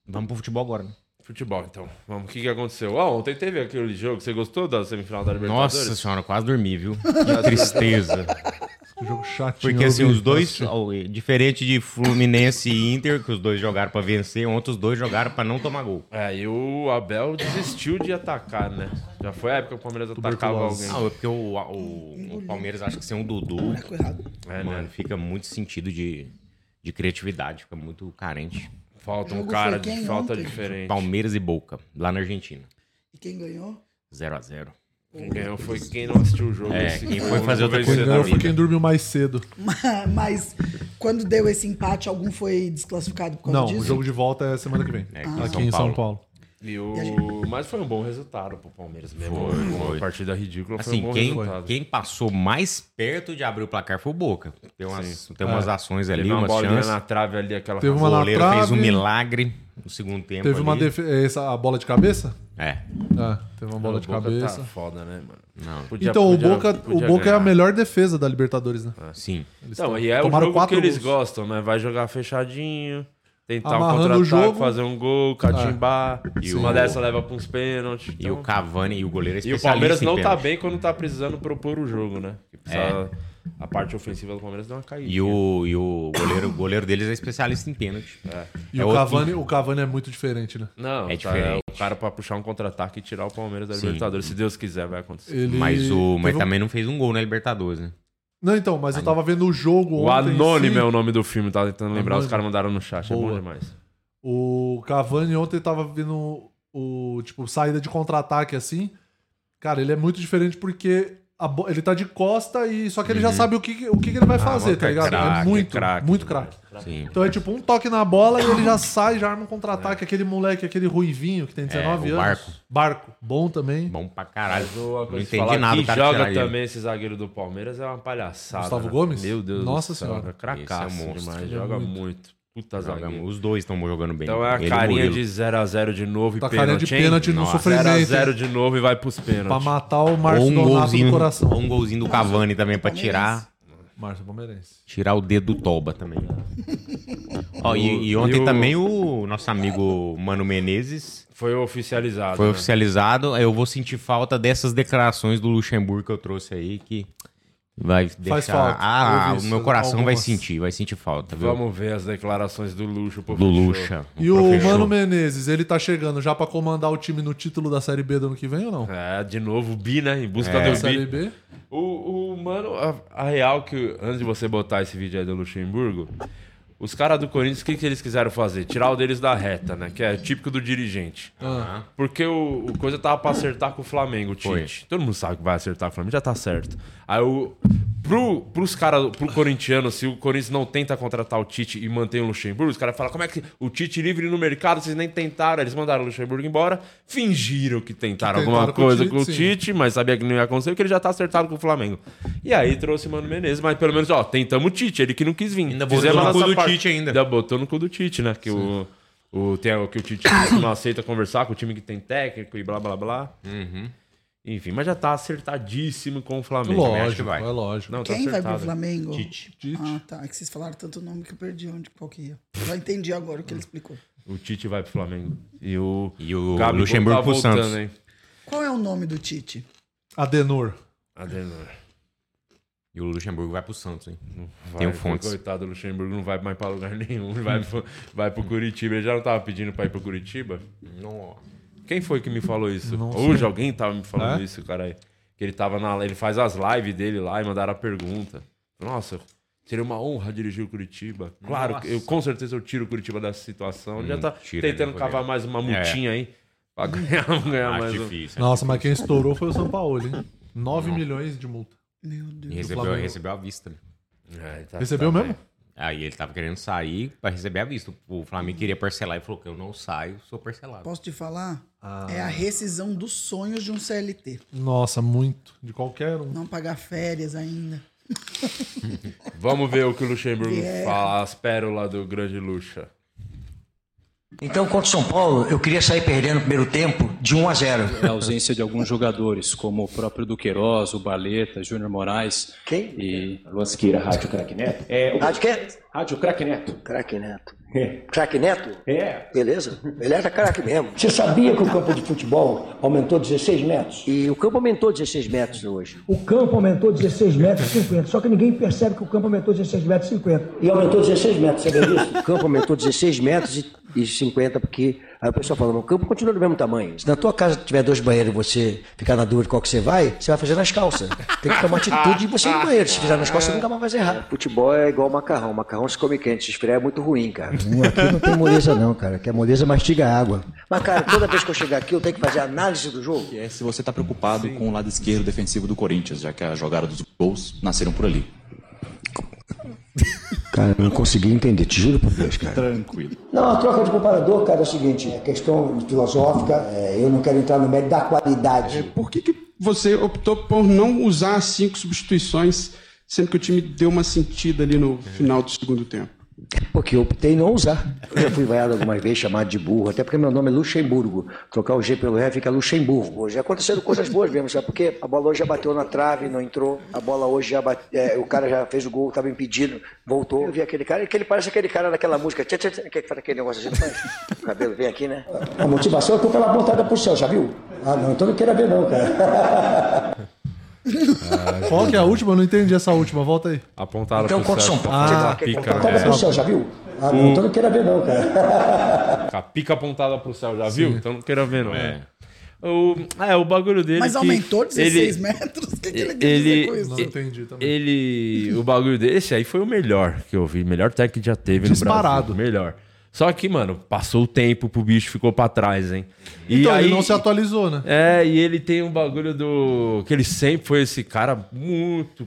[SPEAKER 4] Vamos pro futebol agora, né?
[SPEAKER 1] Futebol, então. Vamos, o que, que aconteceu? Ah, ontem teve aquele jogo, você gostou da semifinal da Libertadores?
[SPEAKER 4] Nossa senhora, quase
[SPEAKER 1] (laughs)
[SPEAKER 4] dormi, viu? Que tristeza.
[SPEAKER 2] Que jogo chato
[SPEAKER 4] Porque assim, os dois, ó, e- diferente de Fluminense e Inter, que os dois jogaram pra vencer, ontem os dois jogaram pra não tomar gol.
[SPEAKER 1] É, e o Abel desistiu de atacar, né? Já foi a época que o Palmeiras atacava
[SPEAKER 2] Tuberculose.
[SPEAKER 1] alguém.
[SPEAKER 4] Não, é porque o, o, o Palmeiras acha que sem um Dudu,
[SPEAKER 3] Ficou errado.
[SPEAKER 1] É,
[SPEAKER 4] mano,
[SPEAKER 1] né?
[SPEAKER 4] fica muito sentido de, de criatividade, fica muito carente.
[SPEAKER 1] Falta
[SPEAKER 3] O
[SPEAKER 1] um
[SPEAKER 3] jogo
[SPEAKER 1] cara
[SPEAKER 3] foi
[SPEAKER 1] de
[SPEAKER 3] quem
[SPEAKER 1] falta
[SPEAKER 3] ontem?
[SPEAKER 1] diferente.
[SPEAKER 4] Palmeiras e Boca, lá na Argentina.
[SPEAKER 3] E quem ganhou? (laughs)
[SPEAKER 4] 0 a 0
[SPEAKER 1] Quem ganhou foi quem não assistiu o jogo.
[SPEAKER 4] É,
[SPEAKER 1] Esse
[SPEAKER 4] quem
[SPEAKER 1] gol
[SPEAKER 4] foi
[SPEAKER 1] não
[SPEAKER 4] fazer outra
[SPEAKER 1] venceu
[SPEAKER 2] quem
[SPEAKER 1] na
[SPEAKER 4] coisa
[SPEAKER 2] ganhou foi
[SPEAKER 1] vida.
[SPEAKER 2] quem dormiu mais cedo
[SPEAKER 3] Mas quando deu esse empate, algum foi desclassificado por causa
[SPEAKER 2] Não,
[SPEAKER 3] disso?
[SPEAKER 2] o jogo de volta é semana que vem.
[SPEAKER 4] É,
[SPEAKER 2] aqui em São Paulo.
[SPEAKER 1] E
[SPEAKER 3] E a
[SPEAKER 1] o... Mas foi um bom resultado pro Palmeiras mesmo.
[SPEAKER 4] foi.
[SPEAKER 1] Uma partida ridícula foi um
[SPEAKER 4] Assim,
[SPEAKER 1] bom
[SPEAKER 4] quem,
[SPEAKER 1] resultado.
[SPEAKER 4] quem passou mais perto de abrir o placar foi o Boca. Tem umas, tem umas ações
[SPEAKER 1] É.
[SPEAKER 4] ali,
[SPEAKER 1] Teve uma
[SPEAKER 4] umas
[SPEAKER 1] bolinha
[SPEAKER 4] chances.
[SPEAKER 1] na trave ali, aquela...
[SPEAKER 2] Teve uma
[SPEAKER 4] O
[SPEAKER 2] na
[SPEAKER 4] goleiro fez um
[SPEAKER 2] trave.
[SPEAKER 4] milagre no segundo tempo
[SPEAKER 2] Teve uma
[SPEAKER 4] ali.
[SPEAKER 2] defe- é essa, a bola de cabeça?
[SPEAKER 4] É.
[SPEAKER 2] É, teve uma bola de
[SPEAKER 1] Ah, O Boca
[SPEAKER 2] cabeça.
[SPEAKER 1] Tá foda, né, mano?
[SPEAKER 4] Não.
[SPEAKER 1] Podia-
[SPEAKER 2] então,
[SPEAKER 1] podia-
[SPEAKER 2] o Boca,
[SPEAKER 1] podia
[SPEAKER 2] o Boca é a
[SPEAKER 1] ganhar.
[SPEAKER 2] melhor defesa da Libertadores, né?
[SPEAKER 4] Sim.
[SPEAKER 2] Eles
[SPEAKER 1] Então,
[SPEAKER 2] to-
[SPEAKER 1] e é o
[SPEAKER 2] tomaram
[SPEAKER 1] jogo
[SPEAKER 2] quatro
[SPEAKER 1] que eles
[SPEAKER 2] gols.
[SPEAKER 1] gostam, né? Vai jogar fechadinho, tentar
[SPEAKER 2] Amarrando o
[SPEAKER 1] um
[SPEAKER 2] jogo. É.
[SPEAKER 1] contra-ataque, fazer um gol, catimbar. E
[SPEAKER 4] É. Sim.
[SPEAKER 1] uma dessa leva pra uns pênaltis.
[SPEAKER 4] E
[SPEAKER 1] então-
[SPEAKER 4] o Cavani e o goleiro é
[SPEAKER 1] E o
[SPEAKER 4] especialista
[SPEAKER 1] Palmeiras
[SPEAKER 4] em
[SPEAKER 1] não tá
[SPEAKER 4] pênalti. É.
[SPEAKER 1] bem quando tá precisando propor o jogo, né? Que precisa- A parte ofensiva do Palmeiras deu uma caída.
[SPEAKER 4] E o, e o goleiro, o goleiro deles é especialista em pênalti.
[SPEAKER 2] E
[SPEAKER 4] É
[SPEAKER 2] o,
[SPEAKER 4] outro-
[SPEAKER 2] Cavani, o Cavani é muito diferente, né?
[SPEAKER 1] Não,
[SPEAKER 4] É
[SPEAKER 1] é
[SPEAKER 4] diferente.
[SPEAKER 1] o cara pra puxar um contra-ataque e tirar o Palmeiras da
[SPEAKER 4] Sim.
[SPEAKER 1] Libertadores. Se Deus quiser, vai acontecer.
[SPEAKER 2] Ele
[SPEAKER 4] Mas, o, mas
[SPEAKER 2] teve um-
[SPEAKER 4] também não fez um gol na Libertadores, né?
[SPEAKER 2] Não, então, mas eu tava vendo o jogo
[SPEAKER 1] O
[SPEAKER 2] ontem. em
[SPEAKER 1] Anônimo
[SPEAKER 2] si.
[SPEAKER 1] é o nome do filme, tava tentando lembrar.
[SPEAKER 2] Anônimo.
[SPEAKER 1] Os caras mandaram no chat, é
[SPEAKER 2] Boa.
[SPEAKER 1] bom demais.
[SPEAKER 2] O Cavani ontem tava vendo o tipo saída de contra-ataque assim. Cara, ele é muito diferente porque a bo- ele tá de costa e só que ele
[SPEAKER 1] Uhum.
[SPEAKER 2] já sabe o que, o que que ele
[SPEAKER 1] Ah,
[SPEAKER 2] vai fazer,
[SPEAKER 4] mano,
[SPEAKER 2] tá
[SPEAKER 4] é
[SPEAKER 2] ligado? é
[SPEAKER 4] craque,
[SPEAKER 2] muito,
[SPEAKER 4] é craque.
[SPEAKER 2] muito craque.
[SPEAKER 4] Sim.
[SPEAKER 2] Então é tipo um toque na bola e ele já sai, já arma um
[SPEAKER 1] É.
[SPEAKER 2] contra-ataque. Aquele moleque, aquele ruivinho que tem 19
[SPEAKER 4] É, o
[SPEAKER 2] anos.
[SPEAKER 4] Barco.
[SPEAKER 2] Barco, bom também.
[SPEAKER 4] Bom pra caralho. Não
[SPEAKER 1] Mas
[SPEAKER 4] entendi
[SPEAKER 1] falar
[SPEAKER 4] nada.
[SPEAKER 1] que
[SPEAKER 4] o cara tirar
[SPEAKER 1] joga
[SPEAKER 4] ele.
[SPEAKER 1] também esse zagueiro do Palmeiras é uma palhaçada.
[SPEAKER 2] Gustavo
[SPEAKER 1] né?
[SPEAKER 2] Gomes?
[SPEAKER 1] Meu Deus
[SPEAKER 2] Nossa
[SPEAKER 1] do céu.
[SPEAKER 2] Senhora.
[SPEAKER 1] é Cracaço
[SPEAKER 4] Esse é um monstro.
[SPEAKER 1] demais.
[SPEAKER 2] Ele é
[SPEAKER 1] Joga
[SPEAKER 2] muito.
[SPEAKER 1] muito. Puta
[SPEAKER 4] Joga-
[SPEAKER 1] zagueiro.
[SPEAKER 4] Os dois estão jogando bem.
[SPEAKER 1] Então é
[SPEAKER 4] Ele e
[SPEAKER 1] a
[SPEAKER 4] o
[SPEAKER 1] carinha
[SPEAKER 4] Murilo.
[SPEAKER 1] de 0x0 de novo e
[SPEAKER 2] Tá carinha de
[SPEAKER 1] pênalti. hein?
[SPEAKER 2] pênalti no
[SPEAKER 4] Nossa.
[SPEAKER 2] sofrimento.
[SPEAKER 1] 0x0
[SPEAKER 2] hein?
[SPEAKER 1] de novo e vai pros
[SPEAKER 2] Pra
[SPEAKER 1] pênaltis.
[SPEAKER 2] matar o
[SPEAKER 4] Ou
[SPEAKER 2] Márcio
[SPEAKER 4] um
[SPEAKER 2] Donato
[SPEAKER 4] golzinho,
[SPEAKER 2] do coração.
[SPEAKER 4] ou um golzinho do Cavani também pra tirar,
[SPEAKER 2] Márcio Palmeirense.
[SPEAKER 4] tirar o dedo do
[SPEAKER 2] (laughs)
[SPEAKER 4] Toba também. Ó, e, e
[SPEAKER 1] O-
[SPEAKER 4] ontem
[SPEAKER 1] e o-
[SPEAKER 4] também o nosso amigo Mano Menezes
[SPEAKER 1] Foi oficializado.
[SPEAKER 4] foi
[SPEAKER 1] né?
[SPEAKER 4] oficializado. Eu vou sentir falta dessas declarações do Luxemburgo que eu trouxe aí que vai deixar.
[SPEAKER 2] falta.
[SPEAKER 4] Ah,
[SPEAKER 2] Eu vi
[SPEAKER 4] o meu
[SPEAKER 2] isso,
[SPEAKER 4] coração vai
[SPEAKER 2] algumas.
[SPEAKER 4] sentir, vai sentir falta, viu?
[SPEAKER 1] Vamos ver as declarações do Luxo. pro
[SPEAKER 4] Do
[SPEAKER 1] Fechou.
[SPEAKER 4] Luxa.
[SPEAKER 2] E o
[SPEAKER 4] professor.
[SPEAKER 2] Mano Menezes, ele tá chegando já pra comandar o time no título da Série B do ano que vem ou não?
[SPEAKER 1] É, de novo, o Bi, né? Em busca
[SPEAKER 4] É.
[SPEAKER 2] Da
[SPEAKER 1] do
[SPEAKER 2] Série
[SPEAKER 1] Bi.
[SPEAKER 2] B?
[SPEAKER 1] O, o mano, a, a real que antes de você botar esse vídeo aí do Luxemburgo, os caras do Corinthians, o que, que eles quiseram fazer? Tirar o deles da reta, né? Que é típico do dirigente.
[SPEAKER 2] Ah.
[SPEAKER 1] Porque o, o coisa tava pra acertar com o Flamengo, o Tite. Todo mundo sabe que vai acertar com o Flamengo, já tá certo. Aí o. Pro, pros caras, pro corintiano, se o Corinthians não tenta contratar o Tite e mantém o Luxemburgo, os caras falam, como é que o Tite livre no mercado, vocês nem tentaram, eles mandaram o Luxemburgo embora, fingiram que
[SPEAKER 2] Que
[SPEAKER 1] tentaram, alguma
[SPEAKER 2] tentaram com o
[SPEAKER 1] coisa
[SPEAKER 2] Tite,
[SPEAKER 1] com o
[SPEAKER 2] sim.
[SPEAKER 1] Tite, mas sabia que não ia acontecer, porque ele já tá acertado com o Flamengo. E aí trouxe o Mano Menezes, mas pelo menos, ó, tentamos o Tite, ele que não quis vir.
[SPEAKER 4] Ainda botou
[SPEAKER 1] Fizemos
[SPEAKER 4] Tá no
[SPEAKER 1] a
[SPEAKER 4] cu
[SPEAKER 1] nossa
[SPEAKER 4] do Tite ainda.
[SPEAKER 1] Ainda botou no cu do Tite, né? Que o, o, tem, o- que o Tite (coughs) não aceita conversar com o time que tem técnico e blá, blá, blá.
[SPEAKER 4] Uhum.
[SPEAKER 1] Enfim, mas já tá acertadíssimo com o Flamengo.
[SPEAKER 4] acho
[SPEAKER 2] Lógico,
[SPEAKER 4] que vai.
[SPEAKER 2] é lógico.
[SPEAKER 1] Não, tá
[SPEAKER 3] Quem vai pro
[SPEAKER 1] acertado.
[SPEAKER 3] Flamengo?
[SPEAKER 4] Tite.
[SPEAKER 3] Ah, tá. É que vocês falaram tanto nome que eu perdi onde qual que ia. Já entendi agora o
[SPEAKER 4] Hum.
[SPEAKER 3] que ele explicou.
[SPEAKER 1] O Tite vai pro Flamengo. E o,
[SPEAKER 4] E o
[SPEAKER 1] Gabigol
[SPEAKER 4] Luxemburgo
[SPEAKER 1] tá
[SPEAKER 4] pro
[SPEAKER 1] voltando,
[SPEAKER 4] Santos.
[SPEAKER 1] Hein?
[SPEAKER 3] Qual é o nome do Tite?
[SPEAKER 2] Adenor.
[SPEAKER 1] Adenor.
[SPEAKER 4] E o Luxemburgo vai pro Santos, hein?
[SPEAKER 1] Vai,
[SPEAKER 4] Tem o Fontes.
[SPEAKER 1] Coitado do Luxemburgo, não vai mais pra lugar (laughs) nenhum. Vai pro, vai pro Curitiba. Ele já não tava pedindo pra ir pro Curitiba? Quem foi que me falou isso?
[SPEAKER 2] Não sei.
[SPEAKER 1] Hoje alguém tava me falando
[SPEAKER 2] É?
[SPEAKER 1] isso, cara. Que ele tava na. Ele faz as lives dele lá e mandaram a pergunta. Nossa, seria uma honra dirigir o Curitiba. Claro,
[SPEAKER 4] Nossa.
[SPEAKER 1] eu, com certeza eu tiro o Curitiba dessa situação. Ele já tá
[SPEAKER 4] tira,
[SPEAKER 1] tentando
[SPEAKER 4] né,
[SPEAKER 1] cavar
[SPEAKER 4] Rogério?
[SPEAKER 1] mais uma multinha aí. Pra (laughs) ganhar, ganhar
[SPEAKER 4] Acho
[SPEAKER 1] mais um.
[SPEAKER 4] difícil. né?
[SPEAKER 2] Nossa, mas quem estourou foi o São Paulo, hein? 9 milhões de multa.
[SPEAKER 3] Meu
[SPEAKER 4] E
[SPEAKER 3] Deus.
[SPEAKER 4] recebeu,
[SPEAKER 2] Flamengo.
[SPEAKER 4] recebeu a vista, né?
[SPEAKER 1] É, tá-
[SPEAKER 2] Recebeu
[SPEAKER 1] tá
[SPEAKER 2] mesmo?
[SPEAKER 1] bem.
[SPEAKER 4] Aí ele tava querendo sair pra receber a vista. O Flamengo queria parcelar e falou que eu não saio, sou parcelado.
[SPEAKER 3] Posso te falar?
[SPEAKER 2] Ah.
[SPEAKER 3] É a rescisão dos sonhos de um CLT.
[SPEAKER 2] Nossa, muito. De qualquer um.
[SPEAKER 3] Não pagar férias ainda.
[SPEAKER 1] Vamos ver o que o Luxemburgo
[SPEAKER 3] Yeah.
[SPEAKER 1] fala, as pérolas do grande Luxa.
[SPEAKER 8] Então, contra o São Paulo, eu queria sair perdendo no primeiro tempo de 1 a 0.
[SPEAKER 9] na É ausência de alguns jogadores, como o próprio Duqueiroz, o Baleta, Júnior Moraes
[SPEAKER 8] Quem?
[SPEAKER 9] e Luan Siqueira, Rádio Craque Neto. É, o...
[SPEAKER 8] Rádio quê?
[SPEAKER 9] Rádio Craque Neto.
[SPEAKER 8] Craque Neto. Craque Neto?
[SPEAKER 9] É.
[SPEAKER 8] Beleza? Ele era craque mesmo.
[SPEAKER 10] Você sabia que o campo de futebol aumentou 16 metros?
[SPEAKER 8] E o campo aumentou 16 metros hoje.
[SPEAKER 10] (laughs) O campo aumentou 16 metros e 50. Só que ninguém percebe que o campo aumentou 16 metros e 50.
[SPEAKER 8] E aumentou 16 metros, sabia (laughs) disso? O campo aumentou 16 metros e, e 50, porque aí o pessoal falou, mas o campo continua do mesmo tamanho. Se na tua casa tiver dois banheiros e você ficar na dúvida qual que você vai, você vai fazer nas calças. Tem que tomar atitude de você ir no banheiro. Se fizer nas calças, você nunca mais vai errar. É. Futebol é igual macarrão. Macarrão se come quente, se esfriar é muito
[SPEAKER 10] (laughs)
[SPEAKER 8] ruim, cara. aqui não tem moleza não, cara. Que a moleza mastiga a água. Mas, cara, toda vez que eu chegar aqui, eu tenho que fazer análise do jogo.
[SPEAKER 11] que é se você está preocupado com o lado esquerdo defensivo do Corinthians, já que a jogada dos gols nasceram por ali.
[SPEAKER 8] Cara, eu não consegui entender. Te juro por Deus, cara.
[SPEAKER 1] (laughs)
[SPEAKER 11] Tranquilo.
[SPEAKER 8] Não, a troca de comparador, cara, é o seguinte, é questão filosófica, é, eu não quero entrar no mérito da qualidade.
[SPEAKER 12] Por que, que você optou por não usar as cinco substituições, sendo que o time deu uma sentida ali no final do segundo tempo?
[SPEAKER 8] Porque eu optei não usar. Eu já fui vaiado algumas vezes, chamado de burro, até porque meu nome é Luxemburgo. Trocar o G pelo R fica é Luxemburgo. Já aconteceram coisas boas mesmo, sabe? Porque a bola hoje já bateu na trave, não entrou. A bola hoje já bate... é, o cara já fez o gol, estava impedido, voltou. Eu vi aquele cara, ele parece aquele cara daquela música. Tchê, tchê, tchê, que faz aquele negócio assim, não faz? O cabelo vem aqui, né? A motivação é que eu pela pontada pro céu, já viu? Ah, não, então não queira ver, não,
[SPEAKER 2] (laughs)
[SPEAKER 8] cara.
[SPEAKER 2] Qual que é a última? Eu não entendi essa última. Volta aí.
[SPEAKER 1] Apontaram
[SPEAKER 3] um
[SPEAKER 8] Então,
[SPEAKER 1] pro
[SPEAKER 8] qual que são?
[SPEAKER 1] céu.
[SPEAKER 2] Ah,
[SPEAKER 1] pica, né?
[SPEAKER 8] Pontada pro céu, já viu? Ah, não, então não queira ver, não, cara.
[SPEAKER 1] Com a pica apontada pro céu, já viu? Então não queira ver, não. É. O, é, o bagulho dele.
[SPEAKER 3] Mas
[SPEAKER 1] que
[SPEAKER 3] aumentou 16
[SPEAKER 1] ele-
[SPEAKER 3] metros? O que, que ele quer
[SPEAKER 1] Ele.
[SPEAKER 3] dizer com isso?
[SPEAKER 2] entendi
[SPEAKER 1] Ele. O bagulho dele. Esse aí foi o melhor que eu vi. Melhor técnico que já teve
[SPEAKER 2] Disparado.
[SPEAKER 1] no Brasil. Melhor. Só que, mano, passou o tempo pro bicho ficou pra trás, hein? E
[SPEAKER 2] Então,
[SPEAKER 1] aí,
[SPEAKER 2] ele não se atualizou, né?
[SPEAKER 1] É, e ele tem um bagulho do. Que ele sempre foi esse cara muito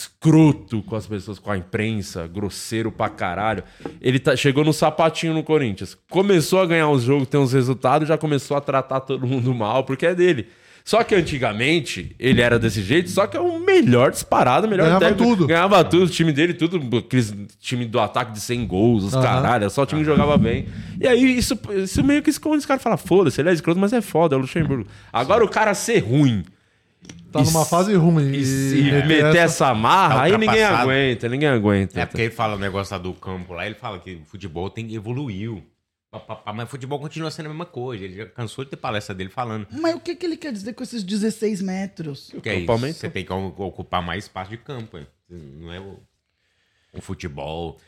[SPEAKER 1] escroto com as pessoas, com a imprensa, grosseiro pra caralho. Ele tá- chegou no sapatinho no Corinthians. Começou a ganhar os jogos, ter uns resultados, já começou a tratar todo mundo mal, porque é dele. Só que antigamente ele era desse jeito, só que é o melhor disparado, o melhor
[SPEAKER 2] Ganhava
[SPEAKER 1] técnico.
[SPEAKER 2] tudo.
[SPEAKER 1] Ganhava tudo, o time dele, tudo, aqueles time do ataque de 100 gols, os
[SPEAKER 2] Aham.
[SPEAKER 1] caralho, só o time que jogava bem. E aí isso, isso meio que esconde os caras falam, foda-se, ele é escroto, mas é foda, é o Luxemburgo. Agora o cara ser ruim
[SPEAKER 2] Tá numa fase ruim.
[SPEAKER 1] e, se meter essa, marra,
[SPEAKER 4] Tá
[SPEAKER 1] aí ninguém
[SPEAKER 4] ultrapassado.
[SPEAKER 1] aguenta, ninguém aguenta.
[SPEAKER 4] É porque ele fala o negócio lá do campo lá, ele fala que o futebol tem evoluiu. Pá, pá, pá, Mas o futebol continua sendo a mesma coisa. Ele já cansou de ter palestra dele falando.
[SPEAKER 3] Mas o que, que ele quer dizer com esses 16 metros?
[SPEAKER 4] Que é
[SPEAKER 1] campo
[SPEAKER 4] isso,
[SPEAKER 1] aumentou.
[SPEAKER 4] Você tem que o- ocupar mais espaço de campo. hein? Não é o, o futebol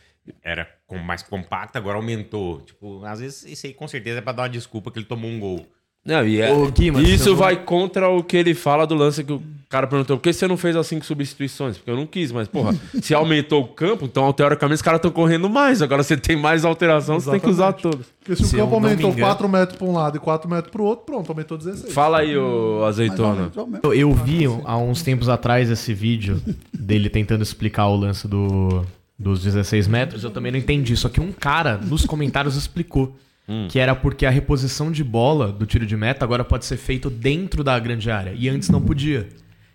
[SPEAKER 4] era com- mais compacto, agora aumentou. Tipo, às vezes isso aí com certeza é pra dar uma desculpa que ele tomou um gol.
[SPEAKER 1] Não, e é-
[SPEAKER 5] Ô, Gui, mas
[SPEAKER 1] isso
[SPEAKER 5] eu vou-
[SPEAKER 1] vai contra o que ele fala do lance que o cara perguntou: por que você não fez as cinco substituições? Porque eu não quis, mas, porra, se aumentou o campo, então teoricamente os caras estão correndo mais. Agora você tem mais alteração, você tem que usar todos.
[SPEAKER 2] Porque se,
[SPEAKER 5] Se
[SPEAKER 2] o campo
[SPEAKER 5] eu não me
[SPEAKER 2] aumentou
[SPEAKER 5] engano-
[SPEAKER 2] 4 metros pra um lado e 4 metros pro outro, pronto, aumentou 16.
[SPEAKER 1] Fala aí, ô
[SPEAKER 3] Mas não
[SPEAKER 1] azeitona.
[SPEAKER 3] aumentou mesmo.
[SPEAKER 5] Eu, Então, eu vi há uns tempos atrás esse vídeo dele tentando explicar o lance do, dos 16 metros. Eu também não entendi. Só que um cara nos comentários explicou que era porque a reposição de bola do tiro de meta agora pode ser feito dentro da grande área e antes não podia.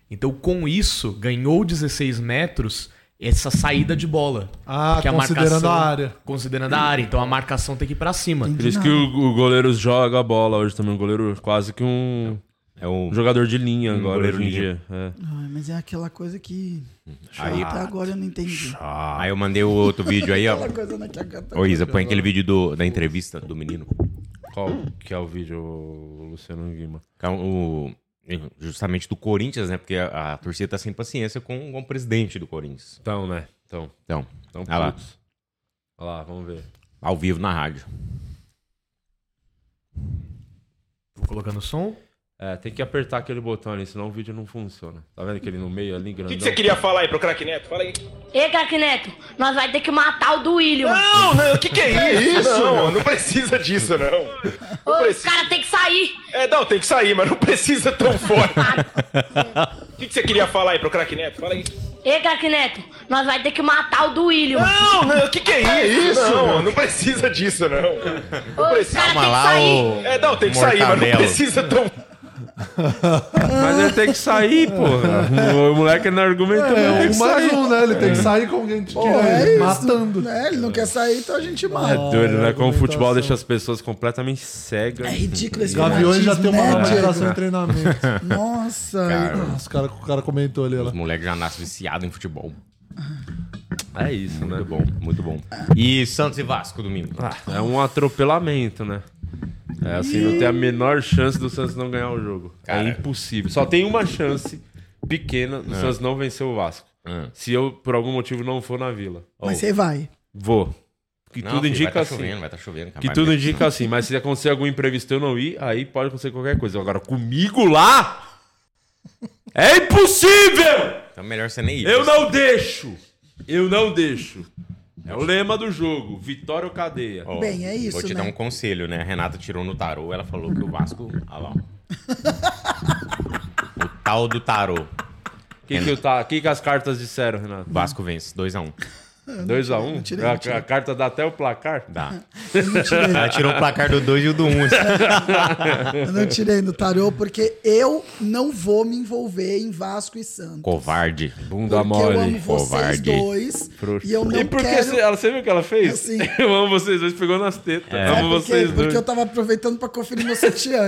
[SPEAKER 5] Então, com isso, ganhou 16 metros essa saída de bola.
[SPEAKER 2] Ah,
[SPEAKER 5] Porque
[SPEAKER 2] considerando a área.
[SPEAKER 5] Considerando a área. Então, a marcação tem que ir pra cima.
[SPEAKER 1] Por isso que o, o goleiro joga a bola hoje também. O goleiro é quase que um,
[SPEAKER 4] É um
[SPEAKER 1] um jogador de linha agora
[SPEAKER 4] goleiro
[SPEAKER 1] hoje em
[SPEAKER 4] linha.
[SPEAKER 1] dia. É.
[SPEAKER 3] Ai, mas é aquela coisa que
[SPEAKER 4] Hum, Aí-
[SPEAKER 3] até agora eu não entendi.
[SPEAKER 4] Aí Ah, eu mandei o outro vídeo aí, ó.
[SPEAKER 3] Aquela coisa né, que agora-
[SPEAKER 4] Ô, Isa, põe aquele vídeo do- da entrevista do menino.
[SPEAKER 1] Qual que é o vídeo, ô, Luciano Guima?
[SPEAKER 4] Que é o- justamente do Corinthians, né? Porque a, a torcida tá sem paciência com, com o presidente do Corinthians.
[SPEAKER 1] Então, né? Então,
[SPEAKER 4] Então,
[SPEAKER 1] então
[SPEAKER 4] Ah lá.
[SPEAKER 1] putz. Olha lá, vamos ver.
[SPEAKER 4] ao vivo na rádio.
[SPEAKER 5] Vou colocando o som.
[SPEAKER 1] É, tem que apertar aquele botão ali, senão o vídeo não funciona. Tá vendo aquele no meio ali, grandão?
[SPEAKER 6] queria falar aí pro craque Neto? Fala aí.
[SPEAKER 13] Ei, Craque Neto, nós vai ter que matar o do William.
[SPEAKER 6] Não, não, o que, que é isso? Não, não precisa disso, não.
[SPEAKER 13] Ô, Os caras tem que sair.
[SPEAKER 6] É, não, tem que sair, mas não precisa tão forte. O que, que você queria falar aí pro craque Neto? Fala aí.
[SPEAKER 13] Ei, Craque Neto, nós vai ter que matar o do William.
[SPEAKER 6] Não, não, o que, que é isso? Não, não precisa disso, não. Não
[SPEAKER 13] Ô, Os
[SPEAKER 6] precisa.
[SPEAKER 13] caras tem
[SPEAKER 4] Calma
[SPEAKER 13] que
[SPEAKER 4] lá,
[SPEAKER 13] sair.
[SPEAKER 4] ô.
[SPEAKER 6] É, não, tem que sair, mas não
[SPEAKER 4] Mortadelo.
[SPEAKER 6] precisa tão
[SPEAKER 1] Mas ele tem
[SPEAKER 2] (laughs)
[SPEAKER 1] que sair, pô. O moleque não argumenta,
[SPEAKER 2] É,
[SPEAKER 1] não tem
[SPEAKER 2] um
[SPEAKER 1] que
[SPEAKER 2] mais
[SPEAKER 1] sair. É.
[SPEAKER 2] um, né? Ele tem que sair com alguém que tira ele,
[SPEAKER 3] é isso,
[SPEAKER 2] matando. então assim,
[SPEAKER 3] né? Ele não quer sair, então a gente
[SPEAKER 1] É
[SPEAKER 3] mata.
[SPEAKER 1] doido, né? Como o futebol
[SPEAKER 2] argumentação.
[SPEAKER 1] deixa as pessoas completamente cegas.
[SPEAKER 3] É ridículo esse
[SPEAKER 2] Gaviões já tem uma nova
[SPEAKER 3] fanatismo, né,
[SPEAKER 2] geração de treinamento.
[SPEAKER 3] velho? Nossa.
[SPEAKER 4] Cara,
[SPEAKER 2] Os cara, o cara comentou ali,
[SPEAKER 4] os
[SPEAKER 2] ela.
[SPEAKER 4] moleques já nascem viciados em futebol.
[SPEAKER 1] É isso, né?
[SPEAKER 4] Muito bom, muito bom. E Santos e Vasco domingo.
[SPEAKER 1] Ah, é um atropelamento, né? É assim, não tem a menor chance do Santos não ganhar o jogo.
[SPEAKER 4] Cara. É.
[SPEAKER 1] É impossível. Só tem uma chance pequena do Santos não vencer o Vasco.
[SPEAKER 4] Ah.
[SPEAKER 1] Se eu, por algum motivo, não for na Vila. Ou,
[SPEAKER 3] Mas você vai.
[SPEAKER 1] Vou. Que
[SPEAKER 4] Não,
[SPEAKER 1] tudo
[SPEAKER 4] filho,
[SPEAKER 1] indica
[SPEAKER 4] vai tá
[SPEAKER 1] assim.
[SPEAKER 4] chovendo, vai tá chovendo.
[SPEAKER 1] Que
[SPEAKER 4] capaz
[SPEAKER 1] tudo
[SPEAKER 4] mesmo.
[SPEAKER 1] indica assim,
[SPEAKER 4] né?
[SPEAKER 1] mas se acontecer algum imprevisto e eu não ir, aí pode acontecer qualquer coisa. Agora, comigo lá é impossível!
[SPEAKER 4] Então melhor você nem ir.
[SPEAKER 1] Eu não deixo! Eu não deixo! É o lema do jogo: vitória ou cadeia.
[SPEAKER 4] Ó,
[SPEAKER 3] Bem, é isso,
[SPEAKER 4] Vou te
[SPEAKER 3] né?
[SPEAKER 4] dar um conselho, né? A Renata tirou no tarô, ela falou que o Vasco... Olha
[SPEAKER 3] (laughs)
[SPEAKER 4] lá. ó. o tal do tarô.
[SPEAKER 1] O que, que, eu tá, que, que as cartas disseram, Renato?
[SPEAKER 4] Vasco vence, 2x1.
[SPEAKER 3] É,
[SPEAKER 1] 2x1? Um. a, um. a carta dá até o placar?
[SPEAKER 4] Dá.
[SPEAKER 3] Ela
[SPEAKER 4] tirou o placar do 2 e o do 1. Um.
[SPEAKER 3] (laughs) Eu não tirei no tarô porque eu não vou me envolver em Vasco e Santos.
[SPEAKER 4] Covarde.
[SPEAKER 1] Bunda
[SPEAKER 3] Porque eu
[SPEAKER 1] mole.
[SPEAKER 3] amo vocês dois e eu não
[SPEAKER 1] E porque
[SPEAKER 3] quero-
[SPEAKER 1] você- ela, você viu o que ela fez?
[SPEAKER 3] Assim.
[SPEAKER 1] (laughs) Eu amo vocês dois, pegou nas tetas.
[SPEAKER 3] É.
[SPEAKER 1] Amo
[SPEAKER 3] porque,
[SPEAKER 1] vocês dois.
[SPEAKER 3] porque eu tava aproveitando pra conferir meu sutiã.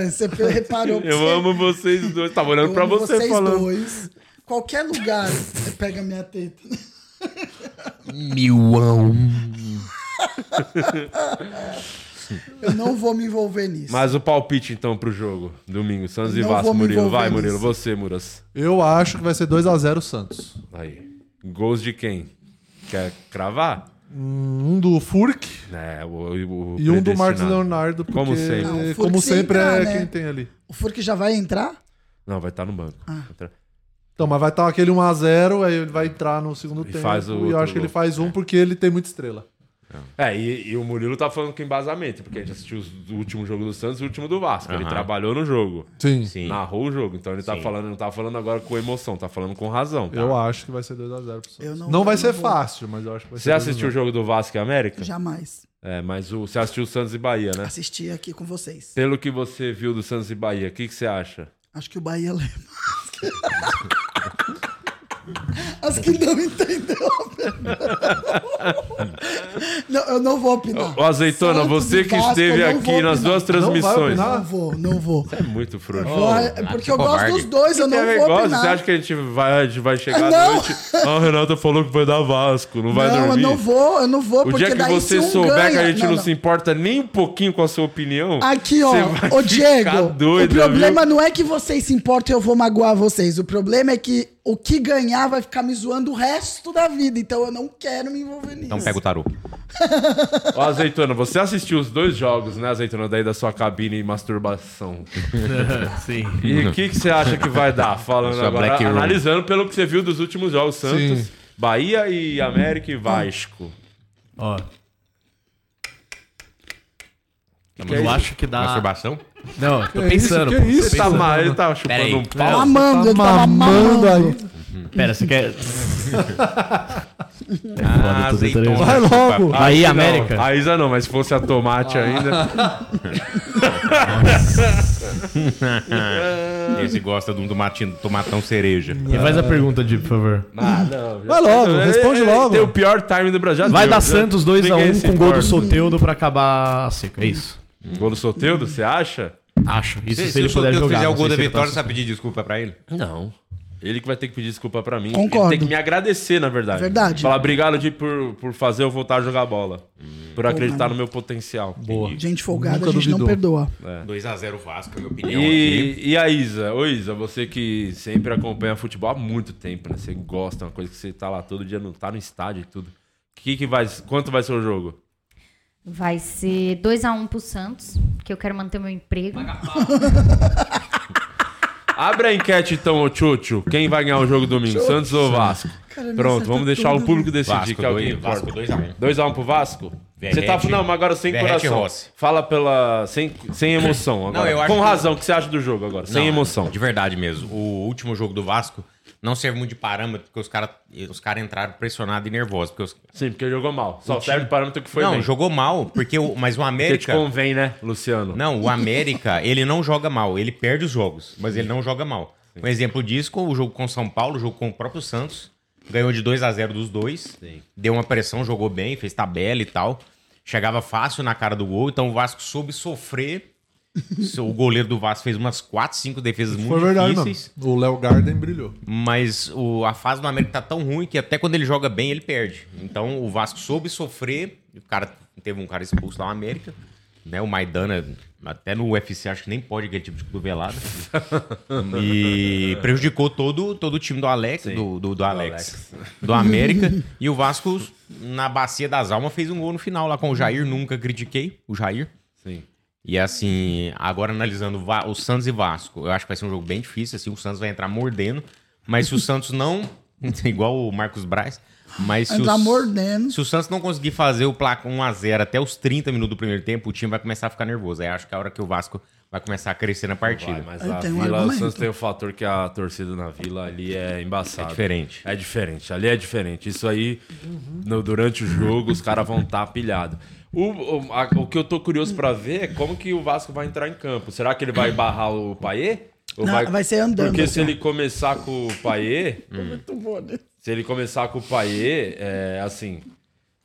[SPEAKER 1] (laughs)
[SPEAKER 3] e Você reparou que
[SPEAKER 1] Eu
[SPEAKER 3] você-
[SPEAKER 1] amo vocês dois. Tava olhando
[SPEAKER 3] Eu
[SPEAKER 1] pra
[SPEAKER 3] amo
[SPEAKER 1] você
[SPEAKER 3] vocês
[SPEAKER 1] falando.
[SPEAKER 3] dois. Qualquer lugar você pega minha teta.
[SPEAKER 4] Mil a
[SPEAKER 2] (laughs)
[SPEAKER 4] um.
[SPEAKER 3] Eu não vou me envolver
[SPEAKER 1] (laughs)
[SPEAKER 3] nisso.
[SPEAKER 1] Mas o palpite, então, pro jogo. Domingo, Santos e
[SPEAKER 3] Não
[SPEAKER 1] Vasco,
[SPEAKER 3] vou me
[SPEAKER 1] Murilo.
[SPEAKER 3] envolver
[SPEAKER 1] Vai, Murilo.
[SPEAKER 3] nisso.
[SPEAKER 1] Você, Muras.
[SPEAKER 2] Eu acho que vai ser 2x0 o Santos.
[SPEAKER 1] Aí. Gols de quem? Quer cravar?
[SPEAKER 2] Um do Furk
[SPEAKER 1] É, o, o
[SPEAKER 2] e um do
[SPEAKER 1] predestinado.
[SPEAKER 2] Marcos Leonardo. Porque,
[SPEAKER 1] Como sempre.
[SPEAKER 3] Não, Ah, o Furk
[SPEAKER 2] como
[SPEAKER 3] sem
[SPEAKER 2] sempre
[SPEAKER 3] entrar,
[SPEAKER 2] é
[SPEAKER 3] né?
[SPEAKER 2] quem tem ali.
[SPEAKER 3] O Furk já vai entrar?
[SPEAKER 1] Não, vai estar no banco.
[SPEAKER 3] Ah.
[SPEAKER 2] Então, mas vai estar aquele 1x0, aí ele vai entrar no segundo tempo.
[SPEAKER 1] faz o
[SPEAKER 2] e eu
[SPEAKER 1] outro
[SPEAKER 2] acho que ele
[SPEAKER 1] gol.
[SPEAKER 2] faz um porque ele tem muita estrela.
[SPEAKER 1] É, e, e o Murilo tá falando com embasamento, porque a gente assistiu os- o último jogo do Santos e o último do Vasco. Ele
[SPEAKER 2] Aham.
[SPEAKER 1] trabalhou no jogo.
[SPEAKER 2] Sim.
[SPEAKER 1] Narrou o jogo. Então ele tá falando, não tá falando agora com emoção, tá falando com razão. tá?
[SPEAKER 2] Eu acho que vai ser 2x0 pro Santos.
[SPEAKER 3] não-
[SPEAKER 2] Não, vai
[SPEAKER 3] eu
[SPEAKER 2] ser
[SPEAKER 3] não vou-
[SPEAKER 2] fácil, mas eu acho que vai
[SPEAKER 1] Você
[SPEAKER 2] ser.
[SPEAKER 1] assistiu o jogo do Vasco e América?
[SPEAKER 3] Jamais.
[SPEAKER 1] É, mas o, você assistiu o Santos e Bahia, né?
[SPEAKER 3] Assisti aqui com vocês.
[SPEAKER 1] Pelo que você viu do Santos e Bahia, o que, que você acha?
[SPEAKER 3] Acho que o Bahia leva. Acho que não entendeu a pergunta. Não, eu não vou opinar.
[SPEAKER 1] Ô, Azeitona,
[SPEAKER 3] Santos
[SPEAKER 1] você
[SPEAKER 3] e
[SPEAKER 1] que
[SPEAKER 3] Vasco,
[SPEAKER 1] esteve
[SPEAKER 3] eu não vou
[SPEAKER 1] aqui nas duas transmissões.
[SPEAKER 3] Não vou, não vou.
[SPEAKER 1] Você é muito frouxo.
[SPEAKER 3] Eu vou- é porque eu gosto dos dois, eu
[SPEAKER 1] Você
[SPEAKER 3] não
[SPEAKER 1] é
[SPEAKER 3] vou
[SPEAKER 1] gosta?
[SPEAKER 3] opinar.
[SPEAKER 1] Você acha que a gente vai, a gente vai chegar à
[SPEAKER 3] Não.
[SPEAKER 1] noite? Ah, o Renato falou que vai dar Vasco, não vai
[SPEAKER 3] não, eu
[SPEAKER 1] dormir.
[SPEAKER 3] não vou, eu não vou,
[SPEAKER 1] O
[SPEAKER 3] porque
[SPEAKER 1] dia que
[SPEAKER 3] daí
[SPEAKER 1] você
[SPEAKER 3] se um
[SPEAKER 1] souber
[SPEAKER 3] ganha...
[SPEAKER 1] que a gente não,
[SPEAKER 3] não.
[SPEAKER 1] se importa nem um pouquinho com a sua opinião.
[SPEAKER 3] Aqui,
[SPEAKER 1] você
[SPEAKER 3] ó,
[SPEAKER 1] vai ficar
[SPEAKER 3] ô Diego,
[SPEAKER 1] doida,
[SPEAKER 3] o problema
[SPEAKER 1] viu?
[SPEAKER 3] não é que vocês se importam e eu vou magoar vocês. O problema é que o que ganhar vai ficar me zoando o resto da vida. Então eu não quero me envolver (laughs) é nisso.
[SPEAKER 1] Então pega o tarô. Ó, Azeitona, você assistiu os dois jogos, né, Azeitona, daí da sua cabine e masturbação.
[SPEAKER 5] (laughs) Sim.
[SPEAKER 1] E o que, que você acha que vai dar? Falando
[SPEAKER 4] Sua
[SPEAKER 1] agora,
[SPEAKER 4] Black Room.
[SPEAKER 1] analisando pelo que você viu dos últimos jogos, Santos,
[SPEAKER 4] Sim.
[SPEAKER 1] Bahia e América e Vasco.
[SPEAKER 5] Ó.
[SPEAKER 4] Tá
[SPEAKER 1] Que
[SPEAKER 5] eu acho que dá.
[SPEAKER 4] Masturbação?
[SPEAKER 5] Não, tô
[SPEAKER 4] Que
[SPEAKER 5] pensando.
[SPEAKER 4] isso,
[SPEAKER 5] pô,
[SPEAKER 4] que isso?
[SPEAKER 5] tô pensando.
[SPEAKER 4] Tá ma- ele tá chupando
[SPEAKER 5] Pera aí.
[SPEAKER 4] um pau?
[SPEAKER 5] Não,
[SPEAKER 3] Mamando,
[SPEAKER 2] tá
[SPEAKER 3] ele tava mamando.
[SPEAKER 5] Pera, você
[SPEAKER 4] (laughs)
[SPEAKER 5] quer.
[SPEAKER 1] Ah,
[SPEAKER 5] tudo
[SPEAKER 1] azeitona.
[SPEAKER 5] interessante. Vai logo.
[SPEAKER 1] A
[SPEAKER 5] Aí,
[SPEAKER 1] Isa não.
[SPEAKER 5] América. Ah.
[SPEAKER 1] A Isa não, mas se fosse a
[SPEAKER 5] (laughs)
[SPEAKER 1] tomate ainda.
[SPEAKER 4] Esse gosta de um tomatinho- tomatão cereja.
[SPEAKER 5] E faz a pergunta, Di, por favor.
[SPEAKER 1] Ah, não.
[SPEAKER 5] Vai logo, responde logo.
[SPEAKER 1] Tem o pior time do Brasil. Já
[SPEAKER 5] Vai
[SPEAKER 1] deu,
[SPEAKER 5] dar
[SPEAKER 1] já-
[SPEAKER 5] Santos 2x1
[SPEAKER 1] Ninguém
[SPEAKER 5] um,
[SPEAKER 1] se
[SPEAKER 5] com gol do
[SPEAKER 1] importa.
[SPEAKER 5] Soteudo pra acabar a seca. É isso.
[SPEAKER 1] Gol do Soteudo, você acha?
[SPEAKER 5] Acho. Isso se,
[SPEAKER 4] se
[SPEAKER 5] ele
[SPEAKER 4] o
[SPEAKER 5] puder
[SPEAKER 4] Soteldo
[SPEAKER 5] jogar.
[SPEAKER 4] fizer o
[SPEAKER 5] não
[SPEAKER 4] gol da
[SPEAKER 5] sei se ele
[SPEAKER 4] vitória,
[SPEAKER 5] tá-
[SPEAKER 4] você vai pedir desculpa pra ele?
[SPEAKER 1] Não. Ele que vai ter que pedir desculpa pra mim.
[SPEAKER 3] Concordo.
[SPEAKER 1] Ele tem que me agradecer, na verdade.
[SPEAKER 3] Verdade.
[SPEAKER 1] Falar, obrigado de, por, por fazer eu voltar a jogar bola. Por acreditar
[SPEAKER 3] mano.
[SPEAKER 1] no meu potencial.
[SPEAKER 2] Boa.
[SPEAKER 3] Gente folgada, a gente não perdoa.
[SPEAKER 4] É. 2x0 Vasco, minha opinião.
[SPEAKER 1] E, e a Isa? Ô Isa, você que sempre acompanha futebol há muito tempo, né? Você gosta, é uma coisa que você tá lá todo dia, não tá no estádio e tudo. Que que vai, quanto vai ser o jogo?
[SPEAKER 7] Vai ser 2x1 pro Santos, que eu quero manter meu emprego.
[SPEAKER 1] Abre a enquete então, ô Tchutchu. Quem vai ganhar o jogo domingo?
[SPEAKER 7] Tchutchu.
[SPEAKER 1] Santos ou Vasco?
[SPEAKER 7] Cara, me
[SPEAKER 1] Pronto,
[SPEAKER 7] acerta
[SPEAKER 3] tá
[SPEAKER 1] vamos deixar
[SPEAKER 7] tudo.
[SPEAKER 1] o público decidir
[SPEAKER 4] Vasco
[SPEAKER 1] que alguém
[SPEAKER 4] dois-
[SPEAKER 1] importa.
[SPEAKER 4] Vasco dois a um.
[SPEAKER 1] 2x1 pro Vasco?
[SPEAKER 4] Verrete-
[SPEAKER 1] você tá. Não, mas agora sem
[SPEAKER 4] Verrete
[SPEAKER 1] coração.
[SPEAKER 4] Rossi.
[SPEAKER 1] Fala pela. Sem, sem emoção agora.
[SPEAKER 4] eu acho
[SPEAKER 1] Com
[SPEAKER 4] que-
[SPEAKER 1] razão, o que é- você acha do jogo agora? Sem
[SPEAKER 4] Não,
[SPEAKER 1] emoção.
[SPEAKER 4] De verdade mesmo. O último jogo do Vasco não serve muito de parâmetro, porque os caras os cara entraram pressionados e nervosos. Porque os...
[SPEAKER 1] Sim, porque jogou mal. Só
[SPEAKER 4] O
[SPEAKER 1] serve
[SPEAKER 4] time-
[SPEAKER 1] de parâmetro que foi
[SPEAKER 4] Não,
[SPEAKER 1] bem.
[SPEAKER 4] jogou mal, porque o... mas o América...
[SPEAKER 1] Porque te convém, né, Luciano?
[SPEAKER 4] Não,
[SPEAKER 1] (laughs)
[SPEAKER 4] o América, ele não joga mal. Ele perde os jogos, mas ele não joga mal. Um exemplo disso, o jogo com o São Paulo, o jogo com o próprio Santos. Ganhou de 2 a 0 dos dois. Deu uma pressão, jogou bem, fez tabela e tal. Chegava fácil na cara do gol, então o Vasco
[SPEAKER 1] (laughs)
[SPEAKER 4] soube sofrer. o goleiro do Vasco fez umas 4, 5 defesas muito
[SPEAKER 2] Foi verdade, mano.
[SPEAKER 4] difíceis.
[SPEAKER 2] O Léo Garden brilhou.
[SPEAKER 4] Mas o- a fase do América tá tão ruim que até quando ele joga bem, ele perde. Então o Vasco soube sofrer. O cara teve um cara expulso lá no América. Né, o Maidana, até no UFC, acho que nem pode aquele tipo de cotovelada. e prejudicou todo, todo o time do Alex, do, do, do Alex,
[SPEAKER 1] Alex.
[SPEAKER 4] do América. e o Vasco, na bacia das almas, fez um gol no final lá com o Jair. Nunca critiquei o Jair.
[SPEAKER 1] Sim.
[SPEAKER 4] E assim, agora analisando o Va- o Santos e Vasco, eu acho que vai ser um jogo bem difícil, assim, o Santos vai entrar mordendo, mas se o Santos não, (laughs) igual o Marcos Braz, mas se
[SPEAKER 3] Entrar
[SPEAKER 4] o,
[SPEAKER 3] mordendo.
[SPEAKER 4] se o um Santos não conseguir fazer o placar 1 a 0 até os 30 minutos do primeiro tempo, o time vai começar a ficar nervoso. Aí acho que é a hora que o Vasco vai começar a crescer na partida.
[SPEAKER 1] Mas a
[SPEAKER 3] um
[SPEAKER 1] Vila, o Santos tem o fator que a torcida na Vila ali é embaçada.
[SPEAKER 4] É diferente.
[SPEAKER 1] É diferente. Ali é diferente. Isso aí, no- durante o jogo, os caras vão estar tá pilhados. O, o, a- o que eu tô curioso pra ver é como que o Vasco vai entrar em campo. Será que ele vai barrar o Paier? Ou
[SPEAKER 3] Não, vai ser andando,
[SPEAKER 1] Porque se
[SPEAKER 3] assim, ó.
[SPEAKER 1] ele começar com o Paier...
[SPEAKER 3] Muito bom, né?
[SPEAKER 1] Se ele começar com o Paier, é assim.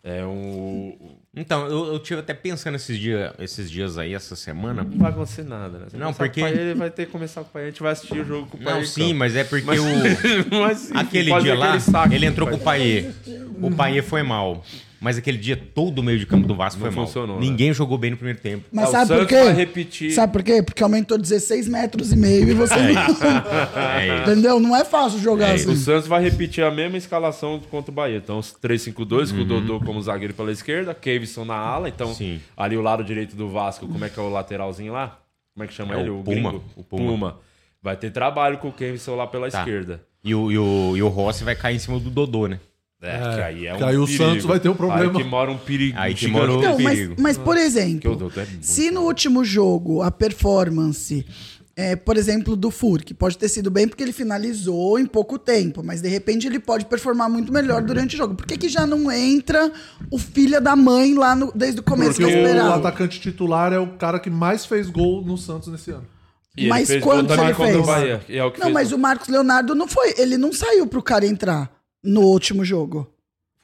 [SPEAKER 1] É um.
[SPEAKER 4] Então, eu, eu tive até pensando esses, dia, esses dias aí, essa semana.
[SPEAKER 1] Não vai acontecer nada, né? Se
[SPEAKER 4] Não,
[SPEAKER 1] começar com
[SPEAKER 4] porque.
[SPEAKER 1] o Paier, ele vai ter que começar com o Paier. A gente vai assistir o jogo com o Paier.
[SPEAKER 4] Não,
[SPEAKER 1] em
[SPEAKER 4] sim,
[SPEAKER 1] campo.
[SPEAKER 4] mas é porque
[SPEAKER 1] Mas-
[SPEAKER 4] o.
[SPEAKER 1] mas,
[SPEAKER 4] (laughs)
[SPEAKER 1] sim, (laughs)
[SPEAKER 4] aquele
[SPEAKER 1] pode
[SPEAKER 4] dia
[SPEAKER 1] ser
[SPEAKER 4] lá,
[SPEAKER 1] aquele saco
[SPEAKER 4] ele
[SPEAKER 1] do
[SPEAKER 4] entrou com o Paier. O Paier foi mal. Mas aquele dia, todo o meio de campo do Vasco
[SPEAKER 1] Não
[SPEAKER 4] foi mal.
[SPEAKER 1] funcionou, né?
[SPEAKER 4] Ninguém jogou bem no primeiro tempo.
[SPEAKER 1] Ah,
[SPEAKER 3] Mas sabe por quê? Sabe por quê? Porque aumentou 16 metros e meio e você
[SPEAKER 1] É
[SPEAKER 3] (laughs)
[SPEAKER 4] (laughs)
[SPEAKER 3] não...
[SPEAKER 1] isso.
[SPEAKER 3] Entendeu? Não é fácil jogar
[SPEAKER 1] É,
[SPEAKER 3] assim.
[SPEAKER 1] O Santos vai repetir a mesma escalação contra o Bahia. Então, os 3-5-2,
[SPEAKER 4] Uhum.
[SPEAKER 1] com o Dodô como zagueiro pela esquerda, Caveson na ala. Então, ali o lado direito do Vasco, como é que é o lateralzinho lá? Como é que chama
[SPEAKER 4] É o
[SPEAKER 1] ele?
[SPEAKER 4] Puma.
[SPEAKER 1] gringo?
[SPEAKER 4] O Puma.
[SPEAKER 1] Puma. Vai ter trabalho com o Caveson lá pela
[SPEAKER 4] Tá.
[SPEAKER 1] esquerda.
[SPEAKER 4] E o, e, o, e o Rossi vai cair em cima do Dodô, né?
[SPEAKER 1] É, que aí é um
[SPEAKER 4] Caiu
[SPEAKER 1] perigo. Aí
[SPEAKER 4] Aí
[SPEAKER 1] que mora um perigo.
[SPEAKER 4] Aí que
[SPEAKER 1] gigante.
[SPEAKER 4] mora um
[SPEAKER 3] Então, mas,
[SPEAKER 4] perigo.
[SPEAKER 3] mas, por
[SPEAKER 1] Porque o
[SPEAKER 3] exemplo,
[SPEAKER 1] Dodô é muito
[SPEAKER 3] se no último jogo a performance, é, por exemplo, do Furk, pode ter sido bem porque ele finalizou em pouco tempo, mas de repente ele pode performar muito melhor durante o jogo. Por que, que já não entra o filho da mãe lá no- desde o começo que
[SPEAKER 2] Porque
[SPEAKER 3] eu
[SPEAKER 2] o
[SPEAKER 3] esperava?
[SPEAKER 2] atacante titular é o cara que mais fez gol no Santos nesse ano.
[SPEAKER 1] E ele Mas fez gol quantos também ele contra o fez? Bahia, e é o que
[SPEAKER 3] Não,
[SPEAKER 1] fez
[SPEAKER 3] mas o Marcos Leonardo não foi. Ele não saiu pro cara entrar no último jogo.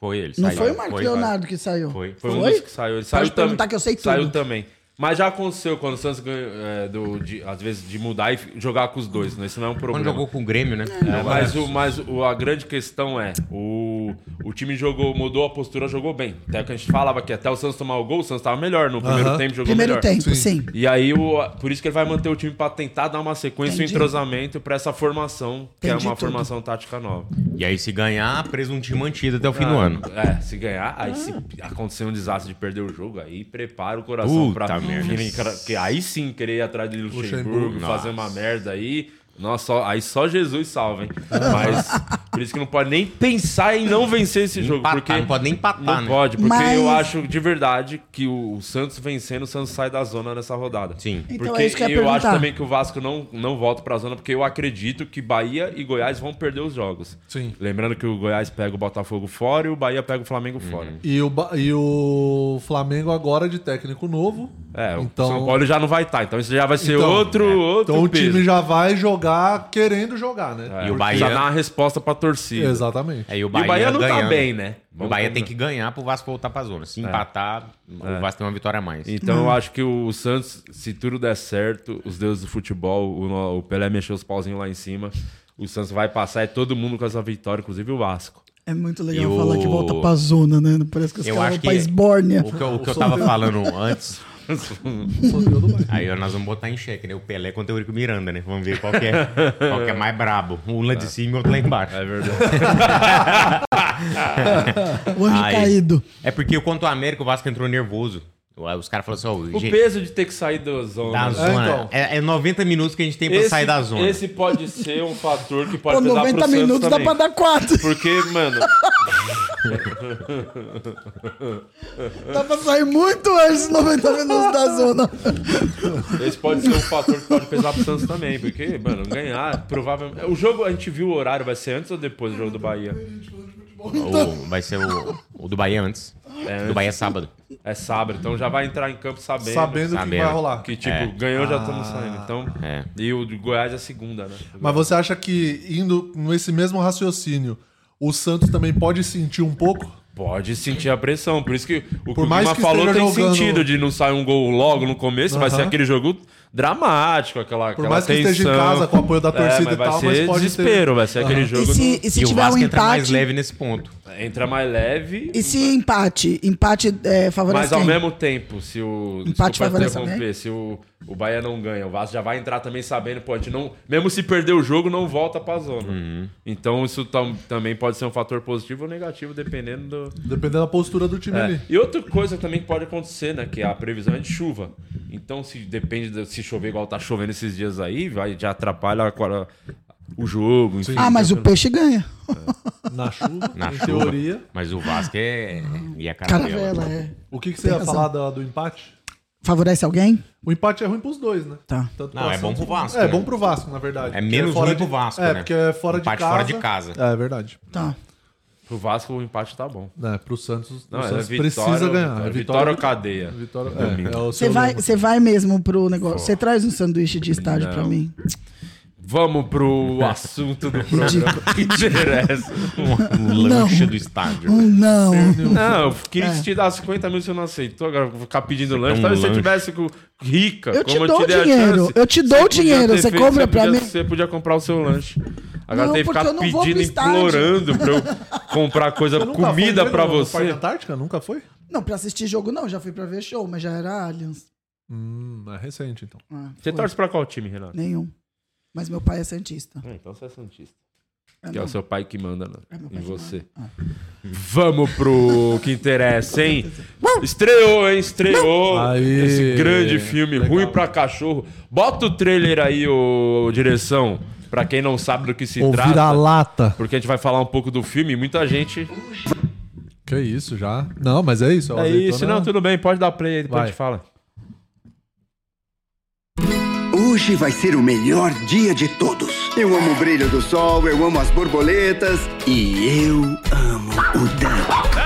[SPEAKER 1] Foi ele.
[SPEAKER 3] Não
[SPEAKER 1] saiu.
[SPEAKER 3] foi o Marcos Leonardo que saiu.
[SPEAKER 1] Foi, foi um
[SPEAKER 3] Foi?
[SPEAKER 1] dos que saiu. Ele
[SPEAKER 3] Pode
[SPEAKER 1] saiu
[SPEAKER 3] perguntar
[SPEAKER 1] também.
[SPEAKER 3] que eu sei tudo.
[SPEAKER 1] Saiu também. Mas já aconteceu quando o Santos ganhou, é, do, de- às vezes, de mudar e f- jogar com os dois. Né? Isso não é um problema.
[SPEAKER 4] jogou com o Grêmio, né?
[SPEAKER 1] É, mas o, mas o- a grande questão é, o, o time jogou, mudou a postura, jogou bem. Até que a gente falava que até o Santos tomar o gol, o Santos tava melhor no primeiro
[SPEAKER 3] Aham.
[SPEAKER 1] tempo, jogou
[SPEAKER 3] Primeiro
[SPEAKER 1] melhor.
[SPEAKER 3] tempo, sim.
[SPEAKER 1] E aí, o, por isso que ele vai manter o time pra tentar dar uma sequência,
[SPEAKER 3] Entendi.
[SPEAKER 1] um entrosamento pra essa formação, que
[SPEAKER 4] Entendi
[SPEAKER 1] é uma
[SPEAKER 4] tudo.
[SPEAKER 1] formação tática nova.
[SPEAKER 4] E aí, se ganhar, presuntinho mantido até o fim do
[SPEAKER 1] Ah,
[SPEAKER 4] ano.
[SPEAKER 1] É, se ganhar, aí se acontecer um desastre de perder o jogo, aí prepara o coração
[SPEAKER 4] Puta
[SPEAKER 1] pra.
[SPEAKER 4] merda.
[SPEAKER 1] Que, que aí sim querer ir atrás de Luxemburgo,
[SPEAKER 4] Luxemburgo.
[SPEAKER 1] fazer
[SPEAKER 4] Nossa.
[SPEAKER 1] uma merda aí. Nossa, só- aí só Jesus salva, hein?
[SPEAKER 4] Ah.
[SPEAKER 1] Mas por isso que não pode nem pensar em não vencer esse jogo. Porque
[SPEAKER 4] não pode nem empatar,
[SPEAKER 1] Não
[SPEAKER 4] né?
[SPEAKER 1] pode, porque
[SPEAKER 4] Mas-
[SPEAKER 1] eu acho de verdade que o Santos vencendo, o Santos sai da zona nessa rodada. Sim.
[SPEAKER 4] Então
[SPEAKER 1] Porque
[SPEAKER 4] é isso que eu
[SPEAKER 1] eu,
[SPEAKER 4] ia
[SPEAKER 1] acho
[SPEAKER 4] perguntar.
[SPEAKER 1] também que o Vasco não, não volta pra zona, porque eu acredito que Bahia e Goiás vão perder os jogos.
[SPEAKER 2] Sim.
[SPEAKER 1] Lembrando que o Goiás pega o Botafogo fora e o Bahia pega o Flamengo
[SPEAKER 4] Uhum.
[SPEAKER 1] fora.
[SPEAKER 2] E o, Ba- e o Flamengo agora de técnico novo.
[SPEAKER 1] É,
[SPEAKER 2] Então-
[SPEAKER 1] o São Paulo já não vai estar, então isso já vai ser
[SPEAKER 2] Então,
[SPEAKER 1] outro,
[SPEAKER 2] é.
[SPEAKER 1] outro
[SPEAKER 2] Então o
[SPEAKER 1] peso.
[SPEAKER 2] time já vai jogar querendo jogar, né?
[SPEAKER 1] É,
[SPEAKER 4] E o Bahia-
[SPEAKER 1] já dá uma resposta pra torcida.
[SPEAKER 2] Exatamente.
[SPEAKER 4] É, e o
[SPEAKER 1] E
[SPEAKER 4] Bahia,
[SPEAKER 1] o Bahia não tá
[SPEAKER 4] ganhando.
[SPEAKER 1] bem, né?
[SPEAKER 4] O
[SPEAKER 1] Vamos
[SPEAKER 4] Bahia
[SPEAKER 1] combinar.
[SPEAKER 4] tem que ganhar pro Vasco voltar pra zona. Se empatar, o Vasco tem uma vitória a mais.
[SPEAKER 1] Então
[SPEAKER 2] Uhum.
[SPEAKER 3] Hum.
[SPEAKER 1] eu acho que o Santos, se tudo der certo, os deuses do futebol, o, no- o Pelé mexeu os pauzinhos lá em cima, o Santos vai passar é todo mundo com essa vitória, inclusive o Vasco.
[SPEAKER 3] É muito legal
[SPEAKER 1] E
[SPEAKER 3] falar
[SPEAKER 1] o-
[SPEAKER 3] que volta pra zona, né? Não Parece que os
[SPEAKER 4] Eu
[SPEAKER 3] caras
[SPEAKER 4] acho
[SPEAKER 3] vão pra
[SPEAKER 4] que
[SPEAKER 3] Esbórnia.
[SPEAKER 4] O que, eu- o que eu tava falando
[SPEAKER 1] (laughs)
[SPEAKER 4] antes. Aí ó, nós vamos botar em xeque, né? O Pelé contra o Eurico Miranda, né? Vamos ver qual que é, qual que é mais brabo. Um lá de cima e outro lá embaixo. É verdade.
[SPEAKER 3] (laughs) O anjo caído.
[SPEAKER 4] É porque quanto ao América, o Vasco entrou nervoso. Os caras falaram assim, ó,
[SPEAKER 1] O
[SPEAKER 4] gente,
[SPEAKER 1] peso de ter que sair da zona. então.
[SPEAKER 4] da zona. É,
[SPEAKER 2] então.
[SPEAKER 4] é 90 minutos que a gente tem pra
[SPEAKER 1] Esse-
[SPEAKER 4] sair da zona.
[SPEAKER 1] Esse pode ser um fator que pode
[SPEAKER 3] (laughs) Pô,
[SPEAKER 1] pesar
[SPEAKER 3] 90
[SPEAKER 1] pro Santos
[SPEAKER 3] minutos dá
[SPEAKER 1] também.
[SPEAKER 3] pra dar quatro.
[SPEAKER 1] Porque, mano...
[SPEAKER 3] Dá pra sair muito antes dos 90 minutos da zona.
[SPEAKER 1] Esse pode ser um fator que pode pesar pro Santos também, porque, mano, ganhar, provavelmente. O jogo, a gente viu o horário, vai ser antes ou depois do jogo do Bahia?
[SPEAKER 4] O- vai ser o, o do Bahia antes. Do Bahia é sábado.
[SPEAKER 1] É sábado, então já vai entrar em campo sabendo.
[SPEAKER 2] Sabendo que vai rolar.
[SPEAKER 1] Que, tipo,
[SPEAKER 4] É.
[SPEAKER 1] ganhou, já estamos
[SPEAKER 2] Ah.
[SPEAKER 1] saindo. Então,
[SPEAKER 4] É.
[SPEAKER 1] E o do Goiás é segunda, né?
[SPEAKER 2] Mas você acha que indo nesse mesmo raciocínio, o Santos também pode sentir um pouco?
[SPEAKER 1] Pode sentir a pressão. Por isso que o que
[SPEAKER 2] Por
[SPEAKER 1] o
[SPEAKER 2] mais
[SPEAKER 1] Guima
[SPEAKER 2] que
[SPEAKER 1] falou tem
[SPEAKER 2] esteja jogando-
[SPEAKER 1] sentido de não sair um gol logo no começo. Vai
[SPEAKER 2] Aham.
[SPEAKER 1] ser aquele jogo dramático, aquela
[SPEAKER 2] Por
[SPEAKER 1] aquela
[SPEAKER 2] mais que esteja em
[SPEAKER 1] tensão. É,
[SPEAKER 2] casa com o apoio da torcida e
[SPEAKER 1] vai
[SPEAKER 2] tal,
[SPEAKER 1] ser
[SPEAKER 2] mas pode ter-
[SPEAKER 1] desespero, vai ser aquele
[SPEAKER 2] Aham.
[SPEAKER 1] jogo.
[SPEAKER 3] E se-
[SPEAKER 1] no-
[SPEAKER 3] e se E o tiver um Vasco entra mais empate- leve
[SPEAKER 4] nesse ponto.
[SPEAKER 1] Entra mais leve.
[SPEAKER 3] E se empate? Empate é, favorece
[SPEAKER 1] Mas ao
[SPEAKER 3] quem?
[SPEAKER 1] mesmo tempo, se o. desculpa
[SPEAKER 3] Empate favorece
[SPEAKER 1] interromper,
[SPEAKER 3] alguém?
[SPEAKER 1] Se o, o Bahia não ganha, o Vasco já vai entrar também sabendo, pô, a gente não. Mesmo se perder o jogo, não volta pra zona.
[SPEAKER 2] Uhum.
[SPEAKER 1] Então isso tam- também pode ser um fator positivo ou negativo, dependendo do.
[SPEAKER 2] Dependendo da postura do time
[SPEAKER 1] É.
[SPEAKER 2] ali.
[SPEAKER 1] E outra coisa também que pode acontecer, né? Que a previsão é de chuva. Então, se depende de, se chover igual tá chovendo esses dias aí, vai, já atrapalha agora o jogo. enfim.
[SPEAKER 3] Ah, mas o peixe ganha.
[SPEAKER 2] Na chuva,
[SPEAKER 4] Na
[SPEAKER 2] em
[SPEAKER 4] chuva.
[SPEAKER 2] teoria.
[SPEAKER 4] Mas o Vasco é. E a caravela.
[SPEAKER 3] Caravela, é.
[SPEAKER 2] O que, que você
[SPEAKER 3] Tem
[SPEAKER 2] ia
[SPEAKER 3] razão.
[SPEAKER 2] falar da- do empate?
[SPEAKER 3] Favorece alguém?
[SPEAKER 2] O empate é ruim pros dois, né?
[SPEAKER 3] Tá.
[SPEAKER 4] Não, é bom pro Vasco,
[SPEAKER 2] É
[SPEAKER 4] né?
[SPEAKER 2] bom pro Vasco, na verdade.
[SPEAKER 4] É
[SPEAKER 2] Porque
[SPEAKER 4] menos
[SPEAKER 2] fora
[SPEAKER 4] ruim
[SPEAKER 2] de-
[SPEAKER 4] pro Vasco,
[SPEAKER 2] É,
[SPEAKER 4] né?
[SPEAKER 2] porque é fora de
[SPEAKER 4] Empate
[SPEAKER 2] casa.
[SPEAKER 4] fora de casa.
[SPEAKER 2] É verdade.
[SPEAKER 3] Tá.
[SPEAKER 1] Pro Vasco o empate tá bom.
[SPEAKER 2] É, pro Santos,
[SPEAKER 1] Não,
[SPEAKER 2] o
[SPEAKER 1] é
[SPEAKER 2] Santos
[SPEAKER 1] vitória
[SPEAKER 2] precisa
[SPEAKER 1] ou
[SPEAKER 2] ganhar.
[SPEAKER 1] vitória?
[SPEAKER 2] É
[SPEAKER 1] Vitória ou cadeia?
[SPEAKER 2] Vitória,
[SPEAKER 1] Domingo.
[SPEAKER 2] é, é o
[SPEAKER 3] Você
[SPEAKER 2] seu
[SPEAKER 3] vai,
[SPEAKER 2] lema.
[SPEAKER 3] você vai mesmo pro negócio. Você traz um sanduíche de estágio pra
[SPEAKER 1] Não.
[SPEAKER 3] mim.
[SPEAKER 1] Vamos
[SPEAKER 4] (laughs)
[SPEAKER 1] pro assunto do
[SPEAKER 3] (laughs)
[SPEAKER 1] programa
[SPEAKER 3] Ridículo.
[SPEAKER 1] que interessa.
[SPEAKER 4] Um
[SPEAKER 3] Não.
[SPEAKER 4] lanche do estádio.
[SPEAKER 3] Um não.
[SPEAKER 1] Não, eu quis
[SPEAKER 3] É.
[SPEAKER 1] te dar 50 mil se eu não aceitou. Agora eu vou ficar pedindo lanche.
[SPEAKER 4] um
[SPEAKER 1] Talvez se você
[SPEAKER 4] lanche.
[SPEAKER 1] tivesse com rica,
[SPEAKER 3] Eu te
[SPEAKER 1] como
[SPEAKER 3] dou
[SPEAKER 1] eu
[SPEAKER 3] o
[SPEAKER 1] te dei a
[SPEAKER 3] dinheiro,
[SPEAKER 1] chance,
[SPEAKER 3] eu te dou o
[SPEAKER 1] podia
[SPEAKER 3] dinheiro,
[SPEAKER 1] ter
[SPEAKER 3] você compra
[SPEAKER 1] você
[SPEAKER 3] pra
[SPEAKER 1] podia-
[SPEAKER 3] mim?
[SPEAKER 1] Você podia comprar o seu lanche. Agora
[SPEAKER 3] Não,
[SPEAKER 1] tem que
[SPEAKER 3] porque
[SPEAKER 1] ficar
[SPEAKER 3] eu não vou pro
[SPEAKER 1] pedindo,
[SPEAKER 3] estádio.
[SPEAKER 1] implorando pra eu comprar
[SPEAKER 4] (laughs)
[SPEAKER 1] coisa,
[SPEAKER 2] Você nunca foi
[SPEAKER 1] comida
[SPEAKER 3] né,
[SPEAKER 2] no-
[SPEAKER 1] pra
[SPEAKER 2] no Parque
[SPEAKER 1] você.
[SPEAKER 3] tá?
[SPEAKER 2] Antártica? Nunca foi?
[SPEAKER 3] Não, pra assistir jogo não, já fui pra ver show, mas já era Allianz.
[SPEAKER 2] Hum, é recente, então.
[SPEAKER 3] Ah,
[SPEAKER 1] Você
[SPEAKER 3] foi.
[SPEAKER 1] torce pra qual time, Renato?
[SPEAKER 3] Nenhum. Mas meu pai é Santista.
[SPEAKER 1] Ah, então você é Santista.
[SPEAKER 3] É,
[SPEAKER 1] que é
[SPEAKER 3] não.
[SPEAKER 1] o seu pai que manda né,
[SPEAKER 3] É meu pai
[SPEAKER 1] em
[SPEAKER 3] que
[SPEAKER 1] você. Vamos pro que interessa, hein? Estreou, hein? Estreou
[SPEAKER 2] Aí.
[SPEAKER 1] esse grande filme ruim pra cachorro. Bota o trailer aí, ô direção, pra quem não sabe do que se
[SPEAKER 2] Ou
[SPEAKER 1] trata.
[SPEAKER 2] vira-lata.
[SPEAKER 1] Porque a gente vai falar um pouco do filme e muita gente...
[SPEAKER 2] Que isso, já? Não, mas é isso. o
[SPEAKER 1] É
[SPEAKER 2] azeitona-
[SPEAKER 1] isso, não, tudo bem, pode dar play aí, depois
[SPEAKER 2] Vai.
[SPEAKER 1] a gente fala.
[SPEAKER 14] Hoje vai ser o melhor dia de todos. Eu amo o brilho do sol, eu amo as borboletas e eu amo o Dan.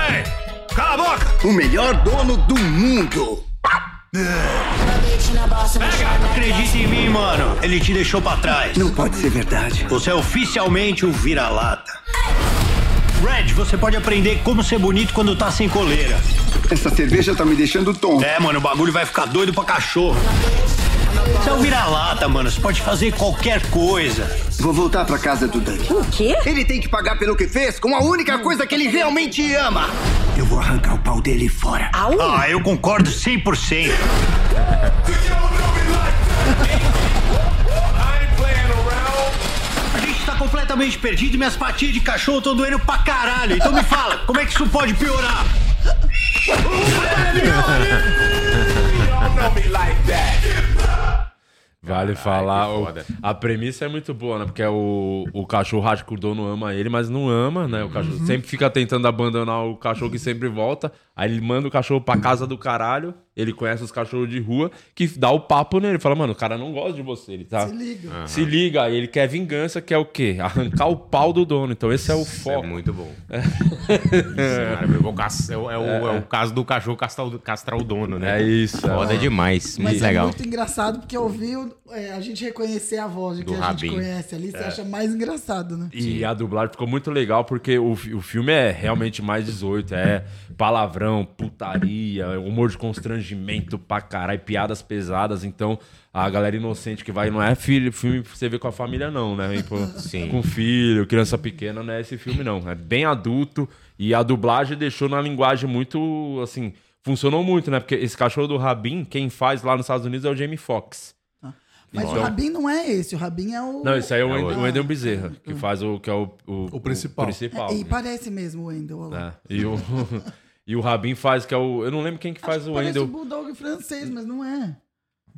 [SPEAKER 14] Ei, cala a boca! O melhor dono do mundo.
[SPEAKER 15] Pega! Acredita em mim, mano. Ele te deixou pra trás.
[SPEAKER 14] Não pode ser verdade.
[SPEAKER 15] Você é oficialmente um vira-lata. Red, você pode aprender como ser bonito quando tá sem coleira.
[SPEAKER 14] Essa cerveja tá me deixando tonto.
[SPEAKER 15] É, mano, o bagulho vai ficar doido pra cachorro. Você é um vira-lata, mano. Você pode fazer qualquer coisa.
[SPEAKER 14] Vou voltar pra casa do Doug. O quê? Ele tem que pagar pelo que fez com a única coisa que ele realmente ama. Eu vou arrancar o pau dele fora.
[SPEAKER 15] Ah, eu concordo 100%. A gente tá completamente perdido e minhas patinhas de cachorro estão doendo pra caralho. Então me fala, como é que isso pode piorar?
[SPEAKER 1] Vale falar. o- a premissa é muito boa, né? Porque é o, o cachorro acha que o dono ama ele, mas não ama,
[SPEAKER 4] Uhum.
[SPEAKER 1] né? O cachorro sempre fica tentando abandonar o cachorro que sempre volta. Aí ele manda o cachorro pra casa do caralho. Ele conhece os cachorros de rua, que dá o papo nele. Fala, mano, o cara não gosta de você. Ele tá.
[SPEAKER 3] Se liga. Aham.
[SPEAKER 1] Se liga. Aí ele quer vingança, que é o quê? Arrancar o pau do dono. Então esse é o
[SPEAKER 4] Isso
[SPEAKER 1] foco.
[SPEAKER 4] é muito bom.
[SPEAKER 1] É.
[SPEAKER 4] Isso é maravilhoso. O cas- É o, é o- é o caso do cachorro castral, castrar o dono, né?
[SPEAKER 1] É isso.
[SPEAKER 4] Foda
[SPEAKER 1] É.
[SPEAKER 4] demais.
[SPEAKER 3] Mas
[SPEAKER 4] muito
[SPEAKER 3] é
[SPEAKER 4] legal.
[SPEAKER 3] muito engraçado porque eu vi o- é, a gente reconhecer a voz de
[SPEAKER 1] Do
[SPEAKER 3] quem a gente
[SPEAKER 1] Rabin.
[SPEAKER 3] conhece ali, você
[SPEAKER 1] É.
[SPEAKER 3] acha mais engraçado, né?
[SPEAKER 1] E a dublagem ficou muito legal porque o, fi- o filme é realmente mais 18. É palavrão, putaria, humor de constrangimento pra caralho, piadas pesadas. Então a galera inocente que vai não é filho, filme pra você ver com a família, não, né? E, pô, Com filho, criança pequena, não é esse filme, não. É bem adulto e a dublagem deixou na linguagem muito assim. Funcionou muito, né? Porque esse cachorro do Rabin, quem faz lá nos Estados Unidos é o Jamie Foxx.
[SPEAKER 3] Ah, Mas o
[SPEAKER 1] Então-
[SPEAKER 3] Rabin não é esse, o Rabin é o.
[SPEAKER 1] Não, esse aí é o Wend- o
[SPEAKER 3] Ah,
[SPEAKER 1] Wendel Bezerra, que faz o que é o, o, principal. principal.
[SPEAKER 3] é, e parece mesmo o Wendel. olha lá.
[SPEAKER 1] né? E o, (laughs) e o Rabin faz, que é o. Eu não lembro quem que faz o
[SPEAKER 3] Parece o
[SPEAKER 1] Wendel.
[SPEAKER 3] Bulldog francês, mas não é.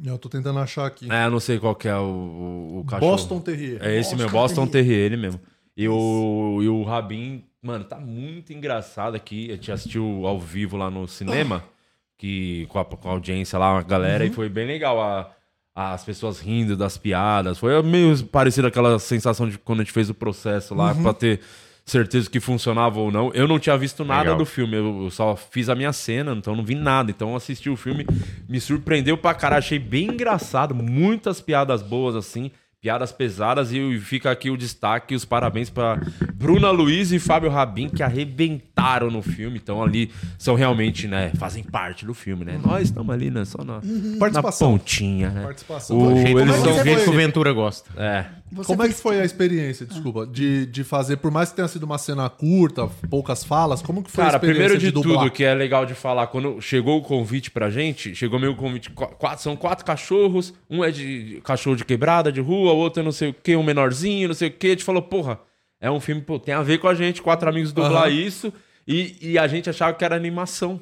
[SPEAKER 2] Eu tô tentando achar aqui.
[SPEAKER 1] É, eu não sei qual que é o, o, o cachorro.
[SPEAKER 2] Boston Terrier.
[SPEAKER 1] É esse mesmo,
[SPEAKER 2] Boston
[SPEAKER 1] Boston Terrier, ele mesmo. E o, e o Rabin, mano, tá muito engraçado aqui. A gente assistiu ao vivo lá no cinema,
[SPEAKER 3] Ah.
[SPEAKER 1] que, com, a, com a audiência lá, a galera,
[SPEAKER 6] Uhum.
[SPEAKER 1] e foi bem legal. A, as pessoas rindo das piadas. Foi meio parecido aquela sensação de quando a gente fez o processo lá,
[SPEAKER 6] Uhum.
[SPEAKER 1] pra ter certeza que funcionava ou não. Eu não tinha visto nada
[SPEAKER 6] Legal.
[SPEAKER 1] do filme, eu eu só fiz a minha cena, então não vi nada. Então eu assisti o filme, me surpreendeu pra caralho, achei bem engraçado, muitas piadas boas assim, piadas pesadas e fica aqui o destaque, e os parabéns pra Bruna Luiz e Fábio Rabin que arrebentaram no filme. Então ali são realmente, né, fazem parte do filme, né? Nós estamos ali, né, só na, na
[SPEAKER 2] Uhum. Participação.
[SPEAKER 1] pontinha, né?
[SPEAKER 2] Participação.
[SPEAKER 1] O,
[SPEAKER 2] Achei
[SPEAKER 1] eles
[SPEAKER 2] também.
[SPEAKER 1] são
[SPEAKER 2] Você foi-
[SPEAKER 1] gosta. É.
[SPEAKER 2] Como é que foi a experiência, desculpa, de, de fazer, por mais que tenha sido uma cena curta, poucas falas, como que foi a
[SPEAKER 1] Cara,
[SPEAKER 2] experiência
[SPEAKER 1] primeiro de
[SPEAKER 2] dublar?
[SPEAKER 1] tudo que é legal de falar, quando chegou o convite pra gente, chegou meio convite, qu- quatro- são quatro cachorros, um é de cachorro de quebrada, de rua, outro é não sei o que, um menorzinho, não sei o que, a gente falou, porra, é um filme, pô, tem a ver com a gente, quatro amigos dublar
[SPEAKER 6] Aham.
[SPEAKER 1] isso, e, e a gente achava que era animação.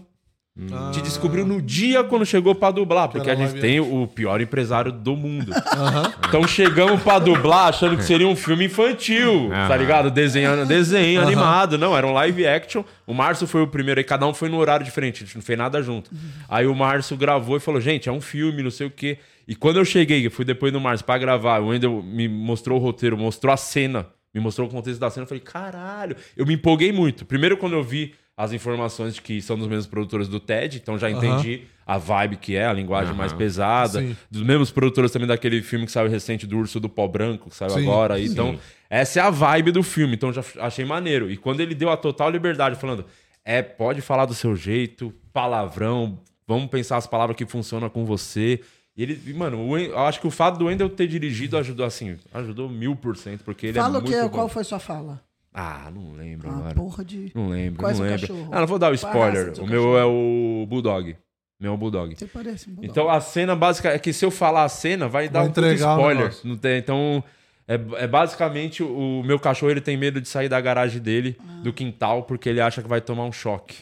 [SPEAKER 1] Te descobriu no dia quando chegou pra dublar, porque a
[SPEAKER 2] Ah. era live
[SPEAKER 1] gente tem o pior empresário
[SPEAKER 2] (laughs)
[SPEAKER 1] do mundo.
[SPEAKER 2] Aham.
[SPEAKER 1] Então chegamos pra dublar achando que seria um filme infantil,
[SPEAKER 2] Aham.
[SPEAKER 1] tá ligado? Desenhando, desenho
[SPEAKER 2] Aham.
[SPEAKER 1] animado. Não, era um live action. O Márcio foi o primeiro, aí cada um foi num horário diferente, a gente não fez nada junto. Aí o Márcio gravou e falou: gente, é um filme, não sei o quê. E quando eu cheguei, eu fui depois do Márcio pra gravar, o Wendel me mostrou o roteiro, mostrou a cena, me mostrou o contexto da cena, eu falei, caralho, eu me empolguei muito. Primeiro, quando eu vi as informações de que são dos mesmos produtores do TED, então já
[SPEAKER 2] Aham.
[SPEAKER 1] entendi a vibe que é, a linguagem mais
[SPEAKER 2] Aham.
[SPEAKER 1] pesada.
[SPEAKER 2] Sim.
[SPEAKER 1] Dos mesmos produtores também daquele filme que saiu recente do Urso do Pó Branco, que saiu
[SPEAKER 2] Sim.
[SPEAKER 1] agora.
[SPEAKER 2] Sim.
[SPEAKER 1] Então, essa é a vibe do filme. Então, já f- achei maneiro. E quando ele deu a total liberdade, falando, é, pode falar do seu jeito, palavrão, vamos pensar as palavras que funcionam com você. E ele, e, mano, o Wen- eu acho que o fato do Wendel ter dirigido ajudou, assim, ajudou mil por cento, porque ele
[SPEAKER 3] Fala
[SPEAKER 1] é
[SPEAKER 3] o
[SPEAKER 1] muito
[SPEAKER 3] que,
[SPEAKER 1] bom.
[SPEAKER 3] qual foi sua fala?
[SPEAKER 1] Ah, não lembro
[SPEAKER 3] Ah,
[SPEAKER 1] agora.
[SPEAKER 3] porra de-
[SPEAKER 1] Não lembro,
[SPEAKER 3] Quais
[SPEAKER 1] não
[SPEAKER 3] o
[SPEAKER 1] lembro.
[SPEAKER 3] um cachorro?
[SPEAKER 1] Ah, não vou dar o
[SPEAKER 3] Qual a raça
[SPEAKER 1] spoiler.
[SPEAKER 3] do seu
[SPEAKER 1] O meu é o Bulldog. Meu é o Bulldog.
[SPEAKER 3] Você parece um Bulldog.
[SPEAKER 1] Então a cena básica é que se eu falar a cena, vai dar um puta
[SPEAKER 2] entregar o
[SPEAKER 1] spoiler.
[SPEAKER 2] negócio.
[SPEAKER 1] Não tem, então é, é basicamente o meu cachorro ele tem medo de sair da garagem dele, do quintal, porque ele acha que vai tomar um choque.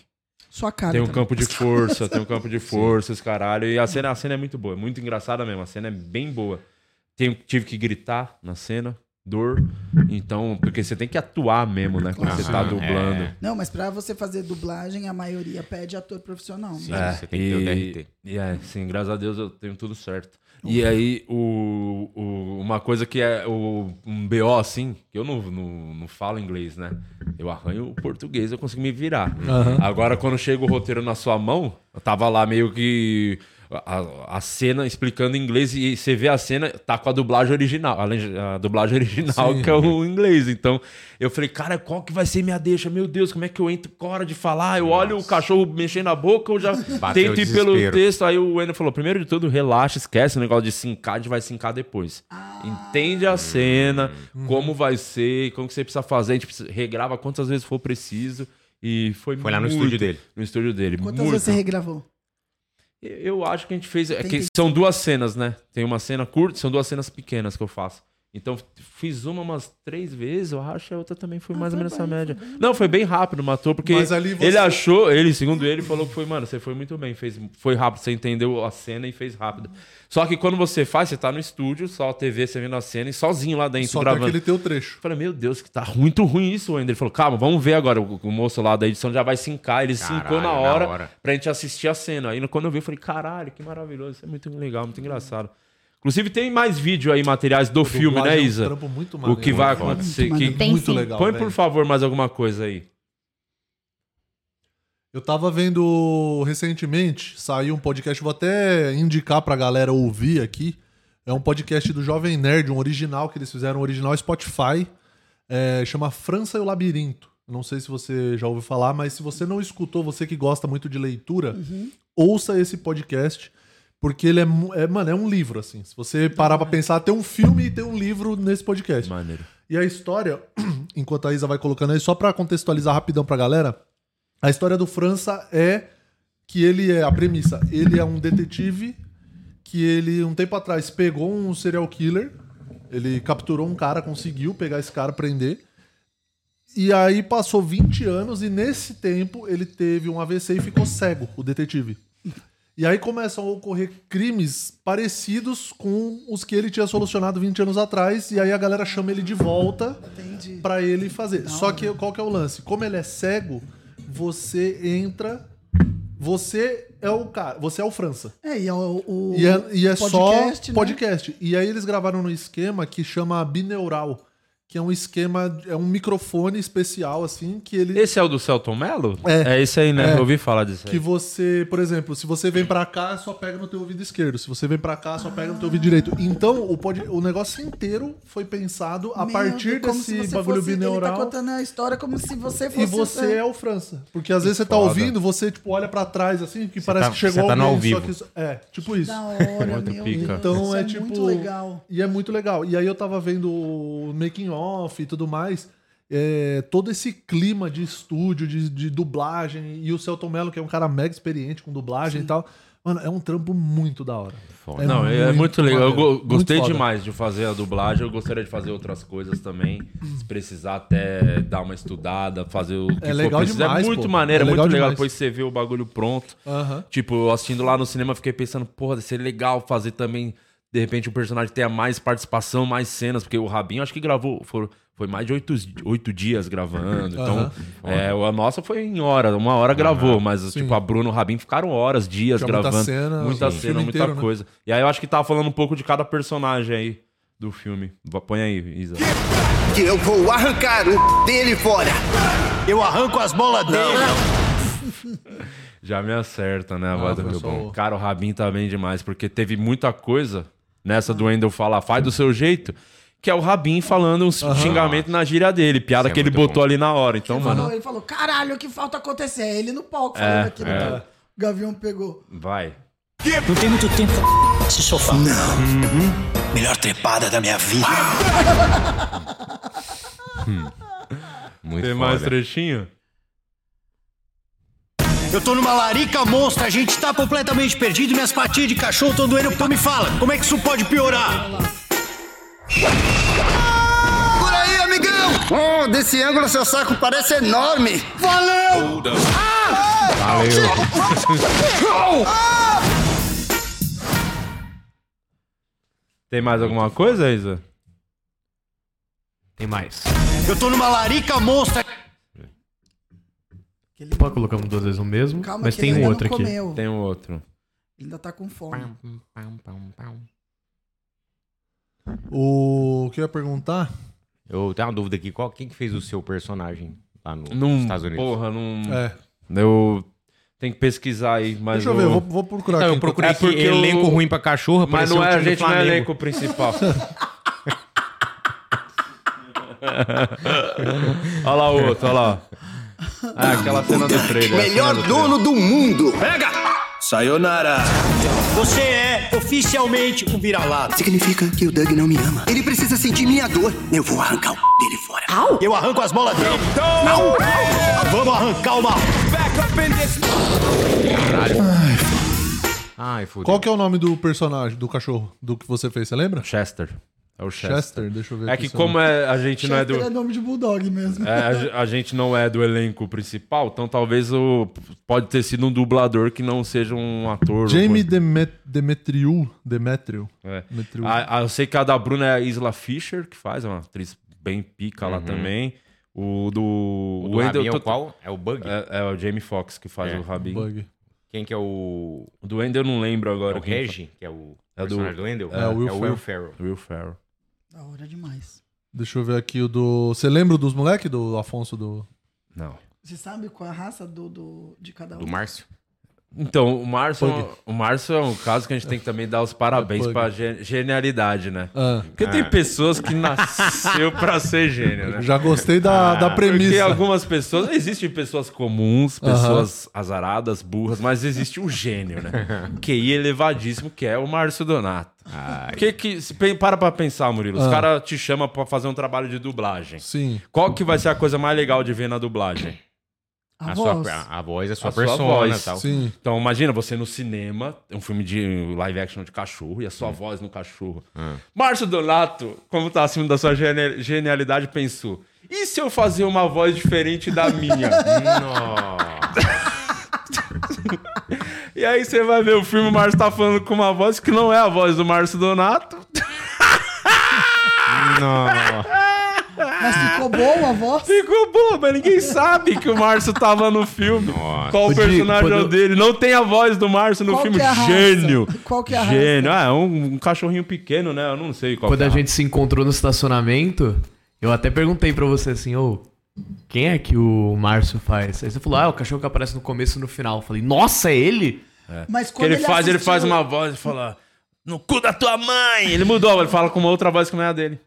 [SPEAKER 3] Sua cara
[SPEAKER 1] Tem um
[SPEAKER 3] também.
[SPEAKER 1] campo de força, tem um campo de força, esse caralho. E a cena, a cena é muito boa, é muito engraçada mesmo. A cena é bem boa. Tenho- tive que gritar na cena, dor. Então, porque você tem que atuar mesmo, né? Quando você tá
[SPEAKER 4] Aham,
[SPEAKER 1] dublando.
[SPEAKER 4] é.
[SPEAKER 3] Não, mas pra você fazer dublagem, a maioria pede ator profissional. né?
[SPEAKER 1] É,
[SPEAKER 4] você tem que ter o DRT.
[SPEAKER 1] E é, sim, graças a Deus eu tenho tudo certo. E
[SPEAKER 4] Uhum.
[SPEAKER 1] aí, o, o- uma coisa que é o, um BO, assim, que eu não, não, não falo inglês, né? Eu arranho o português, eu consigo me virar.
[SPEAKER 2] Aham.
[SPEAKER 4] Uhum.
[SPEAKER 1] Agora, quando chega o roteiro na sua mão, eu tava lá meio que a, a cena explicando em inglês e você vê a cena, tá com a dublagem original, a, leg- a dublagem original
[SPEAKER 2] Sim.
[SPEAKER 1] que é o inglês. Então, eu falei, cara, qual que vai ser minha deixa? Meu Deus, como é que eu entro com a hora de falar? Eu olho o cachorro mexendo a boca, eu já
[SPEAKER 4] Bateu
[SPEAKER 1] tento ir
[SPEAKER 4] o
[SPEAKER 1] pelo
[SPEAKER 4] desespero.
[SPEAKER 1] texto. Aí o Wendel falou, primeiro de tudo, relaxa, esquece o negócio de sincar, a gente vai sincar depois.
[SPEAKER 3] Ah.
[SPEAKER 1] Entende a cena, como vai ser, como que você precisa fazer, a gente precisa- regrava quantas vezes for preciso. E foi
[SPEAKER 4] Foi lá no
[SPEAKER 1] muito-
[SPEAKER 4] estúdio dele.
[SPEAKER 1] No estúdio dele.
[SPEAKER 3] Quantas
[SPEAKER 1] muito.
[SPEAKER 3] vezes você regravou?
[SPEAKER 1] Eu acho que a gente fez. É
[SPEAKER 3] Tem
[SPEAKER 1] que
[SPEAKER 3] que-
[SPEAKER 1] são duas cenas, né? Tem uma cena curta, são duas cenas pequenas que eu faço. Então, fiz uma umas três vezes, eu acho, e a outra também foi mais ou menos essa média. Não, foi bem rápido, matou, porque
[SPEAKER 2] Mas ali você-
[SPEAKER 1] ele achou, ele, segundo ele, falou que foi, mano, você foi muito bem, fez, foi rápido, você entendeu a cena e fez rápido. Só que quando você faz, você tá no estúdio, só a TV, você vendo a cena e sozinho lá dentro
[SPEAKER 2] Só tem
[SPEAKER 1] gravando.
[SPEAKER 2] aquele teu trecho.
[SPEAKER 1] Falei, meu Deus, que tá muito ruim isso, Wender. Ele falou, calma, vamos ver agora. O, o moço lá da edição já vai sincar. Ele sincou
[SPEAKER 4] Caralho,
[SPEAKER 1] assim, na
[SPEAKER 4] na
[SPEAKER 1] hora,
[SPEAKER 4] hora.
[SPEAKER 1] pra gente assistir a cena. Aí quando eu vi, eu falei, caralho, que maravilhoso. Isso é muito legal, muito engraçado. Inclusive tem mais vídeo aí, materiais do
[SPEAKER 2] A
[SPEAKER 1] filme, né,
[SPEAKER 2] dublagem é um
[SPEAKER 1] Isa?
[SPEAKER 2] trampo muito
[SPEAKER 1] o
[SPEAKER 2] maneiro.
[SPEAKER 1] que vai
[SPEAKER 2] Muito foda.
[SPEAKER 1] acontecer.
[SPEAKER 2] Muito
[SPEAKER 1] que-
[SPEAKER 2] maneiro. Tem Muito sim. legal,
[SPEAKER 1] Põe,
[SPEAKER 2] velho.
[SPEAKER 1] por favor, mais alguma coisa aí.
[SPEAKER 2] Eu tava vendo recentemente, saiu um podcast, vou até indicar pra galera ouvir aqui. É um podcast do Jovem Nerd, um original que eles fizeram, um original Spotify. É, chama França e o Labirinto. Não sei se você já ouviu falar, mas se você não escutou, você que gosta muito de leitura, ouça esse podcast. Porque ele é, mu- é, mano, é um livro, assim. Se você parar pra pensar, tem um filme e tem um livro nesse podcast.
[SPEAKER 1] Maneiro.
[SPEAKER 2] E a história, (clears throat) enquanto a Isa vai colocando aí, só pra contextualizar rapidão pra galera, a história do França é que ele é a premissa. Ele é um detetive que ele, um tempo atrás, pegou um serial killer. Ele capturou um cara, conseguiu pegar esse cara, prender. E aí passou 20 anos e nesse tempo ele teve um AVC e ficou cego, o detetive. E aí começam a ocorrer crimes parecidos com os que ele tinha solucionado 20 anos atrás. E aí a galera chama ele de volta pra ele fazer. Só que qual que é o lance? Como ele é cego, você entra. Você é o cara. Você é o França.
[SPEAKER 3] É, e é o, o
[SPEAKER 2] E é, e é
[SPEAKER 3] podcast,
[SPEAKER 2] só
[SPEAKER 3] né?
[SPEAKER 2] podcast. E aí eles gravaram num esquema que chama bineural, que é um esquema, é um microfone especial, assim, que ele.
[SPEAKER 1] Esse é o do Celton Mello?
[SPEAKER 2] É.
[SPEAKER 1] É esse aí, né?
[SPEAKER 2] É.
[SPEAKER 1] Eu ouvi falar disso aí.
[SPEAKER 2] Que você, por exemplo, se você vem pra cá, só pega no teu ouvido esquerdo. Se você vem pra cá, só pega no teu ouvido direito. Então, o, pod... o negócio inteiro foi pensado a
[SPEAKER 3] Meu, é
[SPEAKER 2] partir
[SPEAKER 3] como se
[SPEAKER 2] desse
[SPEAKER 3] você
[SPEAKER 2] bagulho
[SPEAKER 3] fosse- Ele tá
[SPEAKER 2] bineural.
[SPEAKER 3] contando a história como se você fosse...
[SPEAKER 2] E você é o França. Porque às
[SPEAKER 1] Que
[SPEAKER 2] vezes você tá
[SPEAKER 1] foda.
[SPEAKER 2] ouvindo, você, tipo, olha pra trás, assim, que parece
[SPEAKER 1] tá-
[SPEAKER 2] que chegou
[SPEAKER 1] você tá no
[SPEAKER 2] alguém,
[SPEAKER 1] ao
[SPEAKER 2] só que...
[SPEAKER 1] vivo.
[SPEAKER 2] isso- É, tipo isso.
[SPEAKER 3] Da tá hora, Muito meu pica. Deus,
[SPEAKER 2] Então
[SPEAKER 3] isso
[SPEAKER 2] é,
[SPEAKER 3] é
[SPEAKER 2] tipo...
[SPEAKER 3] muito legal.
[SPEAKER 2] E é muito legal. E aí eu tava vendo o making off e tudo mais... é, todo esse clima de estúdio, de, de dublagem, e o Celton Mello, que é um cara mega experiente com dublagem e tal, Mano, é um trampo muito da hora.
[SPEAKER 1] É não, é muito legal. Eu
[SPEAKER 2] maneiro,
[SPEAKER 1] go-
[SPEAKER 2] muito
[SPEAKER 1] gostei
[SPEAKER 2] foda.
[SPEAKER 1] demais de fazer a dublagem. Eu gostaria de fazer outras coisas também. Se precisar até dar uma estudada, fazer o que
[SPEAKER 2] É legal
[SPEAKER 1] for preciso.
[SPEAKER 2] demais,
[SPEAKER 1] é muito
[SPEAKER 2] pô.
[SPEAKER 1] maneiro,
[SPEAKER 2] É
[SPEAKER 1] é,
[SPEAKER 2] legal
[SPEAKER 1] muito legal.
[SPEAKER 2] demais.
[SPEAKER 1] Depois você vê o bagulho pronto.
[SPEAKER 2] Aham.
[SPEAKER 1] Tipo, eu assistindo lá no cinema, fiquei pensando, porra, seria legal fazer também, de repente, o personagem tenha mais participação, mais cenas, porque o Rabinho acho que gravou, foram- foi mais de oito, oito dias gravando. Então,
[SPEAKER 2] Aham.
[SPEAKER 1] é, a nossa foi em hora, uma hora gravou, mas tipo, a Bruno e o Rabinho ficaram horas, dias
[SPEAKER 2] Tinha muita
[SPEAKER 1] gravando. Muita
[SPEAKER 2] cena,
[SPEAKER 1] cena,
[SPEAKER 2] o
[SPEAKER 1] muita,
[SPEAKER 2] filme inteiro, né?
[SPEAKER 1] coisa. E aí eu acho que tava falando um pouco de cada personagem aí do filme. Va- Põe aí, Isa.
[SPEAKER 14] Que eu vou arrancar o dele fora. Eu arranco as bolas dele.
[SPEAKER 1] Já me acerta, né, a
[SPEAKER 14] Ah,
[SPEAKER 1] voz do meu
[SPEAKER 14] pessoal.
[SPEAKER 1] bom. Cara, o Rabin tá bem demais, porque teve muita coisa nessa do Wendel falar, faz do seu jeito, que é o Rabin falando uns xingamento na gíria dele, piada
[SPEAKER 4] Isso é
[SPEAKER 1] que ele
[SPEAKER 4] muito
[SPEAKER 1] botou ali na hora. Então,
[SPEAKER 3] Falou,
[SPEAKER 1] mano,
[SPEAKER 3] Ele falou, caralho, o que falta acontecer? É Ele no palco
[SPEAKER 1] É,
[SPEAKER 3] falando aquilo.
[SPEAKER 1] é.
[SPEAKER 3] cara. O Gavião pegou.
[SPEAKER 1] vai.
[SPEAKER 15] Não tem muito tempo pra esse sofá. Não. Uhum. Melhor trepada da minha
[SPEAKER 1] (laughs)
[SPEAKER 15] vida.
[SPEAKER 4] Muito
[SPEAKER 1] Tem
[SPEAKER 4] foda.
[SPEAKER 1] mais trechinho?
[SPEAKER 15] Eu tô numa larica monstra, a gente tá completamente perdido, minhas patinhas de cachorro tão doendo, pô, me fala, como é que isso pode piorar?
[SPEAKER 14] Por aí, amigão. Oh, desse ângulo seu saco parece enorme. Valeu.
[SPEAKER 1] Valeu. Tem mais alguma coisa, Isa?
[SPEAKER 5] Tem mais.
[SPEAKER 15] Eu tô numa larica
[SPEAKER 14] Ah,
[SPEAKER 15] monstra.
[SPEAKER 5] Pô, colocamos duas vezes o mesmo,
[SPEAKER 3] Calma
[SPEAKER 5] mas
[SPEAKER 3] que
[SPEAKER 5] tem
[SPEAKER 3] ele
[SPEAKER 5] um
[SPEAKER 3] ainda
[SPEAKER 5] outro
[SPEAKER 3] não
[SPEAKER 5] aqui.
[SPEAKER 3] comeu.
[SPEAKER 1] Tem um outro.
[SPEAKER 3] Ele ainda tá com fome.
[SPEAKER 2] O que eu ia perguntar?
[SPEAKER 4] Eu tenho uma dúvida aqui. Qual, quem que fez o seu personagem lá no-
[SPEAKER 1] Num-
[SPEAKER 4] nos Estados Unidos?
[SPEAKER 1] Porra, não.
[SPEAKER 2] É.
[SPEAKER 1] um- Eu tenho que pesquisar aí, mas.
[SPEAKER 2] Deixa eu ver, eu vou- vou procurar
[SPEAKER 4] Não,
[SPEAKER 2] aqui então.
[SPEAKER 4] eu procurei
[SPEAKER 1] É
[SPEAKER 4] aqui,
[SPEAKER 1] porque o-
[SPEAKER 4] elenco ruim pra cachorro,
[SPEAKER 1] Mas
[SPEAKER 4] apareceu
[SPEAKER 1] não
[SPEAKER 4] o
[SPEAKER 1] é, a
[SPEAKER 4] time do
[SPEAKER 1] gente não é
[SPEAKER 4] Flamengo.
[SPEAKER 1] elenco principal. (laughs)
[SPEAKER 2] (laughs)
[SPEAKER 1] olha lá o outro, olha lá. Ah, aquela cena do trailer. a
[SPEAKER 14] Melhor
[SPEAKER 1] cena do trailer.
[SPEAKER 14] dono do mundo. Pega.
[SPEAKER 15] Sayonara. Você é oficialmente um vira-lata.
[SPEAKER 14] Significa que o Doug não me ama. Ele precisa sentir minha dor. Eu vou arrancar o c- dele fora.
[SPEAKER 15] Eu arranco as bolas dele. Não! Vamos arrancar uma.
[SPEAKER 4] Ai, fudeu.
[SPEAKER 2] Qual que é o nome do personagem, do cachorro, do que você fez, você lembra?
[SPEAKER 1] Chester. É o Chester.
[SPEAKER 2] Chester, deixa eu ver
[SPEAKER 1] É
[SPEAKER 2] aqui
[SPEAKER 1] que
[SPEAKER 2] se
[SPEAKER 1] como
[SPEAKER 2] eu-
[SPEAKER 1] é, a gente não é
[SPEAKER 3] Chester
[SPEAKER 1] do...
[SPEAKER 3] é nome de bulldog mesmo.
[SPEAKER 1] é,
[SPEAKER 3] (laughs)
[SPEAKER 1] a ge- a gente não é do elenco principal, então talvez o, pode ter sido um dublador que não seja um ator.
[SPEAKER 2] Jamie Demet- Demetriou. Demetrio.
[SPEAKER 1] É.
[SPEAKER 2] Demetriou.
[SPEAKER 1] A, a- eu sei que a da Bruna é a Isla Fisher, que faz, é uma atriz bem pica lá
[SPEAKER 4] Uhum.
[SPEAKER 1] também. O do.
[SPEAKER 4] O do Rabin é o qual? É o Bug?
[SPEAKER 1] É, é o Jamie Foxx que faz
[SPEAKER 4] É.
[SPEAKER 1] o Rabin.
[SPEAKER 2] Bug.
[SPEAKER 4] Quem que é o...
[SPEAKER 1] O do Wendel eu não lembro agora.
[SPEAKER 4] É o
[SPEAKER 1] quem
[SPEAKER 4] Reggie,
[SPEAKER 1] fa-
[SPEAKER 4] que é o
[SPEAKER 1] É do,
[SPEAKER 4] personagem do Wendel?
[SPEAKER 1] É,
[SPEAKER 4] É
[SPEAKER 1] o
[SPEAKER 4] o
[SPEAKER 1] Will,
[SPEAKER 4] Will
[SPEAKER 1] Ferrell.
[SPEAKER 4] Ferrell.
[SPEAKER 1] Will Ferrell.
[SPEAKER 3] Da hora demais.
[SPEAKER 2] Deixa eu ver aqui o do. Você lembra dos moleques do Afonso do.
[SPEAKER 1] Não.
[SPEAKER 3] Você sabe qual é a raça do, do- de cada um?
[SPEAKER 4] Márcio?
[SPEAKER 1] Então, o Márcio,
[SPEAKER 2] Bug.
[SPEAKER 1] o Márcio é um caso que a gente tem que também dar os
[SPEAKER 2] É
[SPEAKER 1] parabéns
[SPEAKER 2] bug.
[SPEAKER 1] pra gen- genialidade, né?
[SPEAKER 2] Ah.
[SPEAKER 1] Porque tem pessoas que nasceu pra ser gênio, né?
[SPEAKER 2] Já gostei da- da
[SPEAKER 1] Porque
[SPEAKER 2] premissa.
[SPEAKER 1] algumas pessoas... Existem pessoas comuns, pessoas azaradas, burras, mas existe o gênio, né? QI elevadíssimo, que é o Márcio Donato. Que que, se pe- para pra pensar, Murilo. Os
[SPEAKER 2] Ah.
[SPEAKER 1] caras te chamam pra fazer um trabalho de dublagem.
[SPEAKER 2] Sim.
[SPEAKER 1] Qual que vai ser a coisa mais legal de ver na dublagem?
[SPEAKER 4] A, sua, a, a voz é a sua persona e tal.
[SPEAKER 2] Sim.
[SPEAKER 1] Então imagina você no cinema, um filme de live action de cachorro e a sua voz no cachorro.
[SPEAKER 4] Ah.
[SPEAKER 1] Márcio Donato, como tá acima da sua gene- genialidade, pensou: e se eu fazer uma voz diferente da
[SPEAKER 4] (laughs)
[SPEAKER 1] minha? e aí você vai ver o filme, o Márcio tá falando com uma voz que não é a voz do Márcio Donato.
[SPEAKER 3] Mas ficou boa a voz?
[SPEAKER 1] Ficou boa, mas ninguém sabe que o Márcio tava no filme. Qual o
[SPEAKER 5] Ô, Di,
[SPEAKER 1] personagem é o
[SPEAKER 5] quando-
[SPEAKER 1] dele? Não tem a voz do Márcio no
[SPEAKER 3] Qual
[SPEAKER 1] filme.
[SPEAKER 3] que é a raça?
[SPEAKER 1] Gênio.
[SPEAKER 3] Qual que é a raça?
[SPEAKER 1] Gênio. Ah, é um, um cachorrinho pequeno, né? Eu não sei qual
[SPEAKER 5] Quando
[SPEAKER 1] que é
[SPEAKER 5] a gente se encontrou no estacionamento, eu até perguntei pra você assim, ô, quem é que o Márcio faz? Aí você falou, ah, é o cachorro que aparece no começo e no final. Eu falei, nossa, é ele?
[SPEAKER 3] Mas
[SPEAKER 1] que ele, faz, ele faz uma voz e fala: No cu da tua mãe! Ele mudou, ele fala com uma outra voz que não é a dele.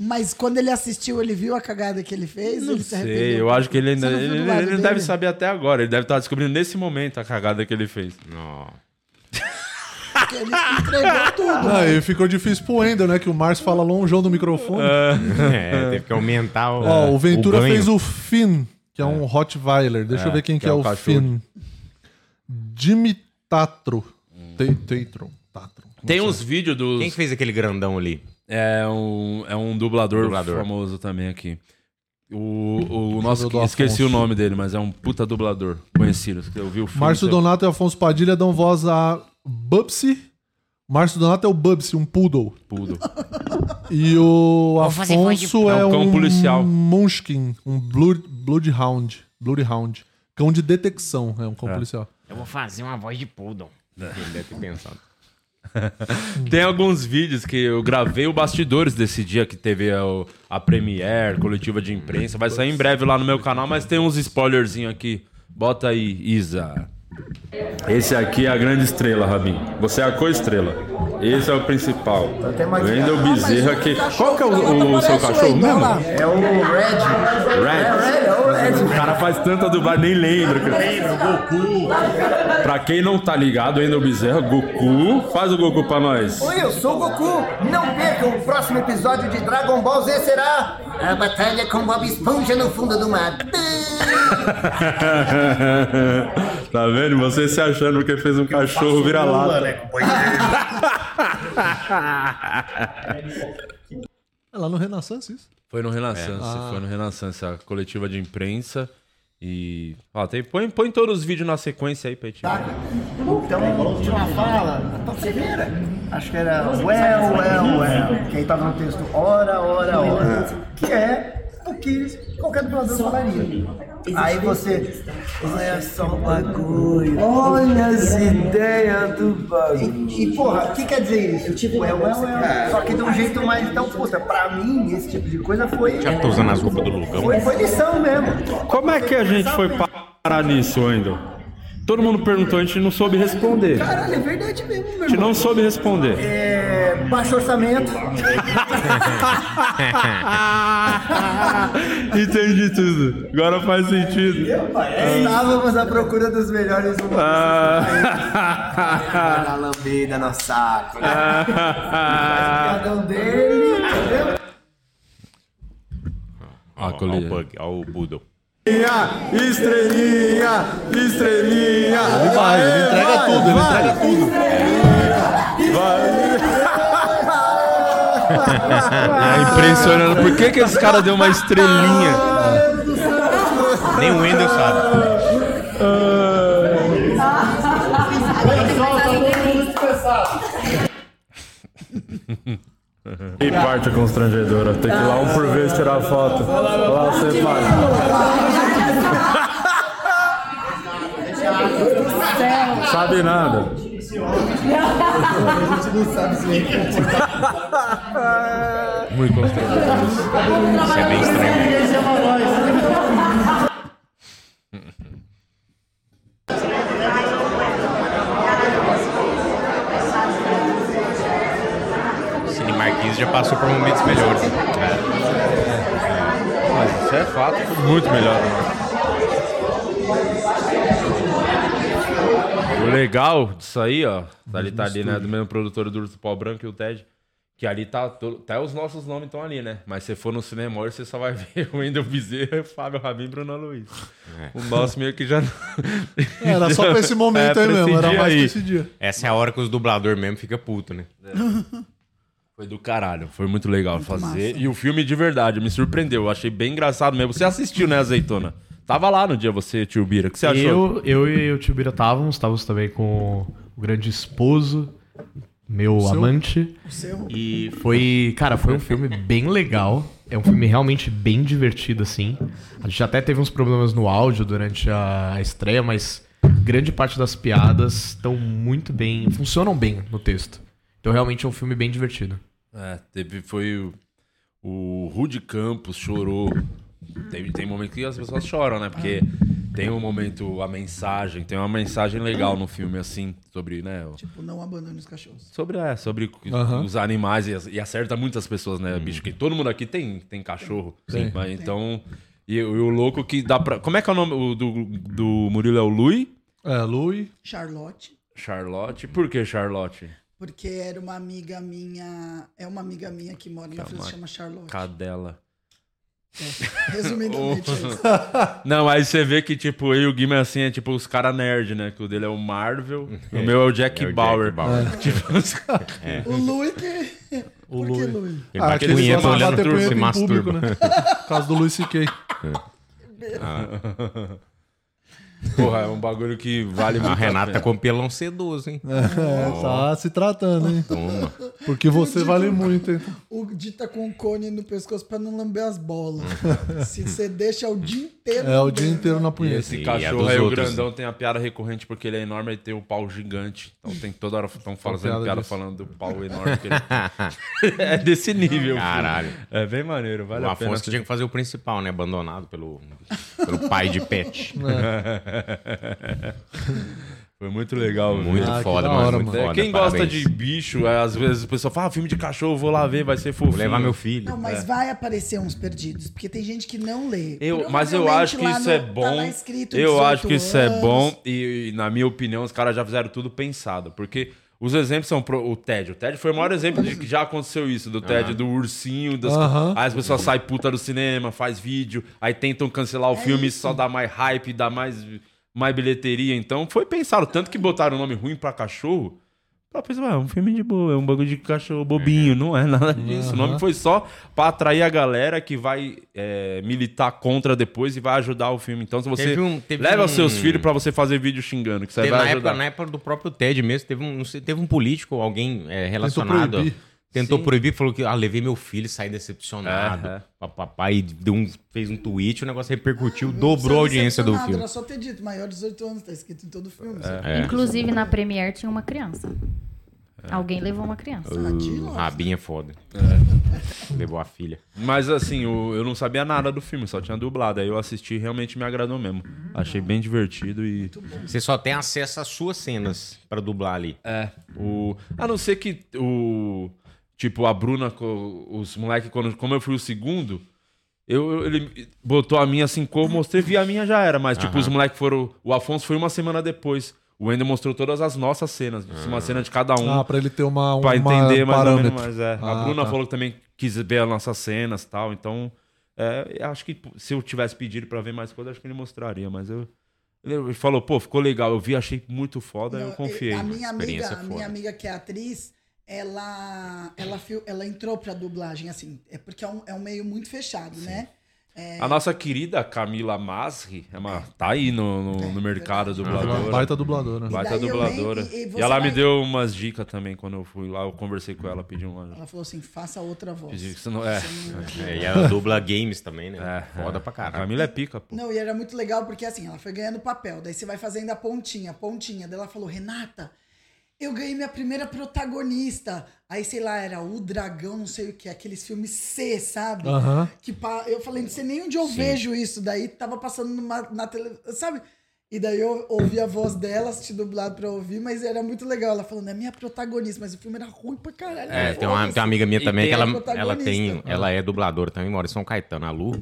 [SPEAKER 3] Mas quando ele assistiu, ele viu a cagada que ele fez? Não ele se
[SPEAKER 1] Sei,
[SPEAKER 3] arrependeu.
[SPEAKER 1] eu acho que ele ainda.
[SPEAKER 3] É, Você não viu
[SPEAKER 1] Ele,
[SPEAKER 3] do
[SPEAKER 1] ele
[SPEAKER 3] lado
[SPEAKER 1] não
[SPEAKER 3] dele?
[SPEAKER 1] deve saber até agora. Ele deve estar descobrindo nesse momento a cagada que ele fez.
[SPEAKER 3] Porque ele entregou tudo.
[SPEAKER 2] Ah, e ficou difícil pro Wendel, né? Que o Márcio fala longeão do microfone.
[SPEAKER 4] É, teve que aumentar o.
[SPEAKER 2] Ó, o Ventura
[SPEAKER 4] ganho.
[SPEAKER 2] fez o Finn, que é, um Rottweiler. Deixa
[SPEAKER 1] É,
[SPEAKER 2] eu ver quem
[SPEAKER 1] que
[SPEAKER 2] que
[SPEAKER 1] é
[SPEAKER 2] é,
[SPEAKER 1] um
[SPEAKER 2] o
[SPEAKER 1] cachorro.
[SPEAKER 2] Finn. Dimitatro. Teitron. Tatron.
[SPEAKER 1] Tem uns vídeos dos.
[SPEAKER 4] Quem que fez aquele grandão ali?
[SPEAKER 1] É um, é um dublador, famoso também aqui. O, o nosso.
[SPEAKER 2] do
[SPEAKER 1] Esqueci o
[SPEAKER 2] Afonso.
[SPEAKER 1] nome dele, mas é um puta dublador conhecido. que Eu vi o filme.
[SPEAKER 2] Márcio Donato e Afonso Padilha dão voz a Bubsy. Márcio Donato é o Bubsy, um poodle.
[SPEAKER 1] Poodle.
[SPEAKER 2] E o
[SPEAKER 1] fazer voz de
[SPEAKER 2] Afonso
[SPEAKER 1] poodle.
[SPEAKER 2] é,
[SPEAKER 1] É um
[SPEAKER 2] um,
[SPEAKER 1] cão policial.
[SPEAKER 2] Munchkin, um blood, Bloodhound. Bloodhound. Cão de detecção, é um cão policial.
[SPEAKER 4] Eu vou fazer uma voz de poodle. Ele deve ter pensado.
[SPEAKER 1] (laughs) Tem alguns vídeos que eu gravei o bastidores desse dia que teve a, a Premiere, coletiva de imprensa. Vai sair em breve lá no meu canal, mas tem uns spoilerzinhos aqui. Bota aí, Isa.
[SPEAKER 16] Esse aqui é a grande estrela, Rabin. Você é a co-estrela. Esse é o principal. Wendel Bezerra que... Qual que é o, o seu cachorro mesmo?
[SPEAKER 15] É o Red. é
[SPEAKER 16] Red. O cara faz tanta dublagem, nem lembra. cara.
[SPEAKER 15] Goku.
[SPEAKER 16] Pra quem não tá ligado, Wendel Bezerra, Goku. Faz o Goku pra nós. (laughs)
[SPEAKER 15] Oi, eu sou o Goku. Não percam o próximo episódio de Dragon Ball Z será a batalha com Bob Esponja no fundo do mar.
[SPEAKER 16] tá vendo? Você se achando porque fez um cachorro vira-lata.
[SPEAKER 2] É lá no Renaissance isso.
[SPEAKER 1] Foi no Renaissance,
[SPEAKER 2] É. Ah.
[SPEAKER 1] foi no Renaissance, a coletiva de imprensa. E. Ó, tem, põe, põe todos os vídeos na sequência aí, Peitinho.
[SPEAKER 15] Então, tinha uma fala tão severa. Acho que era well, well, well. Que aí tava no texto ora, ora, ora. Que é o que qualquer dublador falaria. Aí você. Olha só o bagulho. Olha as ideias do bagulho. E, e, porra, o que quer dizer isso? Tipo, é, well, well. Só que de um jeito mais. Então, puta, pra mim, esse tipo de coisa foi.
[SPEAKER 4] Já tô usando as roupas do Lucão.
[SPEAKER 15] Foi, foi lição mesmo.
[SPEAKER 16] Como é que a gente foi parar nisso, Wendel? Todo mundo perguntou, a gente não soube responder. A
[SPEAKER 15] Caralho, é verdade mesmo, meu
[SPEAKER 16] gente
[SPEAKER 15] irmão.
[SPEAKER 16] não soube responder.
[SPEAKER 15] É, baixo
[SPEAKER 3] (laughs)
[SPEAKER 15] orçamento.
[SPEAKER 16] Entendi tudo. Agora faz sentido.
[SPEAKER 15] Estávamos à procura dos melhores humanos.
[SPEAKER 16] Ah.
[SPEAKER 15] Na lambida no saco. né?
[SPEAKER 16] Ah.
[SPEAKER 15] Cada um dele, entendeu?
[SPEAKER 1] Ó, olha o
[SPEAKER 4] bug, ó o Budo.
[SPEAKER 16] Estrelinha, estrelinha.
[SPEAKER 2] Ele vai, ele entrega tudo, ele entrega
[SPEAKER 16] tudo.
[SPEAKER 1] É impressionante. Por que, que esse cara deu uma estrelinha?
[SPEAKER 4] Nem o Wendel sabe.
[SPEAKER 15] Pessoal, tá todo mundo dispensado.
[SPEAKER 16] E parte constrangedora. Tem que ir lá um por vez tirar foto. Lá você vai. Sabe nada.
[SPEAKER 15] A gente não sabe se
[SPEAKER 1] Muito constrangedor.
[SPEAKER 4] Isso é bem estranho. Cine Marquinhos já passou por momentos melhores.
[SPEAKER 1] É. Mas isso é fato.
[SPEAKER 16] Muito melhor.
[SPEAKER 1] O legal disso aí, ó, tá ali, tá ali, né, do mesmo produtor do Urso Pau Branco e o Ted, que ali tá, to- até os nossos nomes estão ali, né? Mas se for no cinema hoje, você só vai (laughs) ver o Wendel Bezerra, o Fábio Rabin e Bruno Luiz. O nosso meio que já...
[SPEAKER 2] É.
[SPEAKER 1] É,
[SPEAKER 2] Era só
[SPEAKER 1] (laughs)
[SPEAKER 2] pra esse momento aí
[SPEAKER 1] pra
[SPEAKER 2] mesmo, era
[SPEAKER 1] dia
[SPEAKER 2] mais
[SPEAKER 1] aí.
[SPEAKER 2] pra esse dia.
[SPEAKER 4] Essa é a hora que os dublador mesmo fica puto, né?
[SPEAKER 1] Foi do caralho, foi muito legal fazer. E o filme de verdade me surpreendeu, eu achei bem engraçado mesmo. Você assistiu, né, Azeitona? Tava lá no dia você, tio Bira, o que você achou?
[SPEAKER 5] Eu, eu e o Tibira estávamos, estávamos também com o grande esposo, meu
[SPEAKER 2] seu?
[SPEAKER 5] amante.
[SPEAKER 2] O seu?
[SPEAKER 5] E foi, cara, foi um filme bem legal. É um filme realmente bem divertido, assim. A gente até teve uns problemas no áudio durante a estreia, mas grande parte das piadas estão muito bem, funcionam bem no texto. Então realmente é um filme bem divertido.
[SPEAKER 1] É, teve, foi o, o Rude Campos chorou. Tem, tem momento que as pessoas choram, né? Porque tem um momento, a mensagem, tem uma mensagem legal no filme, assim, sobre, né? o-
[SPEAKER 3] Tipo, não abandone os cachorros.
[SPEAKER 1] Sobre, é, sobre
[SPEAKER 2] Aham.
[SPEAKER 1] os animais e, as- e acerta muitas pessoas, né, bicho? Que todo mundo aqui tem, tem cachorro.
[SPEAKER 2] Sim.
[SPEAKER 1] Mas então. E, o- e o louco que dá pra. Como é que é o nome o do, do Murilo? É o Louis?
[SPEAKER 2] É, Louis.
[SPEAKER 3] Charlotte,
[SPEAKER 1] Charlotte. Por que Charlotte?
[SPEAKER 3] porque era uma amiga minha. É uma amiga minha que mora na
[SPEAKER 1] é
[SPEAKER 3] França,
[SPEAKER 1] uma
[SPEAKER 3] chama Charlotte.
[SPEAKER 1] Cadela. (laughs) Oh.
[SPEAKER 3] Resumidamente. é isso.
[SPEAKER 1] Não, aí você vê que, tipo, eu e o Guima, assim, é tipo os caras nerd, né? Que o dele é o Marvel,
[SPEAKER 2] Uhum.
[SPEAKER 1] o meu é o Jack
[SPEAKER 4] É o Jack
[SPEAKER 1] Bauer.
[SPEAKER 4] Bauer. É.
[SPEAKER 1] É. (laughs) Tipo, os caras... Ah,
[SPEAKER 3] O Lui que. Por que Lui?
[SPEAKER 4] Ele bate punheta
[SPEAKER 2] só
[SPEAKER 4] olhando
[SPEAKER 2] bater
[SPEAKER 4] turma,
[SPEAKER 2] punheta
[SPEAKER 4] se
[SPEAKER 2] em
[SPEAKER 4] masturba.
[SPEAKER 2] público, né? Por causa do Luiz C.K.
[SPEAKER 1] É. Ah. Porra, é um bagulho que vale muito
[SPEAKER 4] A Renata
[SPEAKER 1] pena.
[SPEAKER 4] com o pelão sedoso, hein?
[SPEAKER 2] É, tá se tratando, hein?
[SPEAKER 4] Toma.
[SPEAKER 2] Porque você
[SPEAKER 3] Entendi.
[SPEAKER 2] vale muito, hein?
[SPEAKER 3] O Dita com o cone no pescoço pra não lamber
[SPEAKER 2] (laughs)
[SPEAKER 3] as bolas. Se você deixa o dia inteiro.
[SPEAKER 2] É o dia inteiro na
[SPEAKER 1] E
[SPEAKER 2] punheta.
[SPEAKER 1] esse
[SPEAKER 4] E a
[SPEAKER 1] cachorro
[SPEAKER 4] dos
[SPEAKER 1] aí, o
[SPEAKER 4] outros,
[SPEAKER 1] grandão, tem a piada recorrente porque ele é enorme e tem o pau gigante. Então tem toda hora estão fazendo
[SPEAKER 4] piada
[SPEAKER 1] piada,
[SPEAKER 4] disso.
[SPEAKER 1] falando do pau enorme que ele... (laughs) É desse nível. filho.
[SPEAKER 4] Caralho.
[SPEAKER 1] É bem maneiro, (laughs) vale
[SPEAKER 4] o
[SPEAKER 1] a pena.
[SPEAKER 4] Afonso que tinha que fazer o principal, né? Abandonado pelo, pelo pai de pet.
[SPEAKER 2] É.
[SPEAKER 1] Ah, Foi muito legal.
[SPEAKER 4] Muito
[SPEAKER 1] velho.
[SPEAKER 4] Ah, que foda, da mano, hora, muito mano.
[SPEAKER 1] É, Quem
[SPEAKER 4] foda,
[SPEAKER 1] gosta
[SPEAKER 4] parabéns.
[SPEAKER 1] de bicho, é, às vezes o pessoal fala, ah, filme de cachorro, vou lá ver, vai ser fofinho. Vou
[SPEAKER 4] levar meu filho.
[SPEAKER 3] Não, mas
[SPEAKER 1] É.
[SPEAKER 3] vai aparecer uns perdidos, porque tem gente que não lê.
[SPEAKER 1] Eu, mas eu acho que
[SPEAKER 3] Provavelmente lá
[SPEAKER 1] isso
[SPEAKER 3] no-
[SPEAKER 1] é
[SPEAKER 3] tá lá
[SPEAKER 1] bom.
[SPEAKER 3] escrito
[SPEAKER 1] eu
[SPEAKER 3] 18
[SPEAKER 1] acho que isso é
[SPEAKER 3] anos.
[SPEAKER 1] bom. E, e, na minha opinião, os caras já fizeram tudo pensado. Porque os exemplos são pro- o Ted. O Ted foi o maior exemplo de que já aconteceu isso. Do Ted, do ursinho. Das,
[SPEAKER 2] Aham.
[SPEAKER 1] Aí as pessoas saem puta do cinema, faz vídeo. Aí tentam cancelar o filme e só dá mais hype, dá mais, mais bilheteria. Então foi pensado. Tanto que botaram o nome ruim pra cachorro. Pra pessoa, ah, é um filme de boa, é um bagulho de cachorro bobinho, não é nada disso. O nome
[SPEAKER 2] Aham.
[SPEAKER 1] foi só pra atrair a galera que vai é, militar contra depois e vai ajudar o filme. Então, se você
[SPEAKER 4] Teve um- teve
[SPEAKER 1] leva
[SPEAKER 4] um-
[SPEAKER 1] os seus filhos pra você fazer vídeo xingando, que você
[SPEAKER 4] Teve
[SPEAKER 1] vai
[SPEAKER 4] na,
[SPEAKER 1] ajudar.
[SPEAKER 4] época, na época do próprio Ted mesmo, teve um, não sei, teve um político, alguém é, relacionado. Tentou
[SPEAKER 2] proibir.
[SPEAKER 4] proibir. falou que ah, levei meu filho, saí decepcionado.
[SPEAKER 1] É, é.
[SPEAKER 4] Pa- Papai deu um- fez um tweet, o negócio repercutiu, dobrou a
[SPEAKER 3] Só
[SPEAKER 4] audiência do
[SPEAKER 3] decepcionado,
[SPEAKER 4] filme.
[SPEAKER 3] Era só ter dito, maior de 18 anos, tá escrito em todo o filme. assim.
[SPEAKER 4] É.
[SPEAKER 7] Inclusive, na Premiere tinha uma criança. Alguém levou uma criança.
[SPEAKER 4] Uh, Rabinha é foda.
[SPEAKER 1] É.
[SPEAKER 4] Levou a filha.
[SPEAKER 1] Mas assim, o- eu não sabia nada do filme, só tinha dublado. Aí eu assisti e realmente me agradou mesmo.
[SPEAKER 2] Hum.
[SPEAKER 1] Achei bem divertido e.
[SPEAKER 4] Você só tem acesso às suas cenas pra dublar ali.
[SPEAKER 1] É. O... A não ser que o. Tipo, a Bruna, co- os moleques, quando... como eu fui o segundo, eu, eu- ele botou a minha assim, como eu mostrei, vi a minha já era. Mas, tipo,
[SPEAKER 4] Aham.
[SPEAKER 1] os moleques foram. O Afonso foi uma semana depois. O Wendel mostrou todas as nossas cenas, uma cena de cada um.
[SPEAKER 2] Ah, pra ele ter uma, uma
[SPEAKER 1] Pra entender mais ou
[SPEAKER 2] parâmetro.
[SPEAKER 1] menos, mas é.
[SPEAKER 2] Ah,
[SPEAKER 1] a Bruna
[SPEAKER 2] tá.
[SPEAKER 1] falou que também quis ver as nossas cenas e tal, então. é, eu acho que se eu tivesse pedido pra ver mais coisa, acho que ele mostraria, mas eu. Ele falou, pô, ficou legal, eu vi, achei muito foda, eu
[SPEAKER 3] Não,
[SPEAKER 1] confiei.
[SPEAKER 3] A minha amiga,
[SPEAKER 1] Experiência
[SPEAKER 3] a minha
[SPEAKER 1] foda.
[SPEAKER 3] amiga que é atriz, ela, ela, fil- ela entrou pra dublagem, assim, é porque é um, é um meio muito fechado, né? É,
[SPEAKER 1] A nossa querida Camila Masri, é uma- tá aí no,
[SPEAKER 3] É.
[SPEAKER 1] no, no mercado dubladora.
[SPEAKER 2] Ela é baita dubladora.
[SPEAKER 1] Baita
[SPEAKER 3] E daí eu
[SPEAKER 1] dubladora.
[SPEAKER 3] lembro, e- e
[SPEAKER 1] E,
[SPEAKER 3] você
[SPEAKER 1] ela
[SPEAKER 3] vai-
[SPEAKER 1] me deu umas dicas também quando eu fui lá, eu conversei com ela, pedi uma.
[SPEAKER 3] Ela falou assim, faça outra voz.
[SPEAKER 1] Pedi, isso não é.
[SPEAKER 3] Você
[SPEAKER 4] É, e ela dubla games também, né? Foda pra
[SPEAKER 1] A
[SPEAKER 4] caralho.
[SPEAKER 1] Camila é pica, pô.
[SPEAKER 3] Não, e era muito legal porque assim, ela foi ganhando papel, daí você vai fazendo a pontinha, a pontinha. Daí ela falou, Renata, eu ganhei minha primeira protagonista. Aí, sei lá, era o Dragão, não sei o que, aqueles filmes C, sabe?
[SPEAKER 2] Aham.
[SPEAKER 3] Que pa- eu falei, não sei nem onde eu vejo isso. Daí tava passando numa- na televisão, sabe? E daí eu ouvi a voz dela, assisti dublado pra ouvir, mas era muito legal. Ela falando, é minha protagonista, mas o filme era ruim pra caralho.
[SPEAKER 4] É,
[SPEAKER 3] Eu
[SPEAKER 4] tem
[SPEAKER 3] falei,
[SPEAKER 4] uma, tem uma amiga minha
[SPEAKER 3] E
[SPEAKER 4] também
[SPEAKER 3] tem
[SPEAKER 4] que
[SPEAKER 3] a
[SPEAKER 4] ela,
[SPEAKER 3] protagonista.
[SPEAKER 4] ela tem, ela é dubladora também, mora em São Caetano, a Lu,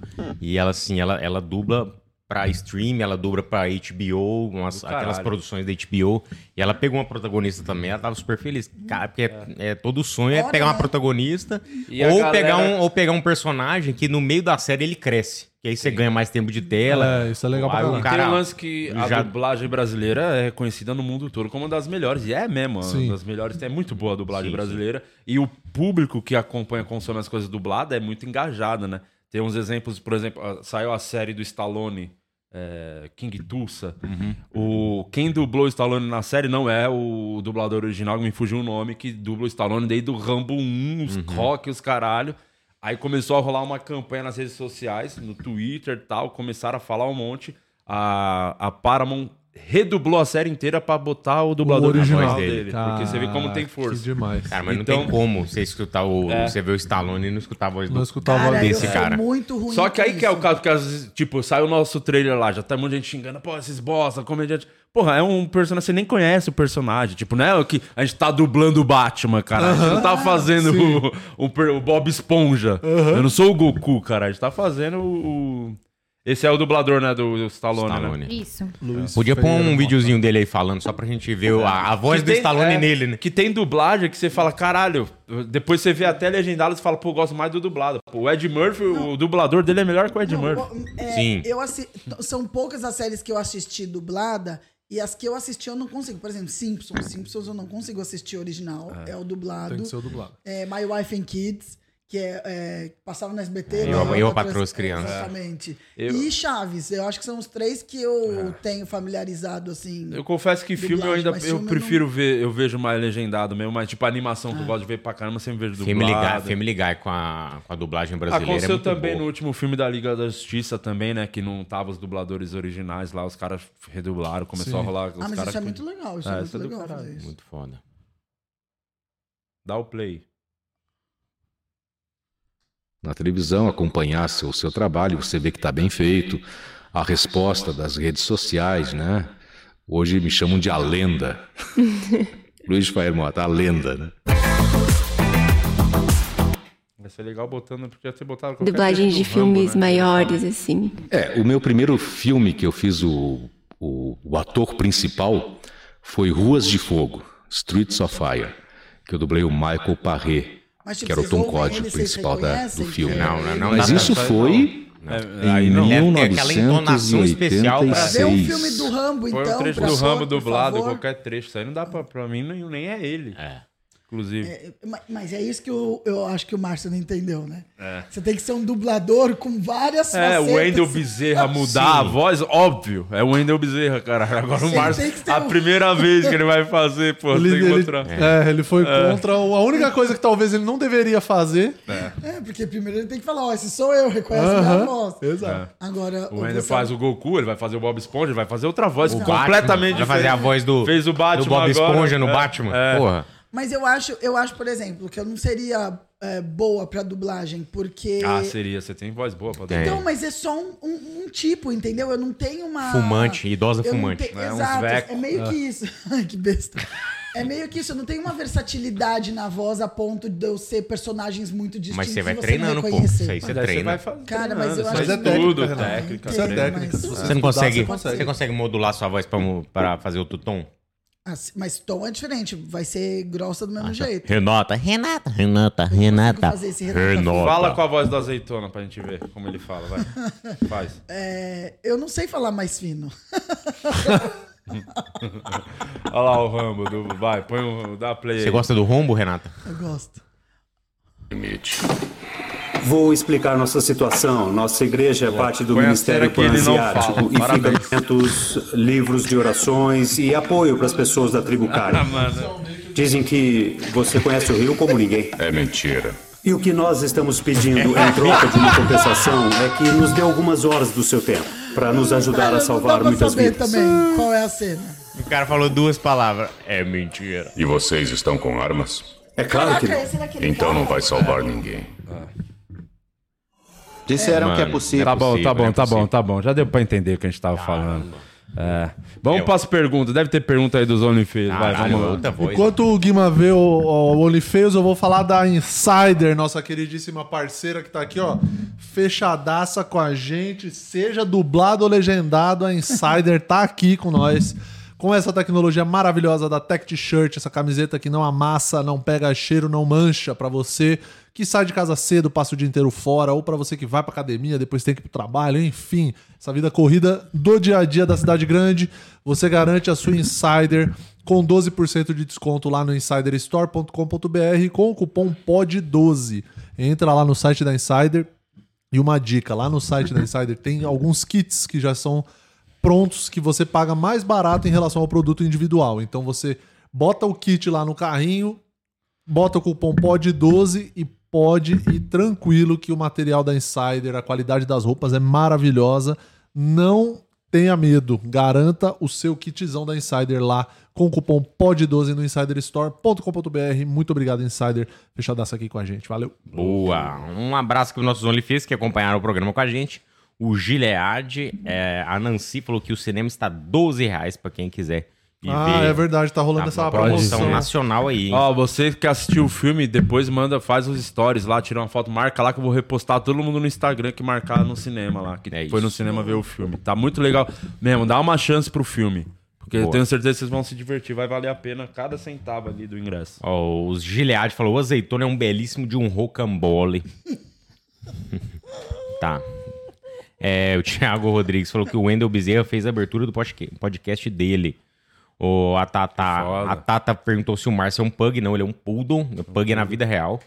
[SPEAKER 4] e ela assim, ela, ela dubla pra stream, ela dubla pra HBO, umas-
[SPEAKER 1] Do
[SPEAKER 4] aquelas
[SPEAKER 1] caralho.
[SPEAKER 4] produções da HBO, e ela pegou uma protagonista também, ela tava super feliz, cara, porque é, é todo sonho é
[SPEAKER 3] Olha,
[SPEAKER 4] pegar uma
[SPEAKER 3] né?
[SPEAKER 4] protagonista
[SPEAKER 1] Hum, E a
[SPEAKER 4] ou,
[SPEAKER 1] galera-
[SPEAKER 4] pegar um, ou pegar um personagem que no meio da série ele cresce, que aí você ganha mais tempo de tela.
[SPEAKER 2] É, isso é legal pra
[SPEAKER 4] Aí o
[SPEAKER 2] caralho.
[SPEAKER 1] Tem
[SPEAKER 4] cara-
[SPEAKER 1] um lance que a
[SPEAKER 4] já-
[SPEAKER 1] dublagem brasileira é conhecida no mundo todo como uma das melhores. E é mesmo,
[SPEAKER 2] Sim.
[SPEAKER 1] uma das melhores. É muito boa a dublagem
[SPEAKER 4] Sim,
[SPEAKER 1] brasileira. E o público que acompanha, consome as coisas dubladas é muito engajado, né? Tem uns exemplos, por exemplo, ah, saiu a série do Stallone, é, King Tulsa.
[SPEAKER 4] Uhum.
[SPEAKER 1] O, quem dublou o Stallone na série não é o dublador original, que me fugiu o nome, que dubla o Stallone desde o Rambo 1,
[SPEAKER 2] Uhum.
[SPEAKER 1] os Rock, os caralho. Aí começou a rolar uma campanha nas redes sociais, no Twitter e tal, começaram a falar um monte. A, a Paramount redublou a série inteira pra botar o
[SPEAKER 2] O
[SPEAKER 1] dublador na
[SPEAKER 2] original
[SPEAKER 1] voz dele. Porque você vê como tem
[SPEAKER 2] Caraca,
[SPEAKER 1] força.
[SPEAKER 2] Que demais.
[SPEAKER 4] Cara, mas
[SPEAKER 1] Então-
[SPEAKER 4] não tem como você escutar o.
[SPEAKER 1] É.
[SPEAKER 4] Você ver o Stallone e não escutar a voz do
[SPEAKER 2] Não escutava
[SPEAKER 3] Cara,
[SPEAKER 2] ali.
[SPEAKER 3] eu
[SPEAKER 4] desse
[SPEAKER 3] sou
[SPEAKER 4] cara.
[SPEAKER 3] É muito ruim
[SPEAKER 1] Só que
[SPEAKER 3] com
[SPEAKER 1] aí que é o
[SPEAKER 3] isso.
[SPEAKER 1] caso que às vezes, tipo, sai o nosso trailer lá, já tá um monte de gente xingando, pô, esses bosta, comediante. Porra, é um personagem, você nem conhece o personagem. Tipo, não é o que a gente tá dublando o Batman, cara. A gente não tá fazendo o, o per- o Bob Esponja. Eu não sou o Goku, cara. A gente tá fazendo o. o- Esse é o dublador, né? Do, do Stallone, né?
[SPEAKER 7] Isso.
[SPEAKER 1] Luiz
[SPEAKER 4] Podia pôr
[SPEAKER 1] Ferreira
[SPEAKER 4] um videozinho dele aí falando, só pra gente ver a, a voz
[SPEAKER 1] Que
[SPEAKER 4] do
[SPEAKER 1] tem-
[SPEAKER 4] Stallone
[SPEAKER 1] é,
[SPEAKER 4] nele, né?
[SPEAKER 1] Que tem dublagem que você fala, caralho. Depois você vê até legendado e você fala, pô, eu gosto mais do dublado. Pô, o Ed Murphy, o dublador dele é melhor que o Ed Murphy.
[SPEAKER 3] É, Eu assi... t- São poucas as séries que eu assisti dublada e as que eu assisti eu não consigo. Por exemplo, Simpsons. Simpsons eu não consigo assistir original.
[SPEAKER 4] Ah,
[SPEAKER 3] É, o dublado.
[SPEAKER 2] Tem que ser o dublado.
[SPEAKER 3] É, My Wife and Kids, que é, é, que passava no SBT.
[SPEAKER 4] É,
[SPEAKER 3] né?
[SPEAKER 4] eu-
[SPEAKER 3] Era
[SPEAKER 4] eu
[SPEAKER 3] outra
[SPEAKER 4] patroa
[SPEAKER 3] trans-
[SPEAKER 4] as crianças.
[SPEAKER 3] Exatamente.
[SPEAKER 1] É. Eu-
[SPEAKER 3] E Chaves, eu acho que são os três que eu
[SPEAKER 4] Ah.
[SPEAKER 3] tenho familiarizado, assim.
[SPEAKER 1] Eu confesso que filme eu
[SPEAKER 3] dublagem,
[SPEAKER 1] ainda
[SPEAKER 3] mas
[SPEAKER 1] eu
[SPEAKER 3] filme
[SPEAKER 1] prefiro ver, eu vejo mais legendado mesmo, mas tipo animação que eu gosto de ver pra caramba, eu sempre vejo dublado.
[SPEAKER 4] Family Guy, Family Guy com a, com a dublagem brasileira.
[SPEAKER 1] Aconteceu
[SPEAKER 4] é muito
[SPEAKER 1] também
[SPEAKER 4] boa.
[SPEAKER 1] no último filme da Liga da Justiça também, né? Que não tava os dubladores originais lá, os caras redublaram, começou
[SPEAKER 4] Sim.
[SPEAKER 1] a rolar. Os
[SPEAKER 3] Ah, mas
[SPEAKER 1] caras
[SPEAKER 3] isso é
[SPEAKER 1] que-
[SPEAKER 3] muito legal, isso é
[SPEAKER 1] do
[SPEAKER 3] muito legal
[SPEAKER 1] caralho.
[SPEAKER 3] fazer isso.
[SPEAKER 4] Muito foda.
[SPEAKER 1] Dá o play.
[SPEAKER 17] na televisão, acompanhar seu- o seu trabalho, você vê que está bem feito. A resposta das redes sociais, né? Hoje me chamam de a lenda.
[SPEAKER 4] um-
[SPEAKER 17] Luiz Fair Mota, a lenda, né?
[SPEAKER 1] Vai ser legal botando, porque ia ter botado qualquer
[SPEAKER 18] Dublagens de
[SPEAKER 1] coisa do Rambo,
[SPEAKER 18] filmes
[SPEAKER 1] né?
[SPEAKER 18] maiores, assim.
[SPEAKER 17] É, o meu primeiro filme que eu fiz o, o, o ator principal foi Ruas de Fogo, Streets of Fire, que eu dublei o Michael Parré,
[SPEAKER 3] Mas, tipo,
[SPEAKER 17] que era o
[SPEAKER 3] vocês
[SPEAKER 17] Tom
[SPEAKER 3] ouvem
[SPEAKER 17] Cod,
[SPEAKER 3] ele,
[SPEAKER 17] o
[SPEAKER 3] vocês
[SPEAKER 17] principal da, do
[SPEAKER 3] reconhecem
[SPEAKER 17] filme.
[SPEAKER 4] que é Não, não, ele? não
[SPEAKER 17] Mas
[SPEAKER 4] dá
[SPEAKER 17] isso
[SPEAKER 4] pra-
[SPEAKER 17] foi
[SPEAKER 4] não. É, aí
[SPEAKER 17] em
[SPEAKER 4] não. Deve ter aquela entonação especial pra- Vê um filme
[SPEAKER 17] 1986.
[SPEAKER 3] do Rambo,
[SPEAKER 1] Põe
[SPEAKER 3] então,
[SPEAKER 1] um trecho
[SPEAKER 3] pra
[SPEAKER 1] do
[SPEAKER 3] sua,
[SPEAKER 1] Rambo
[SPEAKER 3] por
[SPEAKER 1] dublado,
[SPEAKER 3] favor.
[SPEAKER 1] qualquer trecho. Isso aí não dá pra, pra mim, nem, nem é ele. É. Inclusive.
[SPEAKER 3] É, ma- mas é isso que eu, eu acho que o Márcio não entendeu, né?
[SPEAKER 1] É.
[SPEAKER 3] Você tem que ser um dublador com várias
[SPEAKER 1] É, o Wendel
[SPEAKER 3] facetas. (laughs)
[SPEAKER 1] Bezerra mudar a voz, óbvio. É o Wendel Bezerra, cara. Agora o
[SPEAKER 3] Sim,
[SPEAKER 1] Márcio,
[SPEAKER 3] tem que ter
[SPEAKER 1] a
[SPEAKER 3] um-
[SPEAKER 1] primeira vez que ele vai fazer,
[SPEAKER 4] (laughs)
[SPEAKER 1] pô,
[SPEAKER 2] Ele,
[SPEAKER 1] tem que
[SPEAKER 2] ele-
[SPEAKER 1] mostrar.
[SPEAKER 2] é, ele foi
[SPEAKER 1] É.
[SPEAKER 2] contra o- a única coisa que talvez ele não deveria fazer.
[SPEAKER 3] É, porque primeiro ele tem que falar, ó, esse sou eu, reconhece a minha
[SPEAKER 2] Aham,
[SPEAKER 3] voz.
[SPEAKER 2] exato.
[SPEAKER 3] Agora,
[SPEAKER 1] É. O Wendel
[SPEAKER 3] você-
[SPEAKER 1] faz o Goku, ele vai fazer o Bob Esponja, ele vai fazer outra voz
[SPEAKER 4] O
[SPEAKER 1] completamente
[SPEAKER 4] Batman, vai fazer a voz do-
[SPEAKER 1] Fez o
[SPEAKER 4] do
[SPEAKER 1] Batman agora.
[SPEAKER 4] Bob Esponja no
[SPEAKER 1] É,
[SPEAKER 4] Batman.
[SPEAKER 1] é.
[SPEAKER 4] Porra.
[SPEAKER 3] Mas eu acho, eu acho, por exemplo, que eu não seria é, boa pra dublagem, porque...
[SPEAKER 1] Ah, seria. Você tem voz boa pra
[SPEAKER 4] Tem.
[SPEAKER 1] dar.
[SPEAKER 3] Não, mas é só um, um- um tipo, entendeu? Eu não tenho uma.
[SPEAKER 4] Fumante, idosa
[SPEAKER 3] Eu não
[SPEAKER 4] fumante.
[SPEAKER 3] tenho-
[SPEAKER 4] É, uns
[SPEAKER 3] Exato.
[SPEAKER 4] veco.
[SPEAKER 3] É meio
[SPEAKER 4] É.
[SPEAKER 3] que isso. (laughs) Ai, que besta. É meio que isso. Eu não tenho uma versatilidade na voz a ponto de eu ser personagens muito distintos.
[SPEAKER 4] Mas você vai
[SPEAKER 3] e não
[SPEAKER 4] treinando, pô.
[SPEAKER 3] reconhecer.
[SPEAKER 4] Isso aí você Mas aí você treina. vai fazendo,
[SPEAKER 3] Cara, mas eu
[SPEAKER 1] né?
[SPEAKER 3] acho
[SPEAKER 1] Mas é
[SPEAKER 3] que- né?
[SPEAKER 1] tudo,
[SPEAKER 3] Não,
[SPEAKER 1] técnica,
[SPEAKER 3] entendo,
[SPEAKER 1] treino.
[SPEAKER 3] mas-
[SPEAKER 1] Isso é
[SPEAKER 4] Você
[SPEAKER 1] estudar,
[SPEAKER 4] não consegue,
[SPEAKER 1] você consegue.
[SPEAKER 4] você consegue modular sua voz pra, mu- pra fazer outro tom?
[SPEAKER 3] Ah, se- Mas tom é diferente. Vai ser grossa do mesmo jeito.
[SPEAKER 4] Renata, Renata, Renata, Renata.
[SPEAKER 3] fazer esse Renata.
[SPEAKER 4] Renata.
[SPEAKER 1] Fala com a voz do azeitona pra gente ver como ele fala, vai.
[SPEAKER 3] (laughs)
[SPEAKER 1] Faz. (laughs)
[SPEAKER 3] É, eu não sei falar mais fino.
[SPEAKER 4] (laughs)
[SPEAKER 1] Olha lá o Rambo, do- vai, põe o. Dá play aí.
[SPEAKER 4] Você gosta do rombo, Renata?
[SPEAKER 3] Eu gosto.
[SPEAKER 19] Vou explicar nossa situação. Nossa igreja é parte do
[SPEAKER 1] Põe a
[SPEAKER 19] Ministério
[SPEAKER 1] cena que ele não fala.
[SPEAKER 19] Pan-Asiático e fica
[SPEAKER 1] Parabéns.
[SPEAKER 19] alimentos, livros de orações e apoio para as pessoas da
[SPEAKER 1] (laughs)
[SPEAKER 19] tribo
[SPEAKER 1] Ah,
[SPEAKER 19] Karen.
[SPEAKER 3] um
[SPEAKER 1] mano.
[SPEAKER 19] Dizem que você conhece o Rio como ninguém. É mentira. E o que nós estamos pedindo em troca de uma compensação é que nos dê algumas horas do seu tempo para nos ajudar a salvar
[SPEAKER 3] Pra
[SPEAKER 19] muitas
[SPEAKER 3] saber
[SPEAKER 19] vidas.
[SPEAKER 3] também qual é a cena.
[SPEAKER 4] O cara falou duas palavras. É mentira.
[SPEAKER 20] E vocês estão com armas?
[SPEAKER 19] É
[SPEAKER 20] claro
[SPEAKER 3] que Caraca, não. esse daquele
[SPEAKER 20] Então não vai salvar ninguém.
[SPEAKER 1] Disseram
[SPEAKER 20] que é possível.
[SPEAKER 1] Tá bom, tá
[SPEAKER 20] É
[SPEAKER 1] bom, tá
[SPEAKER 20] possível. Ah,
[SPEAKER 1] bom, tá bom. Já deu pra entender o que a gente tava falando. É. Vamos para as perguntas. Deve ter pergunta aí dos OnlyFans. Vai,
[SPEAKER 4] Caralho,
[SPEAKER 1] vamos lá.
[SPEAKER 4] outra voz. né?
[SPEAKER 2] Enquanto o Guima vê o, o OnlyFans, eu vou falar da Insider, nossa queridíssima parceira que tá aqui, ó. Fechadaça com a gente, seja dublado ou legendado, a Insider tá aqui com nós. Com essa tecnologia maravilhosa da Tech T-Shirt, essa camiseta que não amassa, não pega cheiro, não mancha pra você que sai de casa cedo, passa o dia inteiro fora, ou pra você que vai pra academia, depois tem que ir pro trabalho, enfim, essa vida corrida do dia a dia da cidade grande, você garante a sua Insider com 12% de desconto lá no insiderstore.com.br com o cupom POD12. Entra lá no site da Insider e uma dica, lá no site da Insider tem alguns kits que já são prontos que você paga mais barato em relação ao produto individual. Então você bota o kit lá no carrinho, bota o cupom POD12 e pode ir tranquilo que o material da Insider, a qualidade das roupas é maravilhosa. Não tenha medo, garanta o seu kitzão da Insider lá com o cupom POD12 no insiderstore.com.br. Muito obrigado, Insider, fechadaça aqui com a gente. Valeu.
[SPEAKER 4] Boa. Um abraço para os nossos OnlyFans que acompanharam o programa com a gente. O Gilead, é, a Nancy falou que o cinema está 12 reais para quem quiser
[SPEAKER 2] Ah, é verdade, tá rolando essa promoção.
[SPEAKER 1] nacional aí. Ó, você que assistiu o filme, depois manda, faz os stories lá, tira uma foto, marca lá que eu vou repostar todo mundo no Instagram que marcar no cinema lá, que foi no cinema ver o filme. Tá muito legal. Mesmo, dá uma chance pro filme. Porque eu
[SPEAKER 4] Boa.
[SPEAKER 1] tenho certeza que vocês vão se divertir, vai valer a pena cada centavo ali do ingresso.
[SPEAKER 4] Ó, os Gilead falou: o azeitona é um belíssimo de um rocambole. tá. É, o Thiago Rodrigues falou que o Wendel Bezerra fez a abertura do podca- podcast dele. O, a, Tata, a Tata perguntou se o Márcio é um pug. Não, ele é um poodle. Pug é na vida real.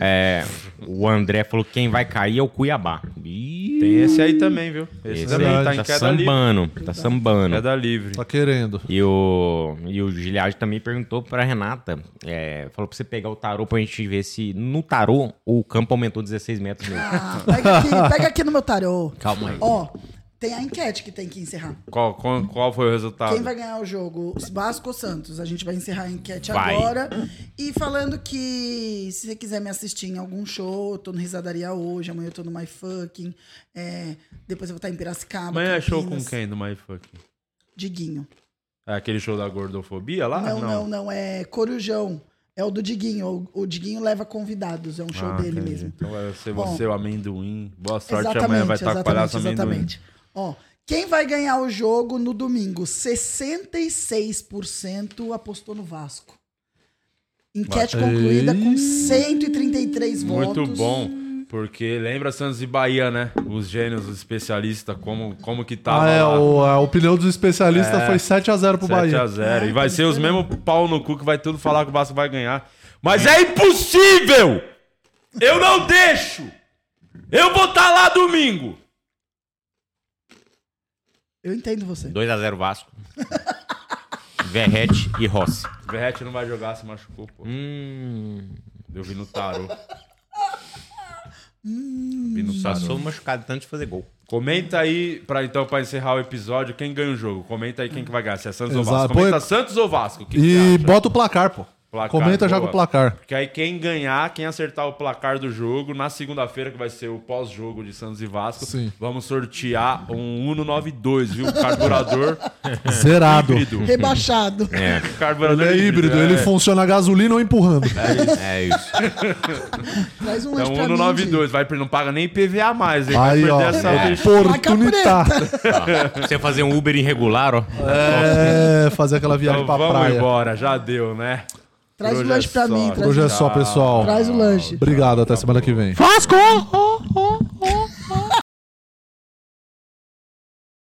[SPEAKER 4] É, o André falou que quem vai cair é o Cuiabá. Ih,
[SPEAKER 1] Tem esse aí também, viu? Esse,
[SPEAKER 4] Esse
[SPEAKER 1] também
[SPEAKER 4] aí
[SPEAKER 1] tá em
[SPEAKER 4] tá
[SPEAKER 1] queda
[SPEAKER 4] sambando,
[SPEAKER 1] livre.
[SPEAKER 4] tá sambando.
[SPEAKER 1] Queda livre.
[SPEAKER 2] Tá querendo.
[SPEAKER 4] E o, e o Giliard também perguntou pra Renata, é, falou pra você pegar o tarô pra gente ver se no tarô o campo aumentou 16 metros mesmo.
[SPEAKER 3] Ah, Pega aqui, pega aqui no meu tarô.
[SPEAKER 4] Calma aí.
[SPEAKER 3] Ó, tem a enquete que tem que encerrar.
[SPEAKER 1] Qual, qual, qual foi o resultado?
[SPEAKER 3] Quem vai ganhar o jogo? Os Vasco ou Santos? A gente vai encerrar a enquete
[SPEAKER 1] Vai.
[SPEAKER 3] agora. E falando que se você quiser me assistir em algum show, eu tô no Risadaria hoje, amanhã eu tô no My Fucking. é, depois eu vou estar em Piracicaba.
[SPEAKER 1] Amanhã é show com
[SPEAKER 3] Ah, Campinas.
[SPEAKER 1] quem do My Fuck?
[SPEAKER 3] Diguinho.
[SPEAKER 1] É aquele show da gordofobia lá?
[SPEAKER 3] não, não, não, é Corujão. É o do Diguinho. O, o Diguinho leva convidados, é um show
[SPEAKER 1] Ah,
[SPEAKER 3] dele
[SPEAKER 1] entendi.
[SPEAKER 3] mesmo.
[SPEAKER 1] Então vai ser
[SPEAKER 3] Bom.
[SPEAKER 1] você, o amendoim. Boa sorte, amanhã vai estar com o palhaço amendoim.
[SPEAKER 3] exatamente. Ó, quem vai ganhar o jogo no domingo? 66% apostou no Vasco. Enquete
[SPEAKER 1] Bacana.
[SPEAKER 3] concluída com 133
[SPEAKER 1] Muito
[SPEAKER 3] votos.
[SPEAKER 1] bom, porque lembra Santos e Bahia, né? Os gênios, os especialistas, como, como que tava
[SPEAKER 2] ah, é,
[SPEAKER 1] lá.
[SPEAKER 2] o- a opinião dos especialistas
[SPEAKER 1] É.
[SPEAKER 2] foi 7x0 pro Bahia.
[SPEAKER 1] 7x0. E
[SPEAKER 3] É,
[SPEAKER 1] vai ser os mesmos pau no cu que vai tudo falar que o Vasco vai ganhar. Mas é impossível! Eu não deixo! Eu vou estar lá domingo!
[SPEAKER 3] Eu entendo você.
[SPEAKER 4] 2x0
[SPEAKER 3] (laughs)
[SPEAKER 4] Vasco. Verrete e Rossi.
[SPEAKER 1] O Verrete não vai jogar, se machucou, pô.
[SPEAKER 4] Hum.
[SPEAKER 1] Eu vi no tarô.
[SPEAKER 2] Hum.
[SPEAKER 1] vi no tarô.
[SPEAKER 4] Passou machucado tanto de fazer gol.
[SPEAKER 1] Comenta aí, pra, então, pra encerrar o episódio, quem ganha o jogo. Comenta aí quem que vai ganhar, se é Santos ou
[SPEAKER 2] Exato.
[SPEAKER 1] Vasco. Comenta
[SPEAKER 2] Põe-
[SPEAKER 1] Santos ou Vasco. o que que você
[SPEAKER 2] E
[SPEAKER 1] acha?
[SPEAKER 2] bota o placar, pô.
[SPEAKER 1] Placar,
[SPEAKER 2] Comenta já com
[SPEAKER 1] boa.
[SPEAKER 2] o placar.
[SPEAKER 1] Porque aí quem ganhar, quem acertar o placar do jogo, na segunda-feira, que vai ser o pós-jogo de Santos e Vasco,
[SPEAKER 2] Sim.
[SPEAKER 1] vamos sortear um 192, viu? Carburador
[SPEAKER 2] (laughs) Zerado.
[SPEAKER 1] híbrido.
[SPEAKER 3] Rebaixado.
[SPEAKER 1] É.
[SPEAKER 2] Ele
[SPEAKER 1] Carburador
[SPEAKER 2] é híbrido, ele
[SPEAKER 1] é.
[SPEAKER 2] funciona a gasolina ou empurrando.
[SPEAKER 1] É isso.
[SPEAKER 3] (laughs) Traz um
[SPEAKER 1] é
[SPEAKER 3] lanche
[SPEAKER 1] um
[SPEAKER 3] pra mim,
[SPEAKER 1] 192, vai, não paga nem PVA mais, hein?
[SPEAKER 2] Aí,
[SPEAKER 1] vai
[SPEAKER 2] ó,
[SPEAKER 1] perder essa
[SPEAKER 2] é.
[SPEAKER 1] outra-
[SPEAKER 4] Você fazer um Uber irregular, ó.
[SPEAKER 2] É, fazer aquela viagem
[SPEAKER 1] Então
[SPEAKER 2] pra
[SPEAKER 1] vamos
[SPEAKER 2] praia.
[SPEAKER 1] embora, já deu, né?
[SPEAKER 3] Traz
[SPEAKER 1] Por
[SPEAKER 3] o
[SPEAKER 1] hoje
[SPEAKER 3] lanche
[SPEAKER 1] é
[SPEAKER 3] pra
[SPEAKER 1] só.
[SPEAKER 3] mim. Traz
[SPEAKER 2] Hoje
[SPEAKER 3] o
[SPEAKER 2] é
[SPEAKER 3] lanche.
[SPEAKER 2] só, pessoal.
[SPEAKER 3] Traz um o lanche.
[SPEAKER 2] Obrigado, até semana que vem.
[SPEAKER 3] Vasco!